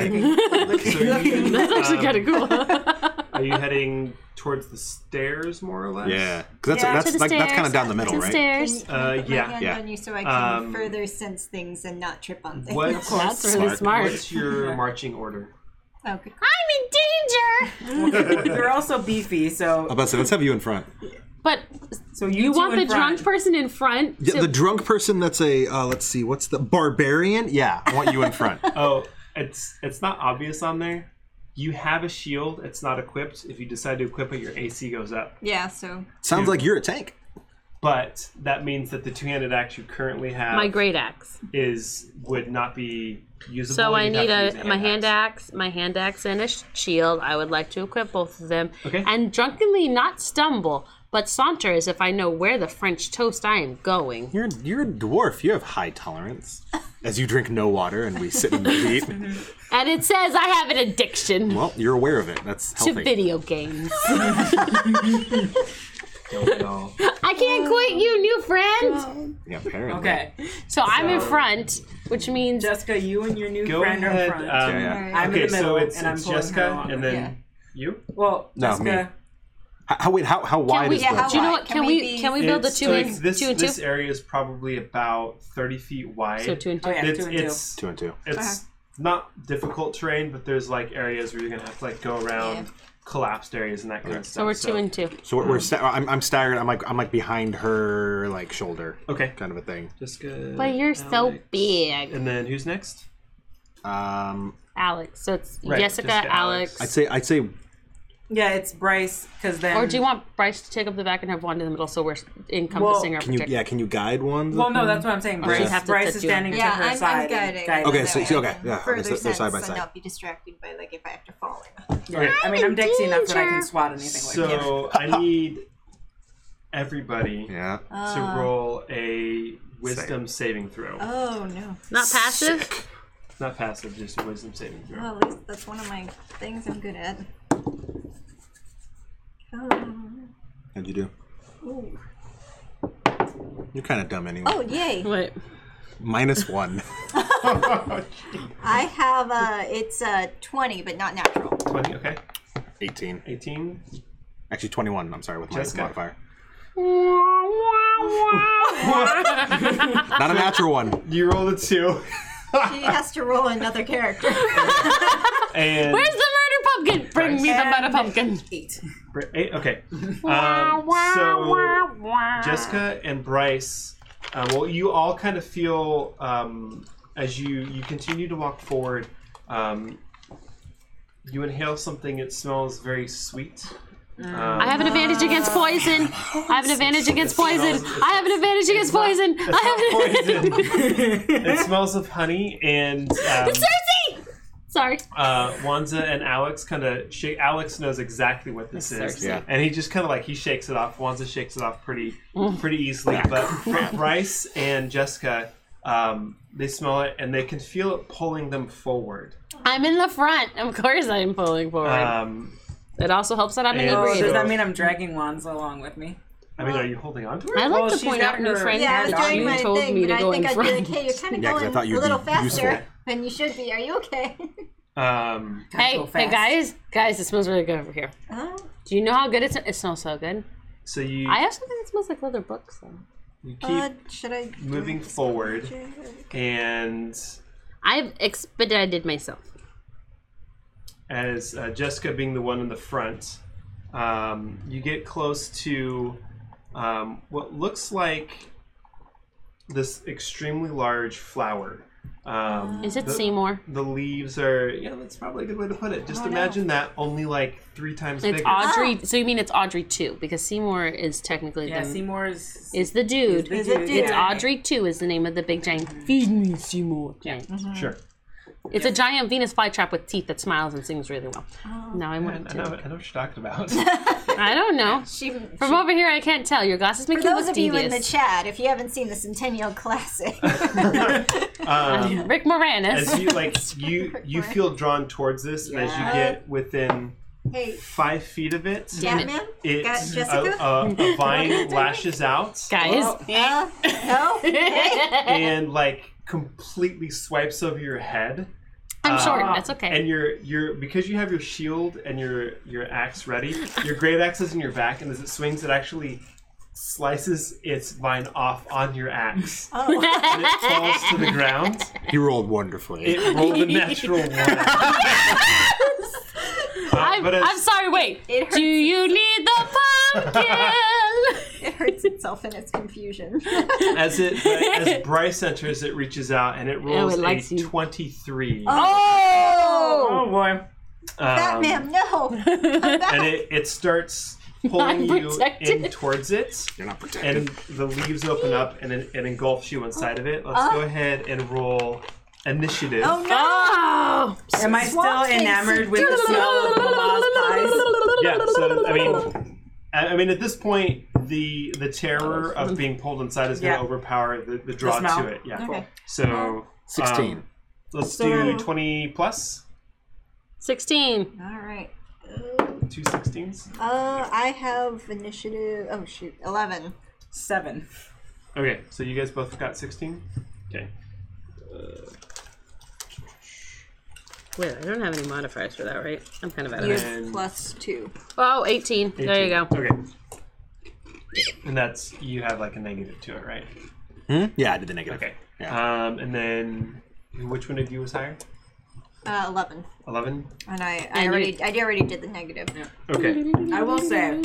Speaker 2: So *laughs* you, um,
Speaker 3: That's actually kind
Speaker 1: Um,
Speaker 3: of
Speaker 1: *laughs*
Speaker 3: cool.
Speaker 2: are you heading towards the stairs, more
Speaker 3: *laughs*
Speaker 2: or less?
Speaker 1: yeah, because that's
Speaker 5: Yeah.
Speaker 1: that's
Speaker 3: To the
Speaker 1: like that's kind
Speaker 3: stairs,
Speaker 1: of down the middle,
Speaker 3: to
Speaker 1: right?
Speaker 3: stairs.
Speaker 2: Uh,
Speaker 5: Put my
Speaker 2: yeah.
Speaker 5: hand
Speaker 1: Yeah.
Speaker 5: on you so I can
Speaker 2: Um,
Speaker 5: further sense things and not trip on things.
Speaker 2: What's,
Speaker 5: *laughs*
Speaker 3: That's really
Speaker 1: Smart.
Speaker 3: smart.
Speaker 2: what's your marching order?
Speaker 5: Oh, good.
Speaker 3: I'm in danger.
Speaker 4: You're also beefy, so
Speaker 1: I'm about to say, Oh, let's have you in
Speaker 3: *laughs*
Speaker 1: front.
Speaker 3: But
Speaker 4: so you,
Speaker 3: you
Speaker 4: two
Speaker 3: want
Speaker 4: in
Speaker 3: the
Speaker 4: front.
Speaker 3: drunk person in front.
Speaker 1: Yeah,
Speaker 3: to-
Speaker 1: the drunk person that's a uh, let's see, what's the barbarian? Yeah, I want you in
Speaker 3: *laughs*
Speaker 1: front.
Speaker 2: Oh, it's it's not obvious on there. You have a shield. It's not equipped. If you decide to equip it, your AC goes up.
Speaker 5: Yeah, so.
Speaker 1: Sounds like you're a tank.
Speaker 2: But that means that the two-handed axe you currently have
Speaker 3: my great axe.
Speaker 2: is would not be usable.
Speaker 3: So I
Speaker 2: You'd
Speaker 3: need
Speaker 2: have to
Speaker 3: a,
Speaker 2: use
Speaker 3: my hand axe, my hand axe, and a sh- shield. I would like to equip both of them.
Speaker 2: Okay.
Speaker 3: And drunkenly not stumble, but saunter as if I know where the French toast I am going.
Speaker 1: You're you're a dwarf. You have high tolerance. As you drink no water and we sit
Speaker 3: *laughs*
Speaker 1: and eat.
Speaker 3: And it says I have an addiction
Speaker 1: Well, you're aware of it. That's
Speaker 3: to
Speaker 1: healthy.
Speaker 3: video
Speaker 1: *laughs*
Speaker 3: games.
Speaker 2: Don't know.
Speaker 3: I can't quit you, new friend.
Speaker 1: Yeah, apparently.
Speaker 4: Okay,
Speaker 3: So I'm in front, which means
Speaker 4: Jessica, you and your new
Speaker 2: Go
Speaker 4: friend
Speaker 2: ahead.
Speaker 4: are in front.
Speaker 2: um,
Speaker 1: Yeah, yeah.
Speaker 4: I'm in
Speaker 2: okay,
Speaker 4: the middle,
Speaker 2: so it's,
Speaker 4: and I'm
Speaker 2: it's
Speaker 4: pulling her
Speaker 2: Jessica,
Speaker 4: along.
Speaker 2: and then
Speaker 5: Yeah.
Speaker 2: you.
Speaker 4: well,
Speaker 1: No, me.
Speaker 4: Jessica,
Speaker 1: H- How wait? How how wide
Speaker 3: we-
Speaker 1: is
Speaker 5: yeah,
Speaker 1: the?
Speaker 5: how
Speaker 3: do you know
Speaker 5: wide?
Speaker 3: what? Can we
Speaker 5: be-
Speaker 3: can we build a
Speaker 5: It's
Speaker 3: two
Speaker 2: So
Speaker 3: in
Speaker 2: it's this
Speaker 3: two and two?
Speaker 2: this area is probably about thirty feet wide.
Speaker 3: So two and two.
Speaker 4: oh yeah,
Speaker 2: it's
Speaker 4: two and two.
Speaker 2: it's
Speaker 1: Two and two.
Speaker 2: it's not difficult terrain, but there's like areas where you're gonna have to like go around
Speaker 5: Yeah.
Speaker 2: collapsed areas and that kind of stuff.
Speaker 3: So we're two and two.
Speaker 1: So we're, we're sta- I'm, I'm staggered. I'm like I'm like behind her like shoulder.
Speaker 2: Okay.
Speaker 1: Kind of a thing.
Speaker 2: Just good.
Speaker 3: But you're so
Speaker 2: Alex.
Speaker 3: big,
Speaker 2: And then who's next?
Speaker 1: Um,
Speaker 3: Alex. So it's
Speaker 2: Right,
Speaker 3: Jessica,
Speaker 2: Jessica,
Speaker 3: Alex.
Speaker 2: Alex.
Speaker 1: I'd say I'd say
Speaker 4: Yeah, it's Bryce, because then
Speaker 3: Or do you want Bryce to take up the back and have one in the middle so we're encompassing
Speaker 4: Well,
Speaker 3: our
Speaker 1: can you
Speaker 3: protect-
Speaker 1: yeah can you guide one?
Speaker 4: Well, no, that's what I'm saying. Bryce,
Speaker 3: she'd have to
Speaker 4: Bryce
Speaker 3: touch
Speaker 4: is
Speaker 3: you.
Speaker 4: standing
Speaker 5: Yeah,
Speaker 4: to her
Speaker 5: I'm,
Speaker 4: side.
Speaker 5: I'm guiding.
Speaker 4: guiding.
Speaker 1: Okay,
Speaker 5: That
Speaker 1: so-
Speaker 5: way
Speaker 1: so-
Speaker 5: I
Speaker 1: okay,
Speaker 5: can
Speaker 1: yeah, okay,
Speaker 5: Further
Speaker 1: so- so
Speaker 5: sense
Speaker 1: side by
Speaker 5: and
Speaker 1: side.
Speaker 5: not be distracted by like if I have to fall in.
Speaker 4: I mean, I'm dexy enough that I can
Speaker 3: danger.
Speaker 4: swat anything away. from you.
Speaker 2: So I need everybody
Speaker 1: *laughs* Yeah.
Speaker 2: to
Speaker 3: Uh.
Speaker 2: roll a wisdom saving throw.
Speaker 5: Oh no.
Speaker 3: Not passive.
Speaker 2: Not passive, just a wisdom saving throw.
Speaker 5: Well, at least that's one of my things I'm good at. Um,
Speaker 1: How'd you do?
Speaker 5: ooh.
Speaker 1: You're kind of dumb anyway.
Speaker 5: Oh, yay.
Speaker 3: *laughs* Wait.
Speaker 1: Minus one.
Speaker 3: Oh.
Speaker 5: I have, uh, it's uh, 20, but not natural.
Speaker 2: 20, okay.
Speaker 1: 18.
Speaker 2: 18.
Speaker 1: Actually, 21. I'm sorry, with my
Speaker 2: Jessica.
Speaker 1: modifier. Not a natural one.
Speaker 2: *laughs* You rolled a 2.
Speaker 5: She has to roll another *laughs* character.
Speaker 3: *laughs*
Speaker 2: And
Speaker 3: Where's the murder pumpkin? Bring me the murder pumpkin.
Speaker 4: Eight.
Speaker 2: Br- eight? Okay. Um, so Jessica and Bryce, uh, well, you all kind of feel um, as you you continue to walk forward. Um, you inhale something. It smells very sweet. Um,
Speaker 3: I have an advantage against poison. I have an advantage against poison. I have an advantage against poison. I have an advantage.
Speaker 2: poison. it smells of honey, and um,
Speaker 3: Cersei! *laughs* Sorry.
Speaker 2: uh, Wanza and Alex kind of shake. Alex knows exactly what this is,
Speaker 1: Cersei. Yeah.
Speaker 2: and he just kind of like he shakes it off. Wanza shakes it off pretty, pretty easily. But Bryce and Jessica, um, they smell it and they can feel it pulling them forward.
Speaker 3: I'm in the front. Of course I'm pulling forward.
Speaker 2: Um,
Speaker 3: it also helps that I'm
Speaker 2: and-
Speaker 3: an
Speaker 4: Oh, does
Speaker 3: inebriated.
Speaker 4: that mean I'm dragging Wanza along with me?
Speaker 2: I mean, are you holding on to it?
Speaker 3: I like
Speaker 4: Well,
Speaker 3: to
Speaker 4: she's
Speaker 3: point
Speaker 4: got
Speaker 3: out new
Speaker 4: her-
Speaker 3: friends
Speaker 5: *laughs* yeah, I was
Speaker 3: that
Speaker 5: doing
Speaker 3: you
Speaker 5: my
Speaker 3: told
Speaker 5: thing,
Speaker 3: me
Speaker 5: but
Speaker 3: to
Speaker 5: I
Speaker 3: go in
Speaker 5: think I'd be
Speaker 3: front.
Speaker 5: like, hey, you're kind of
Speaker 1: Yeah, 'cause I thought
Speaker 5: going
Speaker 1: you'd
Speaker 5: a little
Speaker 1: be
Speaker 5: faster
Speaker 1: useful.
Speaker 5: than you should be. Are you okay?
Speaker 2: Um,
Speaker 3: Hey,
Speaker 4: Go
Speaker 3: hey
Speaker 4: fast.
Speaker 3: guys, guys, it smells really good over here.
Speaker 5: Oh,
Speaker 3: Do you know how good it smells? It smells so good.
Speaker 2: so you,
Speaker 3: I also think it smells like leather books. Though.
Speaker 2: you keep
Speaker 5: uh, should I?
Speaker 2: moving forward, and
Speaker 3: I've expedited myself.
Speaker 2: as uh, Jessica being the one in the front, um, you get close to um, what looks like this extremely large flower.
Speaker 5: Ah.
Speaker 2: Um,
Speaker 3: Is it
Speaker 2: the,
Speaker 3: Seymour?
Speaker 2: The leaves are yeah, that's probably a good way to put it.
Speaker 5: Oh,
Speaker 2: Just imagine that only like three times
Speaker 3: It's
Speaker 2: bigger.
Speaker 3: Audrey.
Speaker 5: Ah.
Speaker 3: So you mean it's Audrey too? Because Seymour is technically
Speaker 4: Yeah,
Speaker 3: the
Speaker 4: Seymour's.
Speaker 3: is the dude.
Speaker 4: the
Speaker 5: it
Speaker 4: dude,
Speaker 5: dude?
Speaker 3: It's
Speaker 4: yeah.
Speaker 3: Audrey too. Is the name of the big giant? Feed me, Seymour. giant.
Speaker 2: Sure.
Speaker 3: It's a giant Venus flytrap with teeth that smiles and sings really well. Now I
Speaker 2: I
Speaker 3: want
Speaker 2: know, I
Speaker 3: to.
Speaker 2: know what you're talking about.
Speaker 5: *laughs*
Speaker 3: I don't know.
Speaker 5: She,
Speaker 3: From over here, I can't tell. Your glasses make
Speaker 5: for
Speaker 3: you
Speaker 5: those
Speaker 3: look
Speaker 5: of you in the
Speaker 3: devious.
Speaker 5: chat, if you haven't seen the Centennial Classic, *laughs*
Speaker 2: um,
Speaker 3: Rick Moranis.
Speaker 2: as you like, you you feel drawn towards this, and as you get within
Speaker 5: hey,
Speaker 2: five feet of it,
Speaker 3: Damn it.
Speaker 5: Batman, got
Speaker 2: it's
Speaker 5: Jessica.
Speaker 2: a, a, a
Speaker 5: *laughs*
Speaker 2: vine lashes out.
Speaker 3: guys.
Speaker 5: Uh, no,
Speaker 3: *laughs*
Speaker 5: hey,
Speaker 2: and like completely swipes over your head.
Speaker 3: I'm
Speaker 2: Uh,
Speaker 3: short. That's okay.
Speaker 2: And your your because you have your shield and your your axe ready, your great axe is in your back, and as it swings, it actually slices its vine off on your *laughs* axe.
Speaker 3: Oh.
Speaker 2: And it falls to the ground.
Speaker 1: He rolled wonderfully.
Speaker 2: It rolled a natural one.
Speaker 3: *laughs*
Speaker 2: Uh,
Speaker 3: I'm,
Speaker 2: but as-
Speaker 3: I'm sorry. Wait.
Speaker 5: It hurts.
Speaker 3: Do you need the pumpkin?
Speaker 5: *laughs* it hurts itself in its confusion.
Speaker 2: as
Speaker 3: *laughs*
Speaker 2: it as Bryce enters, it reaches out and it rolls
Speaker 3: Oh, likes
Speaker 2: a
Speaker 3: you.
Speaker 2: twenty-three.
Speaker 5: Oh,
Speaker 4: Oh boy.
Speaker 2: Um,
Speaker 5: *laughs* Batman, no! Oh, Come back.
Speaker 2: and it, it starts pulling
Speaker 3: I'm
Speaker 2: you in
Speaker 3: protected.
Speaker 2: towards it,
Speaker 1: You're not protected.
Speaker 2: and um, the leaves open up and it, it engulfs you inside of it. Let's go ahead and roll initiative.
Speaker 5: Uh. oh no!
Speaker 3: *laughs* Oh.
Speaker 4: Am I still
Speaker 5: Swamp Thing
Speaker 4: enamored with the smell of Baba's pies?
Speaker 2: Yeah, so I mean, I I mean at this point the the terror
Speaker 5: Oh, mm.
Speaker 2: of being pulled inside is going to
Speaker 4: Yeah.
Speaker 2: overpower the, the draw
Speaker 4: smell.
Speaker 2: to it. Yeah.
Speaker 5: Okay.
Speaker 2: So um,
Speaker 1: 16.
Speaker 2: let's do
Speaker 5: So-
Speaker 2: twenty plus
Speaker 3: 16.
Speaker 5: All right.
Speaker 2: two sixteens.
Speaker 5: Uh, I have initiative. Oh shoot, eleven.
Speaker 4: Seven.
Speaker 2: Okay, so you guys both got sixteen. Okay.
Speaker 3: Wait, I don't have any modifiers for that, right? I'm kind of out of
Speaker 5: You
Speaker 3: it.
Speaker 2: And-
Speaker 5: plus two.
Speaker 3: Oh, 18. There you go.
Speaker 2: Okay. And that's you have like a negative to it, right?
Speaker 1: Hmm? Yeah, I did the negative.
Speaker 2: Okay.
Speaker 1: Yeah.
Speaker 2: Um, and then which one of you was higher?
Speaker 5: Uh, eleven.
Speaker 2: Eleven.
Speaker 5: And I,
Speaker 3: And
Speaker 5: I
Speaker 3: you-
Speaker 5: already, I already did the negative.
Speaker 2: Okay.
Speaker 4: I will say.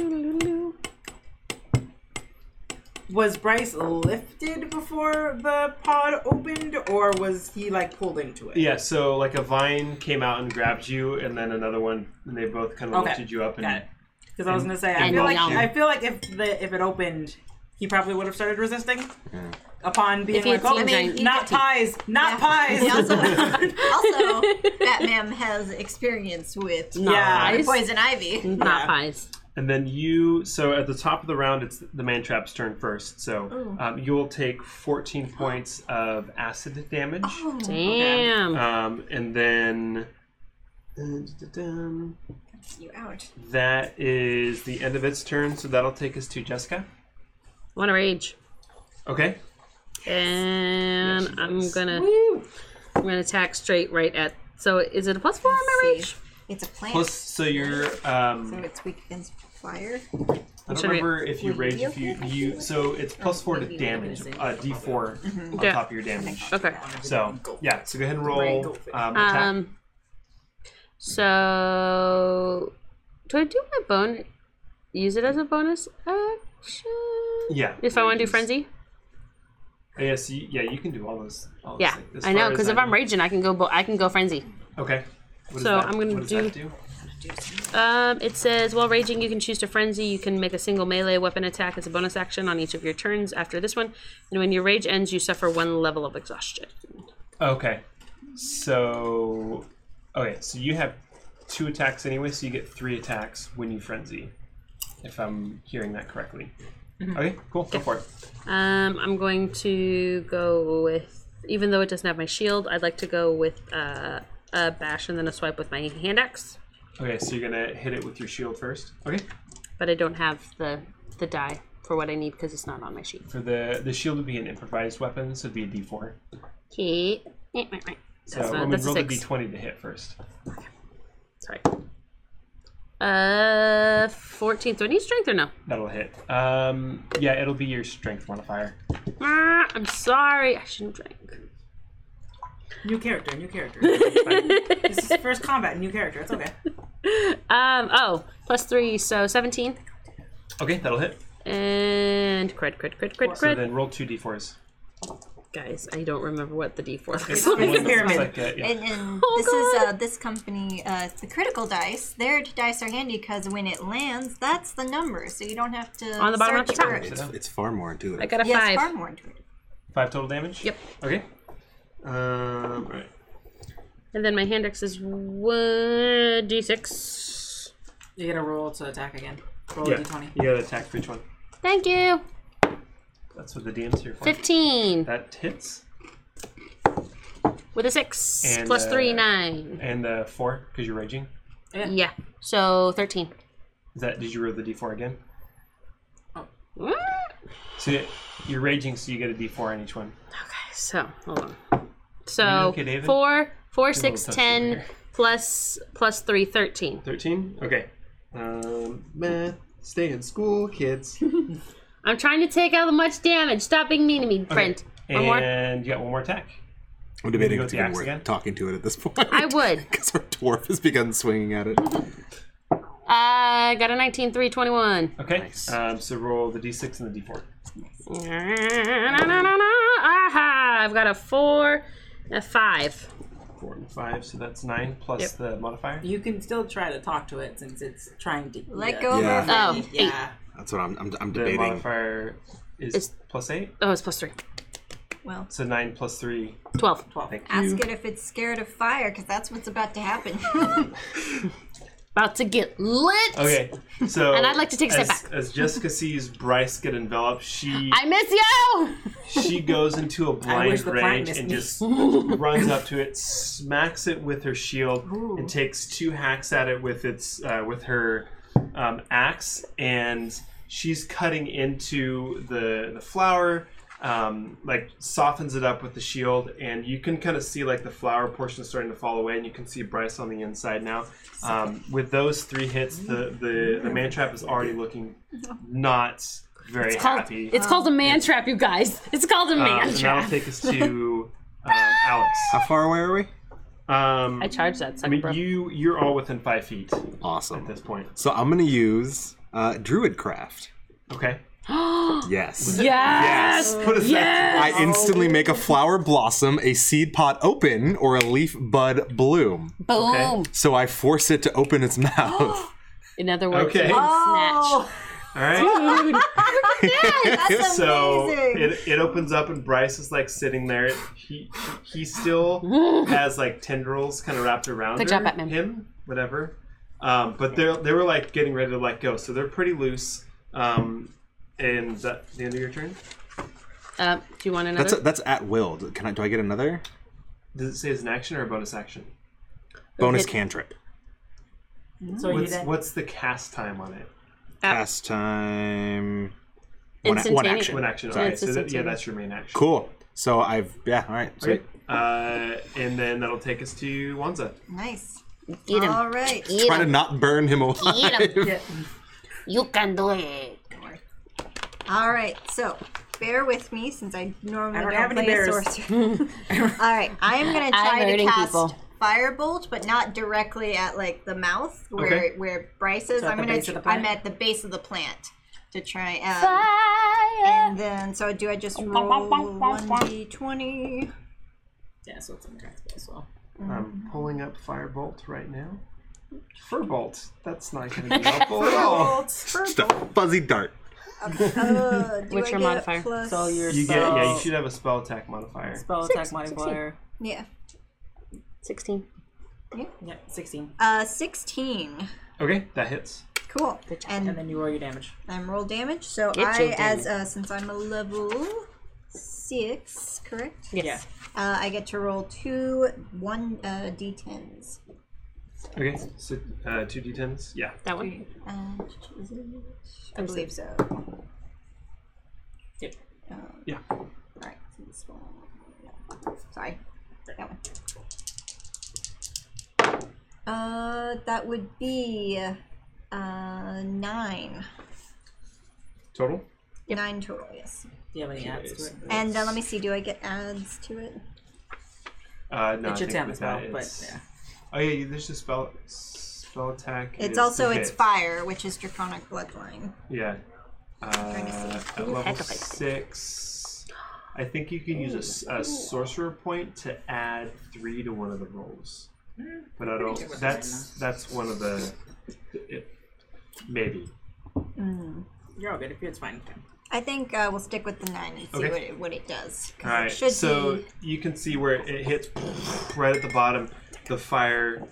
Speaker 4: Was Bryce lifted before the pod opened, or was he like pulled into it?
Speaker 2: Yeah. So like a vine came out and grabbed you, and then another one, and they both kind of
Speaker 4: Okay.
Speaker 2: lifted you up. And
Speaker 4: Got it. Because I was gonna say, I
Speaker 3: And
Speaker 4: feel like
Speaker 3: yum.
Speaker 4: I feel like if the if it opened, he probably would have started resisting. Upon being
Speaker 3: If he
Speaker 4: like,
Speaker 3: had
Speaker 4: oh,
Speaker 3: seen
Speaker 5: giant-
Speaker 4: not pies, not pies. *laughs*
Speaker 5: He
Speaker 3: *laughs*
Speaker 5: also, also, Batman has experience with
Speaker 4: Yeah.
Speaker 3: Pies?
Speaker 5: poison ivy.
Speaker 3: Not pies.
Speaker 2: and then you. So at the top of the round, it's the man trap's turn first. So um, you'll take fourteen points of acid damage.
Speaker 4: Oh.
Speaker 3: Damn.
Speaker 2: Um, and then. dun, dun, dun.
Speaker 5: You out.
Speaker 2: That is the end of its turn, so that'll take us to Jessica.
Speaker 3: What a rage.
Speaker 2: Okay.
Speaker 3: And I'm gonna
Speaker 4: Woo.
Speaker 3: I'm gonna attack straight right at. So is it a plus four on my
Speaker 5: See.
Speaker 3: reach?
Speaker 5: It's a plant.
Speaker 2: Plus, so you're.
Speaker 5: so
Speaker 2: Um,
Speaker 5: it's weak against fire.
Speaker 2: I don't
Speaker 3: Should we-
Speaker 2: remember if you
Speaker 5: Would
Speaker 2: rage.
Speaker 5: it be
Speaker 2: If you
Speaker 5: okay?
Speaker 2: you so it's plus four to damage. Uh, D4 on
Speaker 3: Mm-hmm. Yeah.
Speaker 2: top of your damage.
Speaker 3: Okay.
Speaker 2: So yeah. So go ahead and roll. Um, attack.
Speaker 3: Um. So do I do my bone? Use it as a bonus action.
Speaker 2: yeah.
Speaker 3: If I want to do
Speaker 2: rages.
Speaker 3: frenzy.
Speaker 2: Oh, yes. you- yeah. You can do all those. All those
Speaker 3: Yeah,
Speaker 2: things. As
Speaker 3: I know.
Speaker 2: far as
Speaker 3: Because if I'm raging, I can go. Bo- I can go frenzy.
Speaker 2: Okay. What does
Speaker 3: So
Speaker 2: that-
Speaker 3: I'm gonna
Speaker 2: what does
Speaker 3: do-
Speaker 2: that do.
Speaker 3: Um, it says while raging, you can choose to frenzy. You can make a single melee weapon attack as a bonus action on each of your turns after this one. And when your rage ends, you suffer one level of exhaustion.
Speaker 2: Okay. So okay, so you have two attacks anyway, so you get three attacks when you frenzy. If I'm hearing that correctly.
Speaker 3: Mm-hmm.
Speaker 2: Okay, cool, go for it.
Speaker 3: Um, I'm going to go with, even though it doesn't have my shield, I'd like to go with uh, a bash and then a swipe with my hand axe.
Speaker 2: Okay, so you're gonna hit it with your shield first. Okay.
Speaker 3: But I don't have the the die for what I need because it's not on my sheet.
Speaker 2: For the the shield would be an improvised weapon, so it'd be a D four.
Speaker 3: Okay. Eh, eh, eh.
Speaker 2: So
Speaker 3: That's
Speaker 2: I
Speaker 3: not
Speaker 2: mean,
Speaker 3: that's a
Speaker 2: roll the D
Speaker 3: six.
Speaker 2: twenty to hit first.
Speaker 3: Sorry. Uh, fourteen. Do I need strength or no?
Speaker 2: That'll hit. Um yeah, it'll be your strength modifier.
Speaker 3: Ah, I'm sorry. I shouldn't drink.
Speaker 4: New character, new character. this is first combat, new character. It's okay.
Speaker 3: Um. Oh, plus three, so seventeen.
Speaker 2: Okay, that'll hit.
Speaker 3: And crit, crit, crit, crit,
Speaker 2: So
Speaker 3: crit.
Speaker 2: then roll two D fours.
Speaker 3: Guys, I don't remember what the D four looks
Speaker 4: It's
Speaker 3: like.
Speaker 4: a pyramid.
Speaker 2: uh, yeah.
Speaker 5: And, *laughs* and
Speaker 3: Oh,
Speaker 5: this is uh,
Speaker 3: God.
Speaker 5: this company, uh, the critical dice. Their dice are handy because when it lands, that's the number, so you don't have to
Speaker 3: On the bottom of
Speaker 5: search
Speaker 3: the
Speaker 5: for
Speaker 3: top.
Speaker 5: it.
Speaker 1: It's, it's far more intuitive.
Speaker 3: I got a
Speaker 5: Yes,
Speaker 3: five.
Speaker 5: far more intuitive.
Speaker 2: Five total damage?
Speaker 3: Yep.
Speaker 2: Okay. Um all right.
Speaker 3: And then my hand axe is one D six.
Speaker 4: You get a roll to attack again. Roll a
Speaker 2: Yeah,
Speaker 4: d20.
Speaker 2: you gotta attack for each one.
Speaker 3: Thank you.
Speaker 2: That's what the DM's here for.
Speaker 3: Fifteen
Speaker 2: That hits.
Speaker 3: with a six
Speaker 2: And,
Speaker 3: plus three
Speaker 2: uh,
Speaker 3: nine.
Speaker 2: And uh, four, because you're raging.
Speaker 3: Yeah. So thirteen.
Speaker 2: Is that did you roll the D4 again?
Speaker 3: Mm.
Speaker 2: So you- you're raging, so you get a D4 on each one.
Speaker 3: So hold on. So
Speaker 2: okay, David?
Speaker 3: four, four,
Speaker 2: Give me a
Speaker 3: six,
Speaker 2: little touch
Speaker 3: ten
Speaker 2: over here.
Speaker 3: plus plus three, thirteen.
Speaker 2: Thirteen. Okay. Um, man, stay in school, kids.
Speaker 3: I'm trying to take out as much damage. Stop being mean to me, friend. One more.
Speaker 2: and you got one more attack.
Speaker 1: I'm debating if
Speaker 2: You go
Speaker 1: it's
Speaker 2: with the
Speaker 1: even
Speaker 2: axe
Speaker 1: worth
Speaker 2: again?
Speaker 1: talking to it at this point.
Speaker 3: I would.
Speaker 1: *laughs*
Speaker 3: Mm-hmm.
Speaker 1: Because our dwarf has begun swinging at it.
Speaker 3: Uh, I got a 19, 3, 21.
Speaker 2: Okay.
Speaker 1: Nice.
Speaker 2: Um, so roll the D6 and the D4. Mm.
Speaker 3: Aha, I've got a 4, a 5.
Speaker 2: Four and five, so that's nine plus
Speaker 3: Yep.
Speaker 2: the modifier.
Speaker 4: You can still try to talk to it since it's trying to.
Speaker 5: Let
Speaker 4: yeah.
Speaker 5: go of
Speaker 1: Yeah.
Speaker 5: our
Speaker 3: Oh,
Speaker 5: friend.
Speaker 3: eight.
Speaker 4: Yeah.
Speaker 1: That's what I'm. I'm, I'm
Speaker 2: The
Speaker 1: debating.
Speaker 2: modifier is
Speaker 3: It's-
Speaker 2: plus eight,
Speaker 3: Oh, it's plus 3. Oh.
Speaker 5: Well,
Speaker 2: so nine plus three.
Speaker 3: 12.
Speaker 2: Thank you.
Speaker 5: ask it if it's scared of fire because that's what's about to happen. *laughs*
Speaker 3: About to get lit.
Speaker 2: Okay,
Speaker 3: *laughs*
Speaker 2: so
Speaker 3: And I'd like to take a step
Speaker 2: as,
Speaker 3: back.
Speaker 2: As Jessica sees Bryce get enveloped, she
Speaker 3: *laughs* I miss you!
Speaker 2: she goes into a
Speaker 4: wish
Speaker 2: blind
Speaker 4: the plant
Speaker 2: rage
Speaker 4: missed
Speaker 2: and
Speaker 4: me.
Speaker 2: just runs up to
Speaker 4: *laughs*
Speaker 2: it, smacks it with her shield, and takes two hacks at it with its uh, with her um, axe, and she's cutting into the the flower. Um, like softens it up with the shield, and you can kind of see like the flower portion is starting to fall away, and you can see Bryce on the inside now. Um, with those three hits, the the, the man trap is already
Speaker 4: *laughs*
Speaker 2: looking not very happy.
Speaker 3: It's called a man trap, you guys. It's called a
Speaker 2: Um,
Speaker 3: man
Speaker 2: and
Speaker 3: trap.
Speaker 2: that'll take us to um, Alex.
Speaker 1: How far away are we?
Speaker 2: Um,
Speaker 3: I charged that
Speaker 2: I
Speaker 3: sucker,
Speaker 2: mean,
Speaker 3: bro.
Speaker 2: you you're all within five feet at
Speaker 1: Awesome.
Speaker 2: this point.
Speaker 1: So I'm gonna use uh, Druidcraft.
Speaker 2: Okay.
Speaker 1: Yes.
Speaker 3: *gasps* Yes!
Speaker 2: What is that?
Speaker 1: I instantly make a flower blossom, a seed pod open, or a leaf bud bloom.
Speaker 3: Boom.
Speaker 2: Okay.
Speaker 1: So I force it to open its *laughs*
Speaker 3: *gasps*
Speaker 1: mouth.
Speaker 3: In other words,
Speaker 2: Okay.
Speaker 3: it's snatch.
Speaker 5: oh,
Speaker 2: All right.
Speaker 3: *laughs*
Speaker 2: *laughs*
Speaker 5: that's
Speaker 2: So
Speaker 5: amazing.
Speaker 2: it, it opens up and Bryce is like sitting there. He
Speaker 3: *laughs*
Speaker 2: he still has like tendrils kind of wrapped around
Speaker 3: Good
Speaker 2: her-
Speaker 3: job, Batman.
Speaker 2: him, whatever. Um, but they they were like getting ready to let go, so they're pretty loose. Um, and is that the end of your turn?
Speaker 3: Uh, do you want another?
Speaker 1: That's a, that's at will. Can I? Do I get another
Speaker 2: Does it say it's an action or a bonus action?
Speaker 1: bonus
Speaker 3: Okay.
Speaker 1: cantrip?
Speaker 4: So you
Speaker 2: What's
Speaker 4: then.
Speaker 2: what's the cast time on it?
Speaker 1: Last time. One, a- one
Speaker 3: Instantaneous.
Speaker 1: action.
Speaker 2: One action.
Speaker 3: So
Speaker 2: All right.
Speaker 3: it's
Speaker 2: So
Speaker 3: just
Speaker 2: that, yeah,
Speaker 3: instantaneous.
Speaker 2: that's your main action.
Speaker 1: Cool. So I've yeah. All right. Sweet.
Speaker 2: Okay. Uh, and then that'll take us to Wanza.
Speaker 5: Nice.
Speaker 3: Eat him.
Speaker 5: All right.
Speaker 1: Try to not burn him alive.
Speaker 3: Eat him.
Speaker 4: Yeah.
Speaker 3: You can do it.
Speaker 5: All right. So bear with me since I normally
Speaker 4: I
Speaker 5: don't,
Speaker 4: don't have any
Speaker 5: play a
Speaker 4: bears.
Speaker 5: sorcerer.
Speaker 3: *laughs*
Speaker 5: All right. I'm gonna
Speaker 3: I'm
Speaker 5: try to
Speaker 3: hurting
Speaker 5: cast
Speaker 3: people.
Speaker 5: firebolt, but not directly at like the mouth where
Speaker 2: Okay.
Speaker 5: where Bryce is.
Speaker 4: So at
Speaker 5: I'm
Speaker 4: the
Speaker 5: gonna.
Speaker 4: base of the
Speaker 5: I'm
Speaker 4: plant?
Speaker 5: at the base of the plant to try. Um,
Speaker 3: Fire.
Speaker 5: And then, so do I just roll one d twenty?
Speaker 4: Yeah, so it's on the transport as well.
Speaker 2: I'm
Speaker 4: Mm-hmm.
Speaker 2: pulling up Firebolt right now. Firbolt. That's not going to
Speaker 4: *laughs*
Speaker 2: be helpful at
Speaker 1: *laughs*
Speaker 2: all.
Speaker 1: Just a fuzzy dart.
Speaker 5: Uh, do
Speaker 3: What's
Speaker 5: I
Speaker 3: your
Speaker 5: get
Speaker 3: modifier?
Speaker 5: Plus,
Speaker 4: So your
Speaker 2: You get
Speaker 4: spell,
Speaker 2: yeah. You should have a spell attack modifier.
Speaker 4: spell attack modifier.
Speaker 5: yeah,
Speaker 3: Sixteen.
Speaker 4: Yeah, sixteen.
Speaker 5: uh, sixteen.
Speaker 2: Okay, that hits.
Speaker 5: Cool.
Speaker 3: Good job.
Speaker 5: And
Speaker 4: And then you roll your damage.
Speaker 5: I'm roll damage. So
Speaker 3: Get your
Speaker 5: I, as
Speaker 3: damage.
Speaker 5: uh, since I'm a level six, correct?
Speaker 3: Yes.
Speaker 4: Yeah.
Speaker 5: Uh, I get to roll two one uh, d10s.
Speaker 2: Okay, so uh, two d10s. Yeah.
Speaker 3: That one.
Speaker 5: And is it- I believe so.
Speaker 4: Yep.
Speaker 2: Yeah.
Speaker 5: All right, so this one. no, Sorry, that one. Uh, that would be uh nine,
Speaker 2: Total.
Speaker 5: nine total. Yes.
Speaker 4: Do you have any adds to it?
Speaker 5: And then let me see. Do I get adds to it?
Speaker 2: Uh, no, I
Speaker 4: It should
Speaker 2: think
Speaker 4: sound
Speaker 2: with
Speaker 4: as well,
Speaker 2: that
Speaker 4: but
Speaker 2: it's-
Speaker 4: yeah.
Speaker 2: Oh yeah, you- there's a spell spell attack.
Speaker 5: It's
Speaker 2: is
Speaker 5: also
Speaker 2: to
Speaker 5: it's
Speaker 2: hit.
Speaker 5: fire, which is draconic bloodline.
Speaker 2: Yeah.
Speaker 5: to see.
Speaker 2: Uh, at level
Speaker 3: Sacrifice.
Speaker 2: six, I think you can use a s- a, sorcerer point to add three to one of the rolls.
Speaker 5: Mm.
Speaker 2: But I don't. That's that's one of the. It, maybe.
Speaker 4: You're all good. If you're, it's fine. Okay.
Speaker 5: I think uh, we'll stick with the nine and see
Speaker 2: Okay.
Speaker 5: what it what it does. 'cause
Speaker 2: All right.
Speaker 5: It should
Speaker 2: So
Speaker 5: be
Speaker 2: you can see where it hits right at the bottom. The fire.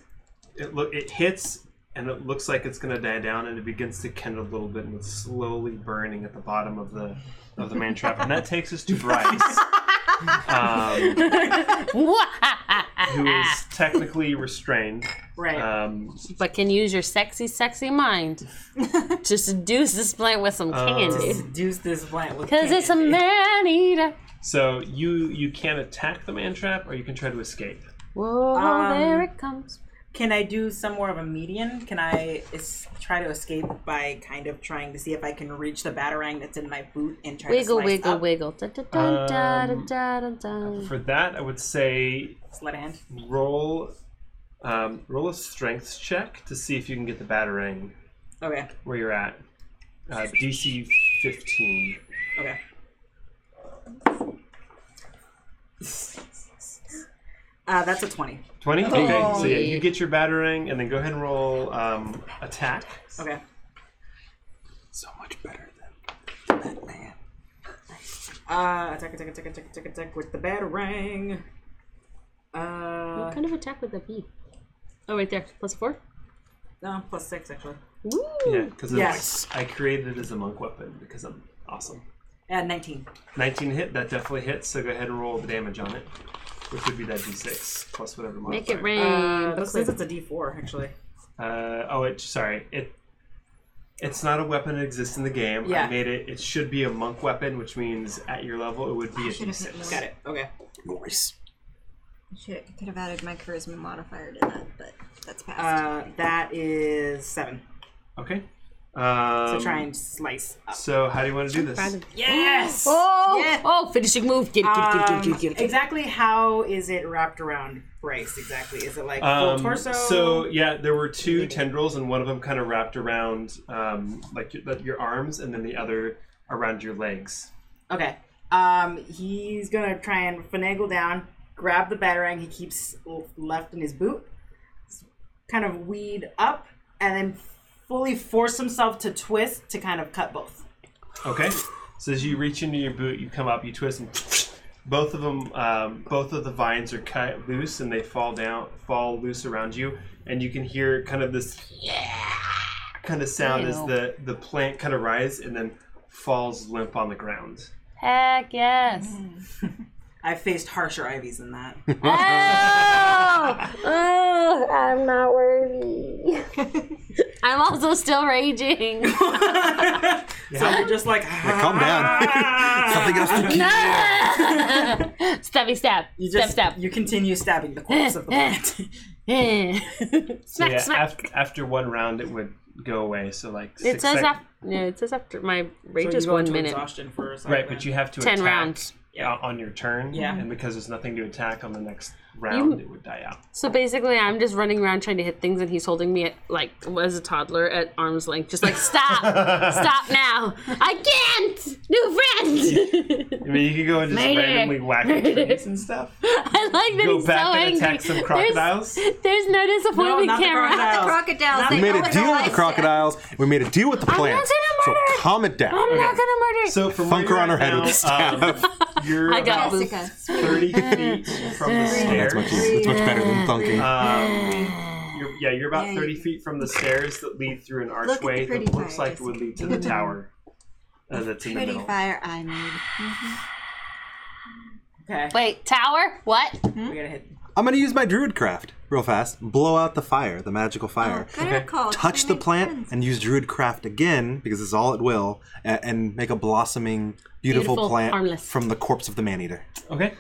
Speaker 2: It look. It hits. And it looks like it's gonna die down, and it begins to kindle a little bit, and it's slowly burning at the bottom of the of the man trap, and that takes us to Bryce. Um, who is technically restrained.
Speaker 4: Right.
Speaker 2: Um,
Speaker 3: but can use your sexy, sexy mind to seduce this plant with
Speaker 1: Uh,
Speaker 3: some candy.
Speaker 4: Seduce this plant with
Speaker 3: Because it's a man eater.
Speaker 2: so you you can attack the man trap, or you can try to escape.
Speaker 3: Whoa,
Speaker 4: Um,
Speaker 3: there it comes.
Speaker 4: Can I do some more of a median? Can I is, try to escape by kind of trying to see if I can reach the batarang that's in my boot and try
Speaker 3: Wiggle,
Speaker 4: to slice
Speaker 3: wiggle,
Speaker 4: up?
Speaker 3: wiggle. Da, da, da, da, da,
Speaker 2: Um,
Speaker 3: da, da, da.
Speaker 2: For that, I would say
Speaker 4: Sleight of hand.
Speaker 2: roll um, roll a strength check to see if you can get the batarang
Speaker 4: Okay.
Speaker 2: where you're at. Uh, DC 15.
Speaker 4: Okay. Uh, that's a twenty.
Speaker 2: 20? Okay, so yeah, you get your batarang, and then go ahead and roll um, attack.
Speaker 4: Okay.
Speaker 1: So much better than.
Speaker 4: Uh, attack, attack, attack, attack, attack, attack with the Uh, batarang. Uh,
Speaker 3: What kind of attack would that be? Oh, right there. Plus four?
Speaker 4: no, plus six actually.
Speaker 3: Woo!
Speaker 2: Yeah, because
Speaker 4: Yes.
Speaker 2: I created it as a monk weapon because I'm awesome.
Speaker 4: Uh, nineteen.
Speaker 2: 19 hit, that definitely hits, so go ahead and roll the damage on it, which would be that d6 plus whatever modifier.
Speaker 3: Make it rain.
Speaker 4: Uh,
Speaker 3: but
Speaker 4: this says
Speaker 3: quick.
Speaker 4: it's a D four actually.
Speaker 2: Uh, oh, it, sorry. It It's not a weapon that exists in the game. I
Speaker 4: Yeah.
Speaker 2: made it. It should be a monk weapon, which means at your level it would be a d6.
Speaker 4: Got it. Okay.
Speaker 1: Nice.
Speaker 5: should could have added my charisma modifier to that, but that's past.
Speaker 4: Uh, that is seven.
Speaker 2: Okay. Um,
Speaker 4: So try and slice up.
Speaker 2: so how do you want to do this?
Speaker 4: Yes.
Speaker 3: Oh,
Speaker 5: Yeah.
Speaker 3: oh, finishing move. Get it, get it, get it, get it, get it.
Speaker 4: Um, exactly how is it wrapped around Bryce? Exactly. Is it like
Speaker 2: Um,
Speaker 4: full torso?
Speaker 2: So yeah, there were two tendrils, and one of them kind of wrapped around um, like your, like your arms, and then the other around your legs.
Speaker 4: Okay. Um, he's gonna try and finagle down, grab the batarang he keeps l- left in his boot, s- kind of weed up, and then fully force himself to twist to kind of cut both.
Speaker 2: Okay. So as you reach into your boot, you come up, you twist, and both of them, um, both of the vines are cut loose, and they fall down, fall loose around you, and you can hear kind of this kind of sound as
Speaker 3: Ew.
Speaker 2: the the plant kind of rises and then falls limp on the ground.
Speaker 3: Heck yes.
Speaker 2: *laughs*
Speaker 4: I faced harsher ivies than that. *laughs*
Speaker 3: Oh, oh, I'm not worthy. *laughs* I'm also still raging.
Speaker 2: *laughs*
Speaker 4: So you're just like,
Speaker 1: Like, calm *laughs* down.
Speaker 4: Ah!
Speaker 1: Something else to keep.
Speaker 3: *laughs* Stabby stab.
Speaker 4: you just
Speaker 3: stab
Speaker 4: you continue stabbing the
Speaker 3: *laughs*
Speaker 4: corpse of the *laughs* plant.
Speaker 3: stab. *laughs* smack
Speaker 2: yeah,
Speaker 3: smack.
Speaker 2: af- after one round, it would go away. So like
Speaker 3: It
Speaker 2: six
Speaker 3: says
Speaker 2: sec-
Speaker 3: after. No, it says after my rage
Speaker 4: So you
Speaker 3: is
Speaker 4: go
Speaker 3: one
Speaker 4: into
Speaker 3: minute.
Speaker 4: Exhaustion for a
Speaker 2: right, but you have to
Speaker 3: 10
Speaker 2: attack
Speaker 3: rounds.
Speaker 2: o- on your turn.
Speaker 4: Yeah.
Speaker 2: and because there's nothing to attack on the next round, it would die out.
Speaker 3: So basically, I'm just running around trying to hit things, and he's holding me at like as a toddler at arm's length, just like
Speaker 2: *laughs*
Speaker 3: stop, stop now. I can't. New
Speaker 2: *laughs*
Speaker 3: friend. *laughs*
Speaker 2: I mean, you could go and just
Speaker 3: Mayday.
Speaker 2: randomly whack at trees and stuff.
Speaker 3: *laughs* I like that
Speaker 2: Go
Speaker 3: he's
Speaker 2: back
Speaker 3: so
Speaker 2: and
Speaker 3: angry.
Speaker 2: attack some
Speaker 3: There's-
Speaker 2: crocodiles.
Speaker 3: There's, no disappointment
Speaker 4: not the
Speaker 3: camera.
Speaker 4: crocodile.
Speaker 5: Crocodiles.
Speaker 4: Not-
Speaker 5: they
Speaker 1: We Uh, made
Speaker 5: know
Speaker 1: a
Speaker 5: what
Speaker 1: deal with
Speaker 5: lies
Speaker 1: the
Speaker 5: to-
Speaker 1: crocodiles. We made a deal with the plants. So
Speaker 3: gonna murder-
Speaker 1: calm it
Speaker 3: I'm
Speaker 1: down.
Speaker 3: not gonna murder.
Speaker 2: So from
Speaker 1: Funk her
Speaker 2: where
Speaker 1: on
Speaker 2: you're
Speaker 1: her head with a *laughs*
Speaker 2: at now,
Speaker 1: staff.
Speaker 2: um, you're
Speaker 3: I got
Speaker 2: about
Speaker 3: this.
Speaker 5: Jessica.
Speaker 2: thirty feet from the
Speaker 1: That's much
Speaker 2: stairs.
Speaker 1: easier. It's much better than thunking.
Speaker 2: Um, you're, yeah, you're about 30 feet from the stairs that lead through an
Speaker 5: the
Speaker 2: archway
Speaker 5: pretty
Speaker 2: that looks
Speaker 5: fire,
Speaker 2: like it would lead to the tower uh, that's in the
Speaker 5: Pretty
Speaker 2: middle.
Speaker 5: fire I made.
Speaker 4: Okay,
Speaker 3: Wait, tower? What?
Speaker 4: we gotta hit.
Speaker 1: I'm gonna use my druid craft real fast. Blow out the fire, the
Speaker 3: Oh,
Speaker 1: magical fire.
Speaker 5: Good recall.
Speaker 1: Touch
Speaker 5: They
Speaker 1: the
Speaker 5: make
Speaker 1: plant
Speaker 5: friends.
Speaker 1: and use druid craft again because it's all it will, and, and make a blossoming, beautiful,
Speaker 3: Beautiful,
Speaker 1: plant
Speaker 3: harmless.
Speaker 1: from the corpse of the man eater.
Speaker 2: Okay,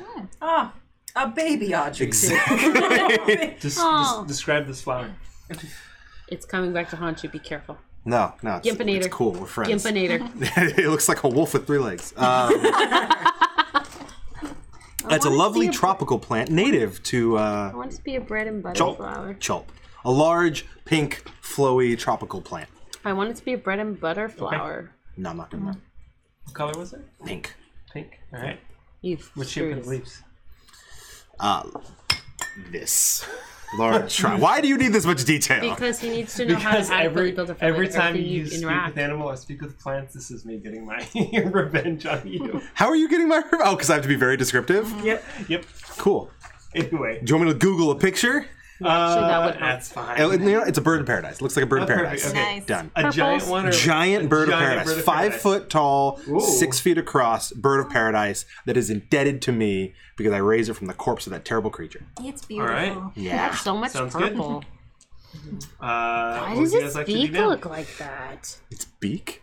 Speaker 4: Ah, a baby Audrey.
Speaker 2: just,
Speaker 3: Aw.
Speaker 2: just describe this flower.
Speaker 3: It's coming back to haunt you. Be careful.
Speaker 1: *laughs* No, no, it's,
Speaker 3: Gimpinator.
Speaker 1: it's cool. We're friends.
Speaker 3: Gimpinator.
Speaker 1: *laughs* it looks like a wolf with three legs. Um, it's a lovely tropical plant native to uh,
Speaker 3: *laughs* I want to be a bread and butter flower.
Speaker 1: Chulp. Chulp. A large, pink, flowy tropical plant.
Speaker 3: I want it to be a bread and butter flower.
Speaker 1: No, I'm not doing that.
Speaker 2: What color was it?
Speaker 1: Pink.
Speaker 2: Pink. All right.
Speaker 3: You
Speaker 2: What shape
Speaker 3: screwed
Speaker 2: are the
Speaker 3: us.
Speaker 2: leaves?
Speaker 1: Uh, This.
Speaker 2: *laughs*
Speaker 1: Large shrine. Why do you need this much detail?
Speaker 3: Because he needs to know
Speaker 2: Because
Speaker 3: how to adequately
Speaker 2: every
Speaker 3: build a family,
Speaker 2: every time
Speaker 3: everything
Speaker 2: you speak
Speaker 3: interact.
Speaker 2: with animal or speak with plants, this is me getting my *laughs* revenge on you.
Speaker 1: How are you getting my? *laughs* Oh, because I have to be very descriptive.
Speaker 2: yep. Yep.
Speaker 1: Cool.
Speaker 2: Anyway,
Speaker 1: Do you want me to Google a picture?
Speaker 2: uh,
Speaker 3: would help.
Speaker 2: that's fine.
Speaker 1: Uh, you know, It's a bird in paradise. Looks like a bird in
Speaker 2: perfect,
Speaker 1: paradise.
Speaker 2: okay.
Speaker 5: Nice.
Speaker 1: Done.
Speaker 2: a giant
Speaker 3: Purples.
Speaker 2: one or
Speaker 1: Giant
Speaker 2: a
Speaker 1: bird of
Speaker 2: giant
Speaker 1: paradise,
Speaker 2: bird of
Speaker 1: five
Speaker 2: paradise?
Speaker 1: foot tall,
Speaker 2: Ooh.
Speaker 1: six feet across, bird of paradise that is indebted to me because I raised it from the corpse of that terrible creature.
Speaker 5: It's
Speaker 2: All
Speaker 5: beautiful.
Speaker 2: right.
Speaker 1: Yeah.
Speaker 3: so much
Speaker 2: Sounds good.
Speaker 3: purple.
Speaker 2: Uh,
Speaker 3: Why
Speaker 2: what
Speaker 3: does
Speaker 2: would you guys
Speaker 3: his
Speaker 2: like to do
Speaker 3: beak
Speaker 2: now?
Speaker 3: look like that?
Speaker 1: Its beak?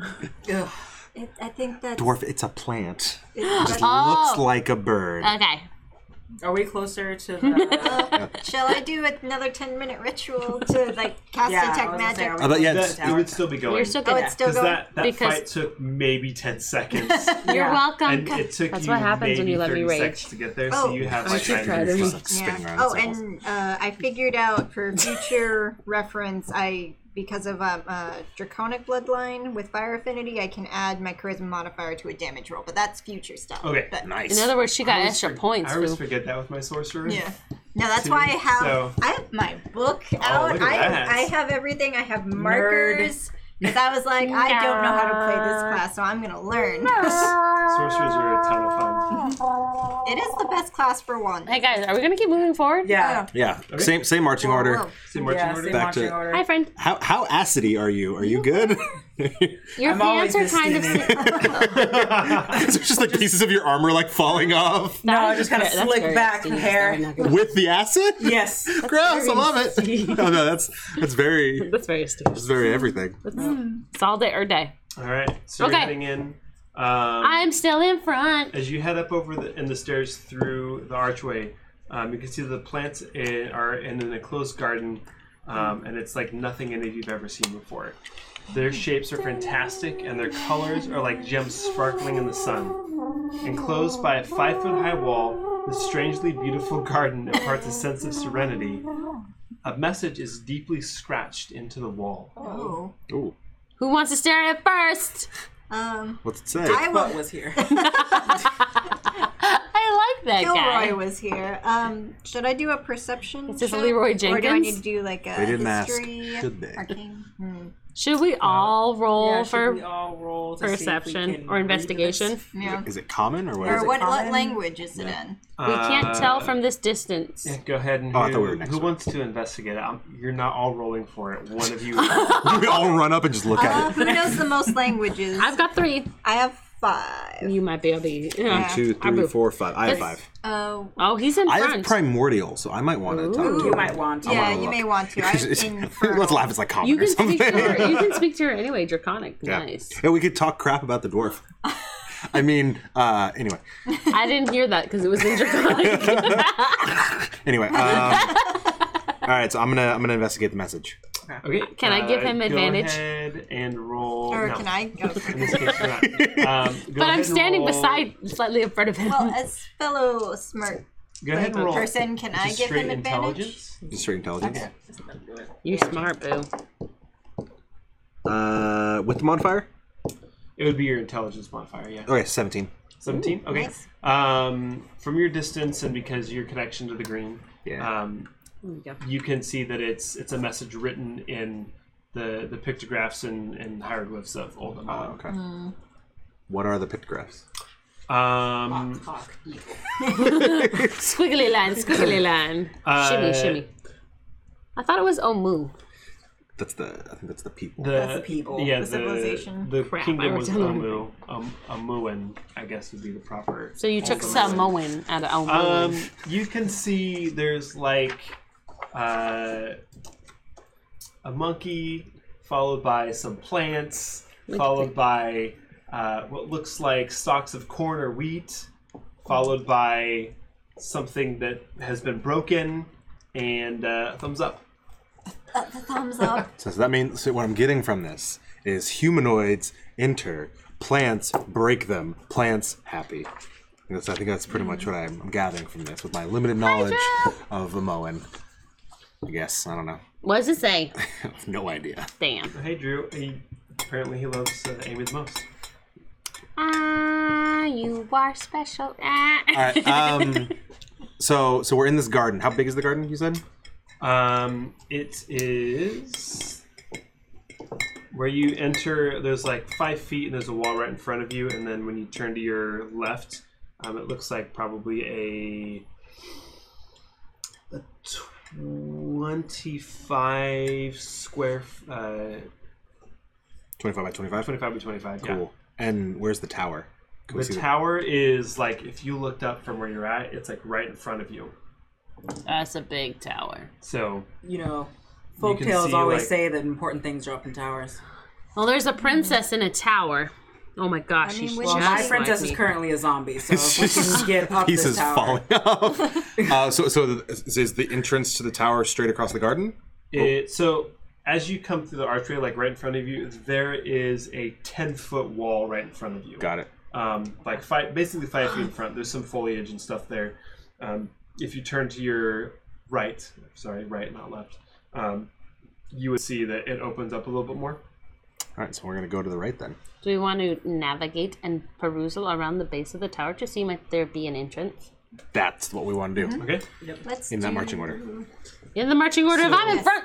Speaker 4: Ugh.
Speaker 5: It, I think that's.
Speaker 1: Dwarf, it's a plant.
Speaker 5: It,
Speaker 1: It
Speaker 5: that's-
Speaker 1: looks like a bird.
Speaker 3: Oh, Okay.
Speaker 4: Are we closer to *laughs* the?
Speaker 5: shall I do another 10 minute ritual to like cast
Speaker 4: uh, yeah, I
Speaker 5: detect
Speaker 4: was gonna say,
Speaker 5: magic?
Speaker 4: are we
Speaker 1: I thought, yeah,
Speaker 2: That,
Speaker 1: it's,
Speaker 2: it would still be going.
Speaker 3: You're still
Speaker 5: oh,
Speaker 3: good.
Speaker 5: it's still
Speaker 2: Because
Speaker 5: going.
Speaker 2: that, that
Speaker 3: Because-
Speaker 2: fight took maybe 10
Speaker 3: *laughs*
Speaker 2: seconds.
Speaker 3: You're
Speaker 4: Yeah.
Speaker 3: welcome.
Speaker 2: and it took
Speaker 3: That's
Speaker 2: you
Speaker 3: what happens
Speaker 2: maybe
Speaker 3: when you let me
Speaker 2: 30
Speaker 3: rage.
Speaker 2: seconds to get there,
Speaker 5: Oh.
Speaker 2: so you have like
Speaker 3: should
Speaker 2: nine
Speaker 3: try
Speaker 2: minutes
Speaker 3: to-
Speaker 1: just
Speaker 2: left.
Speaker 1: like spinning
Speaker 5: Yeah.
Speaker 1: around in
Speaker 5: Oh,
Speaker 1: circles.
Speaker 5: and uh, I figured out for future *laughs* reference, I because of um, uh, draconic bloodline with fire affinity, I can add my charisma modifier to a damage roll, but that's future stuff.
Speaker 2: Okay.
Speaker 5: But,
Speaker 1: nice.
Speaker 3: In other words, she got extra points.
Speaker 2: I always
Speaker 3: Lou.
Speaker 2: forget that with my sorcerer.
Speaker 5: yeah. No, that's why I have
Speaker 2: So- Oh,
Speaker 5: I have my book out.
Speaker 2: look at that.
Speaker 5: I, I have everything. I have markers. Because I was like, I don't know how to play this class, so I'm gonna learn.
Speaker 2: Sorcerers are a ton of fun.
Speaker 5: *laughs* It is the best class for one.
Speaker 3: Hey guys, are we gonna keep moving forward?
Speaker 4: yeah.
Speaker 1: yeah. Same same marching order.
Speaker 5: Oh, Whoa.
Speaker 2: See, marching
Speaker 4: Yeah,
Speaker 2: order?
Speaker 4: same
Speaker 1: Back to-
Speaker 4: marching order. Oh,
Speaker 3: Hi friend.
Speaker 1: How how acidy are you? Are you
Speaker 5: *laughs*
Speaker 1: good?
Speaker 3: Your
Speaker 4: I'm
Speaker 3: pants
Speaker 4: always
Speaker 3: are
Speaker 4: this
Speaker 3: kind of.
Speaker 4: skinny.
Speaker 3: si-
Speaker 2: *laughs*
Speaker 1: There's just like pieces of your armor like falling off
Speaker 4: No, I
Speaker 3: That is
Speaker 4: just kind of
Speaker 3: very- that's
Speaker 4: slick
Speaker 3: very
Speaker 4: back the
Speaker 3: skinny.
Speaker 4: hair.
Speaker 3: Sorry, not good.
Speaker 1: with the acid.
Speaker 4: *laughs* Yes.
Speaker 1: Gross. I love it. *laughs* Oh no, that's that's very
Speaker 3: That's very stupid.
Speaker 1: that's very
Speaker 5: *laughs*
Speaker 1: everything.
Speaker 3: It's all day or day.
Speaker 2: All right. So
Speaker 3: Okay.
Speaker 2: you're heading in. Um,
Speaker 3: I'm still in front.
Speaker 2: as you head up over the in the stairs through the archway, um, you can see the plants in, are in an enclosed garden, um, and it's like nothing any of you've ever seen before. Their shapes are fantastic, and their colors are like gems sparkling in the sun. Enclosed by a five foot high wall, this strangely beautiful garden imparts a sense of serenity. A message is deeply scratched into the wall.
Speaker 5: Oh.
Speaker 1: Ooh,
Speaker 3: Who wants to stare at it first? *laughs*
Speaker 5: Um,
Speaker 1: what's it say?
Speaker 5: I will
Speaker 4: What was *laughs* here?
Speaker 3: I like that guy.
Speaker 5: Gilroy was here. Um, should I do a perception?
Speaker 3: It's just
Speaker 5: check?
Speaker 3: Leroy
Speaker 5: Or do I
Speaker 3: Jenkins?
Speaker 5: need to do like a
Speaker 1: They didn't ask.
Speaker 5: history?
Speaker 1: Should they?
Speaker 5: Arcane?
Speaker 3: Should we all roll
Speaker 4: Yeah, should we
Speaker 3: for
Speaker 4: all roll to see if we
Speaker 3: perception
Speaker 4: can
Speaker 3: or
Speaker 4: read this?
Speaker 3: investigation?
Speaker 5: Yeah.
Speaker 1: Is it common or what? Is
Speaker 5: Or
Speaker 1: it?
Speaker 5: what, what
Speaker 4: common?
Speaker 5: language is it in?
Speaker 3: We can't
Speaker 2: Uh,
Speaker 3: tell from this distance.
Speaker 2: Yeah, go ahead and
Speaker 1: Oh, I
Speaker 2: who,
Speaker 1: thought we were next
Speaker 2: who
Speaker 1: one.
Speaker 2: wants to investigate it? i you're not all rolling for it. One of you.
Speaker 1: we all run up and just look
Speaker 5: Uh,
Speaker 1: at it.
Speaker 3: *laughs*
Speaker 5: who knows the most languages?
Speaker 3: I've got three.
Speaker 5: I have five.
Speaker 3: You might be able to. Yeah.
Speaker 1: One, two,
Speaker 3: Uh, I
Speaker 1: three,
Speaker 3: move.
Speaker 1: four, five. I have
Speaker 3: That's-
Speaker 1: five.
Speaker 5: Oh,
Speaker 3: Oh, he's in
Speaker 1: I
Speaker 3: front.
Speaker 1: have primordial, so I might want to talk to
Speaker 4: You might want to.
Speaker 5: yeah,
Speaker 1: wanna
Speaker 5: you
Speaker 1: look.
Speaker 5: may want
Speaker 1: *laughs*
Speaker 5: to. I'm infernal.
Speaker 1: Let's laugh. It's like common
Speaker 3: you
Speaker 1: or
Speaker 3: can
Speaker 1: something.
Speaker 3: speak to her. You can speak to her anyway. Draconic.
Speaker 1: *laughs* Yeah.
Speaker 3: Nice.
Speaker 1: Yeah, we could talk crap about the
Speaker 3: *laughs*
Speaker 1: dwarf. I mean, uh, anyway,
Speaker 3: I didn't hear that because it was
Speaker 1: *laughs*
Speaker 3: in Draconic.
Speaker 1: anyway.
Speaker 3: *laughs*
Speaker 1: Um, all right, so I'm gonna I'm gonna investigate the message.
Speaker 2: Okay. uh,
Speaker 3: Can I give him advantage?
Speaker 2: Go ahead and roll.
Speaker 5: Or
Speaker 2: no.
Speaker 5: can I
Speaker 3: *laughs*
Speaker 5: go?
Speaker 2: In this case, you're
Speaker 5: *laughs*
Speaker 2: not. Um, go
Speaker 3: but
Speaker 2: ahead
Speaker 3: I'm
Speaker 2: and
Speaker 3: standing
Speaker 2: roll-
Speaker 3: beside, slightly in front of him.
Speaker 5: Well, as fellow smart
Speaker 2: Go ahead and roll.
Speaker 5: person, can I
Speaker 2: Just
Speaker 5: give
Speaker 2: straight
Speaker 5: him advantage?
Speaker 2: intelligence.
Speaker 1: Just Straight intelligence.
Speaker 3: you smart boo.
Speaker 1: Uh, with the modifier.
Speaker 2: It would be your intelligence modifier, yeah.
Speaker 1: Okay, Oh, seventeen.
Speaker 2: 17? Okay.
Speaker 5: nice.
Speaker 2: Um, from your distance and because your connection to the green,
Speaker 1: Yeah.
Speaker 2: um,
Speaker 3: There you go.
Speaker 2: you can see that it's it's a message written in the, the pictographs and, and hieroglyphs of Old
Speaker 5: Ah,
Speaker 2: Amalek.
Speaker 1: Okay.
Speaker 3: Hmm.
Speaker 1: What are the pictographs?
Speaker 2: Um,
Speaker 3: Squiggly line, squiggly line.
Speaker 2: Uh,
Speaker 3: shimmy, shimmy. I thought it was Omu.
Speaker 1: That's the I think that's the people.
Speaker 2: the,
Speaker 4: That's the people.
Speaker 2: Yeah,
Speaker 5: The
Speaker 2: the,
Speaker 5: civilization.
Speaker 2: the
Speaker 3: Crap, I
Speaker 2: kingdom
Speaker 3: wrote
Speaker 2: was
Speaker 3: down the wrong
Speaker 2: Amu. Um, Amuan, I guess, would be the proper.
Speaker 3: So you took Samoan out of Omu.
Speaker 2: Um, you can see there's like uh, a monkey, followed by some plants, followed by uh, what looks like stalks of corn or wheat, followed by something that has been broken, and uh, thumbs up.
Speaker 5: Uh, the thumbs up.
Speaker 1: So that means so what I'm getting from this is humanoids enter, plants break them, plants happy. That's, I think that's pretty much what I'm gathering from this with my limited knowledge of Amoan. I guess I don't know.
Speaker 3: what does it say?
Speaker 1: I have no idea.
Speaker 3: Damn.
Speaker 2: Hey, Drew. He, apparently, he loves uh, Amy the most.
Speaker 3: Ah, you are special. Ah.
Speaker 1: All right. Um, so so we're in this garden. How big is the garden? You said.
Speaker 2: Um, it is where you enter. There's like five feet, and there's a wall right in front of you. And then when you turn to your left, um, it looks like probably a, a twenty-five square, f- uh,
Speaker 1: 25 by 25?
Speaker 2: twenty-five by twenty-five. yeah.
Speaker 1: Cool. And where's the tower? Can we
Speaker 2: The
Speaker 1: see
Speaker 2: tower is like if you looked up from where you're at, it's like right in front of you.
Speaker 3: *laughs* That's a big tower.
Speaker 2: So
Speaker 4: You know, folk
Speaker 2: can
Speaker 4: tales
Speaker 2: see,
Speaker 4: always
Speaker 2: like-
Speaker 4: say that important things drop in towers.
Speaker 3: Well, there's a princess in a tower. Oh my gosh.
Speaker 5: I mean,
Speaker 3: she's
Speaker 5: we
Speaker 3: just
Speaker 5: should-
Speaker 4: My
Speaker 5: Just
Speaker 3: like
Speaker 4: princess
Speaker 3: me.
Speaker 4: is currently a zombie, so if
Speaker 1: *laughs*
Speaker 4: we can get up
Speaker 1: Pieces
Speaker 4: this tower.
Speaker 1: falling *laughs* off. uh, so, so the, is- is the entrance to the tower straight across the garden?
Speaker 2: It, so as you come through the archway, like right in front of you, there is a ten foot wall right in front of you.
Speaker 1: Got it.
Speaker 2: Um, like five, basically five feet in front. There's some foliage and stuff there. Um, if you turn to your right, sorry, right, not left, um, you would see that it opens up a little bit more.
Speaker 1: All right, so we're gonna go to the right then.
Speaker 3: Do we want to navigate and perusal around the base of the tower to see might there be an entrance?
Speaker 1: That's what we want
Speaker 4: Mm-hmm.
Speaker 1: to do
Speaker 2: Okay.
Speaker 5: Let's
Speaker 1: in that
Speaker 5: do-
Speaker 1: marching order.
Speaker 3: In the marching order, if I'm in front.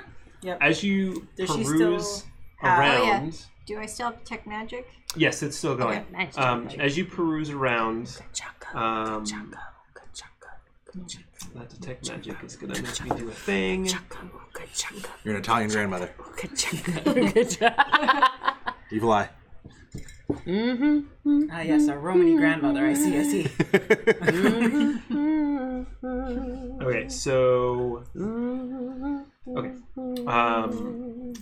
Speaker 2: As you
Speaker 4: Does she
Speaker 2: peruse
Speaker 4: still have-
Speaker 5: Oh, yeah.
Speaker 2: around,
Speaker 5: Do I still have tech magic?
Speaker 2: yes, it's still going.
Speaker 3: nice.
Speaker 2: um, as you peruse around,
Speaker 3: Chaka,
Speaker 2: um,
Speaker 3: chaka, chaka,
Speaker 2: that detect magic is gonna make me do a thing.
Speaker 3: chaka, chaka,
Speaker 1: You're an Italian grandmother.
Speaker 3: *laughs* chaka, chaka.
Speaker 1: Evil
Speaker 4: *laughs*
Speaker 1: eye.
Speaker 3: Mm-hmm.
Speaker 4: Ah, yes, our Romany grandmother. I see, I see. Mm-hmm.
Speaker 2: Okay, so
Speaker 3: Mm-hmm.
Speaker 2: okay, um,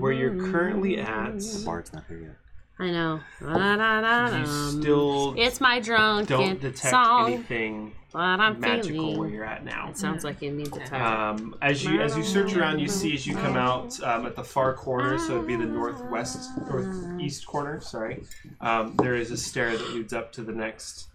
Speaker 2: where you're currently at,
Speaker 1: Bard's not here yet.
Speaker 3: I know. Da-da-da-dum.
Speaker 2: you still
Speaker 3: It's my drunk
Speaker 2: don't detect
Speaker 3: song,
Speaker 2: anything
Speaker 3: but I'm
Speaker 2: magical
Speaker 3: feeling.
Speaker 2: where you're at now.
Speaker 3: Sounds like you need to talk.
Speaker 2: Um, as you as you search around, you see as you come out um, at the far corner, so it'd be the northwest northeast corner. Sorry, um, there is a stair that leads up to the next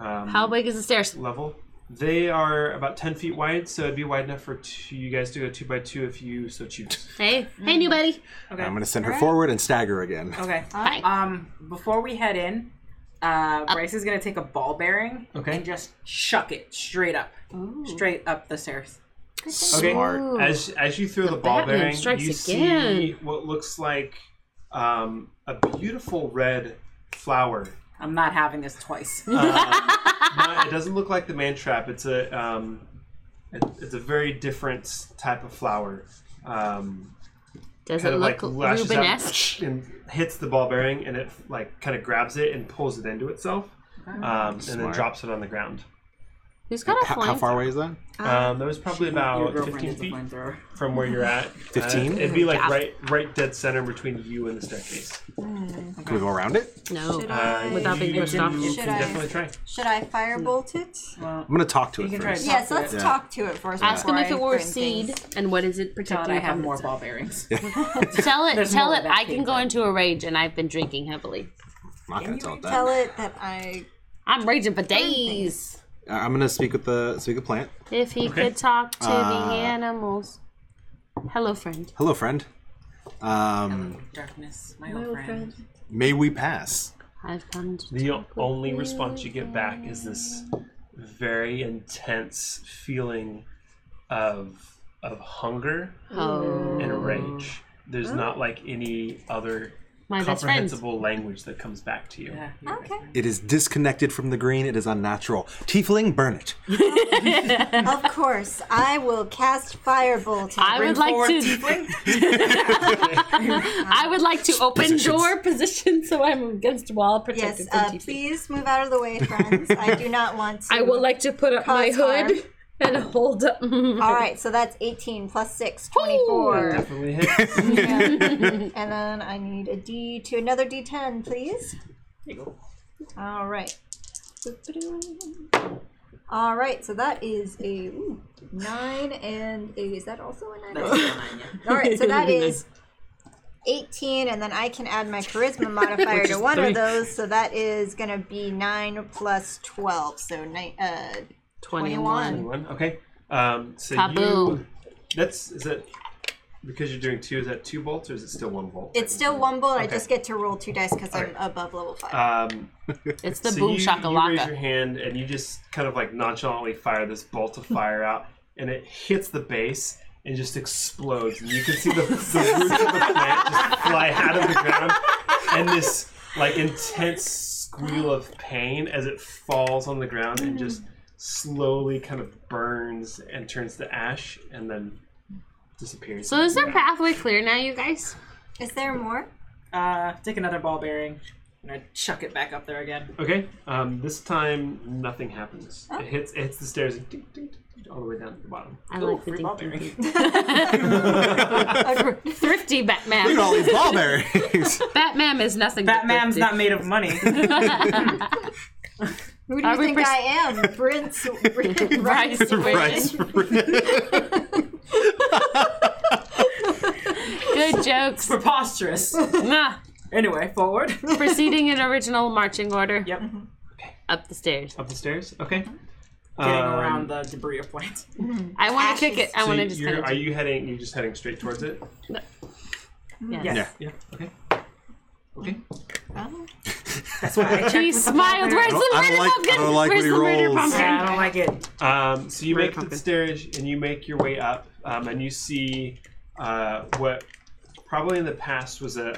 Speaker 2: um,
Speaker 3: How big is the stairs?
Speaker 2: level. They are about ten feet wide, so it'd be wide enough for two, you guys to go two by two if you
Speaker 3: *laughs*
Speaker 2: so choose.
Speaker 3: Hey, hey, new buddy.
Speaker 4: Okay.
Speaker 1: I'm gonna send her forward and stagger *laughs* again.
Speaker 4: Okay.
Speaker 3: Hi.
Speaker 4: Um, before we head in, uh, Bryce is gonna take a ball bearing
Speaker 2: Okay.
Speaker 4: and just shuck it straight up, straight up the stairs.
Speaker 2: Okay.
Speaker 1: Smart.
Speaker 2: As as you throw the, ball
Speaker 3: Batman
Speaker 2: bearing,
Speaker 3: strikes
Speaker 2: you see
Speaker 3: again.
Speaker 2: what looks like um, a beautiful red flower.
Speaker 4: I'm not having
Speaker 2: *laughs*
Speaker 4: this twice.
Speaker 2: No, it doesn't look like the man trap. It's a um, it, it's a very different type of flower. Um,
Speaker 3: Does it
Speaker 2: kind of
Speaker 3: look
Speaker 2: like lashes out
Speaker 3: Rubenesque?
Speaker 2: and hits the ball bearing, and it like kind of grabs it and pulls it into itself, um, and then
Speaker 1: Smart.
Speaker 2: drops it on the ground.
Speaker 3: Who's got a
Speaker 1: How, how
Speaker 3: flame?
Speaker 1: far away is that?
Speaker 2: Um, that was probably
Speaker 4: Your
Speaker 2: about
Speaker 4: girlfriend
Speaker 2: 15
Speaker 4: is a
Speaker 2: feet
Speaker 4: flamethrower.
Speaker 2: from where
Speaker 3: *laughs*
Speaker 2: you're at.
Speaker 1: 15?
Speaker 2: Uh, it'd be like right, right dead center between you and the staircase.
Speaker 1: Can we go around it?
Speaker 3: No.
Speaker 5: Should
Speaker 2: Uh,
Speaker 5: I?
Speaker 3: Without being
Speaker 2: you
Speaker 3: pushed off.
Speaker 2: can
Speaker 5: Should I-
Speaker 2: definitely try.
Speaker 5: Should I firebolt it?
Speaker 4: Well,
Speaker 1: I'm gonna talk to
Speaker 4: You
Speaker 1: it
Speaker 4: can try
Speaker 1: first.
Speaker 4: it.
Speaker 5: Yes, let's
Speaker 1: Yeah.
Speaker 5: talk to it first.
Speaker 3: Ask him
Speaker 5: before
Speaker 3: if it
Speaker 5: I
Speaker 3: were
Speaker 5: burn
Speaker 3: seed
Speaker 5: things.
Speaker 3: and what is it
Speaker 4: tell it
Speaker 3: protecting
Speaker 4: I
Speaker 3: you
Speaker 4: have
Speaker 3: from?
Speaker 4: more ball bearings.
Speaker 3: Tell it,
Speaker 4: There's
Speaker 3: tell
Speaker 4: more
Speaker 3: it.
Speaker 4: where that
Speaker 3: I can
Speaker 4: came
Speaker 3: go into a rage, and I've been drinking heavily.
Speaker 1: I'm not gonna tell it that.
Speaker 5: Tell it that I.
Speaker 3: I'm raging for days.
Speaker 1: I- I'm gonna speak with the speak with plant.
Speaker 3: If he could talk to
Speaker 4: Uh,
Speaker 3: the animals. Hello, friend.
Speaker 1: Hello, friend. Um,
Speaker 4: Darkness, my old friend.
Speaker 1: may we pass?
Speaker 3: I've come to.
Speaker 2: The o- only response you get back is this very intense feeling of of hunger
Speaker 3: Oh,
Speaker 2: and rage. There's not like any other
Speaker 3: my best friend.
Speaker 2: comprehensible language that comes back to you.
Speaker 4: Yeah, you're
Speaker 5: Okay.
Speaker 1: It is disconnected from the green. It is unnatural. Tiefling, burn
Speaker 4: *laughs*
Speaker 1: it.
Speaker 5: *laughs* Of course, I will cast firebolt.
Speaker 3: I would like
Speaker 4: forward
Speaker 3: to. *laughs* I would like to open
Speaker 1: Positions.
Speaker 3: door *laughs* position so I'm against a wall, protected
Speaker 5: *laughs* Yes,
Speaker 3: from
Speaker 5: uh,
Speaker 3: TP.
Speaker 5: please move out of the way, friends. I do not want to.
Speaker 3: *laughs* I would like to put up my
Speaker 5: Cause harm.
Speaker 3: hood *laughs* and hold up.
Speaker 5: All right, so that's 18 plus 6, 24.
Speaker 3: *laughs*
Speaker 2: Definitely hits.
Speaker 5: And then I need a D to another D10, please. All right. All right, so that is a ooh, nine and a, is that also a nine?
Speaker 4: *laughs*
Speaker 5: All right, so that is 18, and then I can add my charisma modifier to
Speaker 2: is
Speaker 5: one
Speaker 2: three.
Speaker 5: of those, so that is going to be 9 plus 12, so nine, uh,
Speaker 3: 21.
Speaker 2: One, Okay. Um, so
Speaker 3: Taboo.
Speaker 2: you. That's is that because you're doing two? Is that two bolts or is it still one bolt?
Speaker 5: It's still one bolt, I
Speaker 2: Okay.
Speaker 5: just get to roll two dice because I'm
Speaker 2: Alright.
Speaker 5: above level 5.
Speaker 2: Um,
Speaker 3: It's the
Speaker 2: so
Speaker 3: boom
Speaker 2: you, you raise your
Speaker 3: shakalaka.
Speaker 2: hand and you just kind of like nonchalantly fire this bolt of fire out, and it hits the base and just explodes, and you can see the, the roots of the plant just fly out of the ground, and this like intense squeal of pain as it falls on the ground and just slowly kind of burns and turns to ash, and then disappears.
Speaker 3: So is their pathway clear now, you guys?
Speaker 5: Is there more?
Speaker 4: Uh, take another ball bearing and I chuck it back up there again.
Speaker 2: Okay. Um, this time nothing happens. It hits it hits the stairs and ding, ding, ding, ding, all the way down to the bottom.
Speaker 3: I
Speaker 4: Ooh,
Speaker 3: like the
Speaker 4: free
Speaker 3: ding,
Speaker 4: ball
Speaker 3: ding,
Speaker 4: bearing.
Speaker 3: ding. *laughs* Thrifty
Speaker 1: Look at
Speaker 3: Batman.
Speaker 1: all these ball bearings.
Speaker 4: *laughs*
Speaker 3: Batman is nothing. but
Speaker 4: Batman's
Speaker 3: thrifty.
Speaker 4: not made of
Speaker 2: *laughs*
Speaker 4: money. *laughs*
Speaker 5: Who do
Speaker 3: Are
Speaker 5: you
Speaker 3: we
Speaker 5: think
Speaker 3: pers-
Speaker 5: I
Speaker 3: *laughs*
Speaker 5: am? Prince
Speaker 3: Rice
Speaker 5: Rice.
Speaker 3: Whitman.
Speaker 1: Rice.
Speaker 4: *laughs*
Speaker 3: Good jokes.
Speaker 2: *laughs*
Speaker 4: *laughs* Preposterous.
Speaker 3: nah.
Speaker 4: Anyway, forward. *laughs*
Speaker 3: Proceeding in original marching order.
Speaker 4: Yep.
Speaker 3: Up the stairs.
Speaker 2: Up the stairs. Okay. Getting
Speaker 4: Getting
Speaker 2: Um,
Speaker 4: around the debris of plant.
Speaker 3: I want to kick it. I
Speaker 2: So
Speaker 3: want to
Speaker 2: you-
Speaker 3: just
Speaker 2: you're-
Speaker 3: kind of.
Speaker 2: are you heading? You're just heading straight towards it.
Speaker 4: Yes.
Speaker 2: *laughs*
Speaker 1: Yeah.
Speaker 2: Yeah. Okay. Okay.
Speaker 4: That's why I checked
Speaker 3: He
Speaker 4: with the ball
Speaker 3: smiled.
Speaker 4: bearing.
Speaker 3: Where's the
Speaker 1: I don't
Speaker 3: murder
Speaker 1: like- I
Speaker 3: pumpkin?
Speaker 1: don't like
Speaker 3: Where's
Speaker 1: when
Speaker 3: the
Speaker 1: he
Speaker 3: murder
Speaker 1: rolls.
Speaker 4: Yeah,
Speaker 3: pumpkin?
Speaker 4: I don't like it.
Speaker 2: Um, so you
Speaker 3: Very
Speaker 2: make it to the
Speaker 3: confident.
Speaker 2: stairs and you make your way up, um, and you see uh, what probably in the past was a,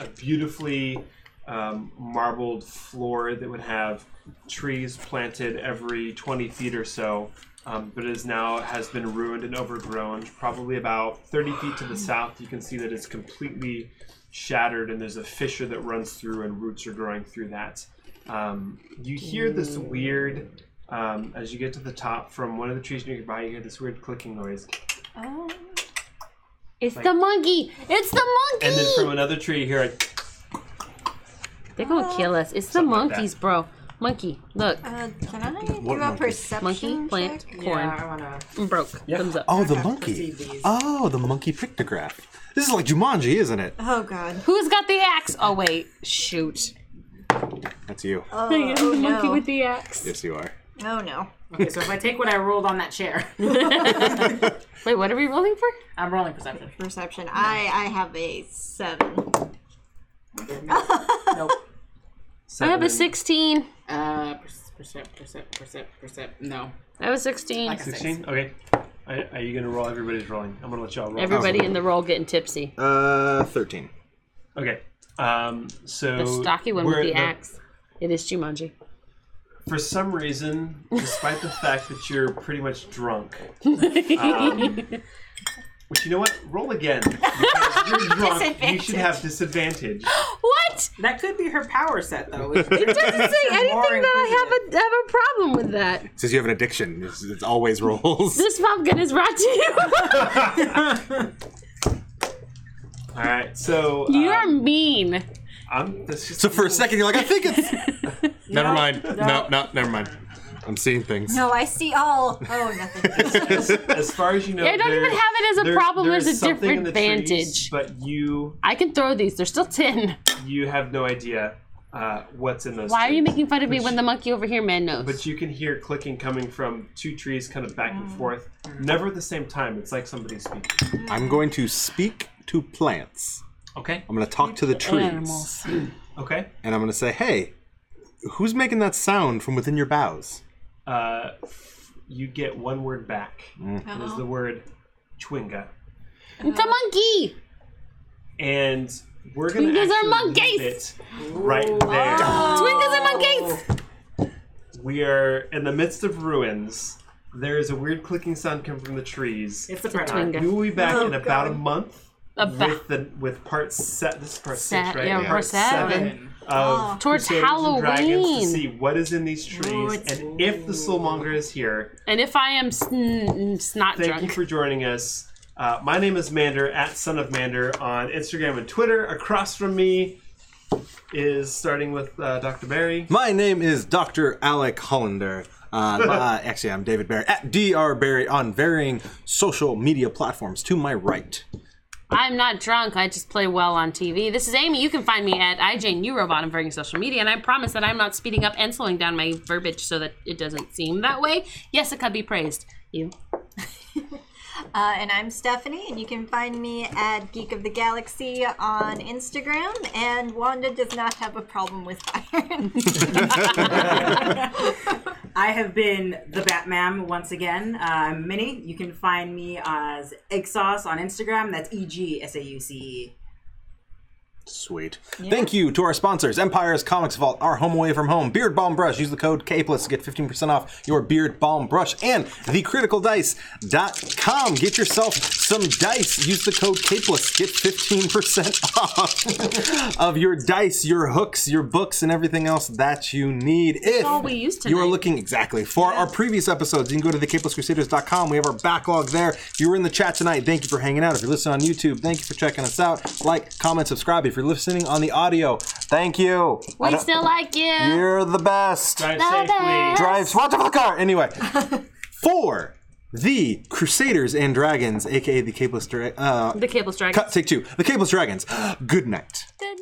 Speaker 2: a, a beautifully um, marbled floor that would have trees planted every 20 feet or so, um, but is now has been ruined and overgrown. Probably about 30 feet to the south, you can see that it's completely shattered, and there's a fissure that runs through, and roots are growing through that. Um, you hear this weird, um, as you get to the top from one of the trees nearby, you hear this weird clicking noise.
Speaker 3: It's the monkey. It's the monkey.
Speaker 2: And then from another tree, you hear a
Speaker 3: They're gonna kill us. It's the
Speaker 2: Something like
Speaker 3: monkeys, bro. Monkey, look,
Speaker 5: Uh, can I do
Speaker 1: What
Speaker 5: a
Speaker 1: monkey?
Speaker 5: perception
Speaker 3: monkey, plant,
Speaker 5: check?
Speaker 3: corn.
Speaker 4: Yeah, I wanna.
Speaker 3: I'm broke. Thumbs up.
Speaker 1: Oh, the monkey. Oh, the monkey pictograph. This is like Jumanji, isn't it?
Speaker 5: Oh god.
Speaker 3: Who's got the axe? Oh wait, shoot.
Speaker 1: That's you.
Speaker 5: Oh, oh no.
Speaker 3: the axe.
Speaker 1: Yes, you are.
Speaker 5: Oh no.
Speaker 4: Okay, so if I take what I rolled on
Speaker 3: *laughs*
Speaker 4: that chair,
Speaker 3: Wait, what are we rolling for?
Speaker 4: I'm rolling perception.
Speaker 5: Perception. I I have a seven.
Speaker 4: Nope.
Speaker 3: I have
Speaker 2: seven-
Speaker 3: a 16.
Speaker 4: Uh, percep, percep, percep, percep. No.
Speaker 3: I have a 16.
Speaker 4: a
Speaker 2: 16? Okay. Are, are you going to roll? Everybody's rolling. I'm going to let y'all roll.
Speaker 3: Everybody in the roll getting tipsy.
Speaker 1: *laughs* Uh, thirteen.
Speaker 2: Okay. Um, so
Speaker 3: The stocky one with
Speaker 2: we're-
Speaker 3: the axe. It is Jumanji.
Speaker 2: For some
Speaker 3: *laughs*
Speaker 2: reason, despite the fact that you're pretty much drunk, um, Which you know what? Roll again. Because you're
Speaker 3: *laughs*
Speaker 2: drunk. You should have disadvantage. *laughs*
Speaker 3: What?
Speaker 4: That could be her power set, though. which-
Speaker 3: It doesn't say
Speaker 4: You're more
Speaker 3: anything that I have a, have a problem with that.
Speaker 1: Says you have an addiction. It's, it's always rolls.
Speaker 3: This pumpkin is brought to you.
Speaker 2: All right. So
Speaker 3: *laughs* you
Speaker 2: um,
Speaker 3: are mean.
Speaker 2: I'm, that's just
Speaker 1: So for a second, you're like, I think it's. never
Speaker 4: No,
Speaker 1: mind. No. no,
Speaker 4: no.
Speaker 1: never mind. I'm seeing things.
Speaker 5: No, I see all. Oh, nothing. *laughs*
Speaker 2: as far as you know,
Speaker 3: I don't
Speaker 2: there-
Speaker 3: even have it as a
Speaker 2: there-
Speaker 3: problem,
Speaker 2: there
Speaker 3: there's
Speaker 2: is
Speaker 3: a
Speaker 2: something in
Speaker 3: different
Speaker 2: the trees,
Speaker 3: vantage.
Speaker 2: but you
Speaker 3: I can throw these. They're still tin.
Speaker 2: you have no idea uh, what's in those.
Speaker 3: Why are you
Speaker 2: trees.
Speaker 3: making fun of me when the monkey over here man knows?
Speaker 2: But you can hear clicking coming from two trees, kind of back and forth, never at the same time. It's like somebody
Speaker 1: *laughs*
Speaker 2: speaking.
Speaker 1: I'm going to speak to plants.
Speaker 2: Okay.
Speaker 1: I'm going to talk to the trees.
Speaker 3: Animals.
Speaker 2: Okay.
Speaker 1: And I'm going to say, hey, who's making that sound from within your boughs?
Speaker 2: Uh, you get one word back. It is the word Twinga,
Speaker 3: It's a monkey.
Speaker 2: and we're gonna
Speaker 3: Twingas are
Speaker 2: actually
Speaker 3: monkeys!
Speaker 2: leave it right there.
Speaker 3: Twingas and
Speaker 2: Oh.
Speaker 3: monkeys.
Speaker 2: We are in the midst of ruins. There is a weird clicking sound coming from the trees.
Speaker 4: It's a predator.
Speaker 3: twinga.
Speaker 2: We will be back
Speaker 3: Oh,
Speaker 2: in about a month
Speaker 3: About-
Speaker 2: with the with part set. This is part
Speaker 3: Set,
Speaker 2: six, right?
Speaker 3: yeah, we're
Speaker 2: part
Speaker 3: seven.
Speaker 2: of
Speaker 3: Towards
Speaker 2: Crusaders and Dragons to
Speaker 3: Halloween. Oh,
Speaker 2: see what is in these trees and if the soulmonger is here.
Speaker 3: And if I am sn- snot
Speaker 2: Thank you
Speaker 3: drunk,
Speaker 2: for joining us. Uh, my name is Mander at Son of Mander on Instagram and Twitter. Across from me is starting with uh, Dr. Barry.
Speaker 1: My name is Dr. Alec Hollander. Uh, *laughs* uh, actually, I'm David Barry at Dr. Barry on varying social media platforms. To my right,
Speaker 3: I'm not drunk. I just play well on TV. This is Amy. You can find me at IJNewRobot on varying social media, and I promise that I'm not speeding up and slowing down my verbiage so that it doesn't seem that way. Jessica, be praised. You.
Speaker 5: Uh, and I'm Stephanie, and you can find me at Geek of the Galaxy on Instagram. And Wanda does not have a problem with *laughs* fire.
Speaker 4: I have been the Batman once again. Uh, Minnie, you can find me as Exauce on Instagram. That's E G S A U C E.
Speaker 1: Sweet. Thank you to our sponsors, Empire's Comics Vault, our home away from home, Beard Balm Brush. Use the code K plus to get 15% off your beard balm brush and thecriticaldice.com. Get yourself some dice. Use the code K plus to get 15% *laughs* off of your dice, your hooks, your books, and everything else that you need. If
Speaker 3: all we use
Speaker 1: you are
Speaker 3: tonight.
Speaker 1: looking exactly for our previous episodes, you can go to thekpluscrusaders.com. We have our backlog there. If you were in the chat tonight, thank you for hanging out. If you're listening on YouTube, thank you for checking us out. Like, comment, subscribe. If you're listening on the audio, thank you. I
Speaker 3: We
Speaker 1: don't-
Speaker 3: still like you.
Speaker 1: you're the best.
Speaker 2: Drive
Speaker 3: Love
Speaker 2: safely.
Speaker 3: it.
Speaker 1: Drives. Watch out for the car.
Speaker 3: *laughs*
Speaker 1: Anyway, for the Crusaders and Dragons, aka the Capeless Dra- uh,
Speaker 3: The cable strike.
Speaker 1: Cut, take two. The Capeless Dragons. *gasps* Good night.
Speaker 3: Good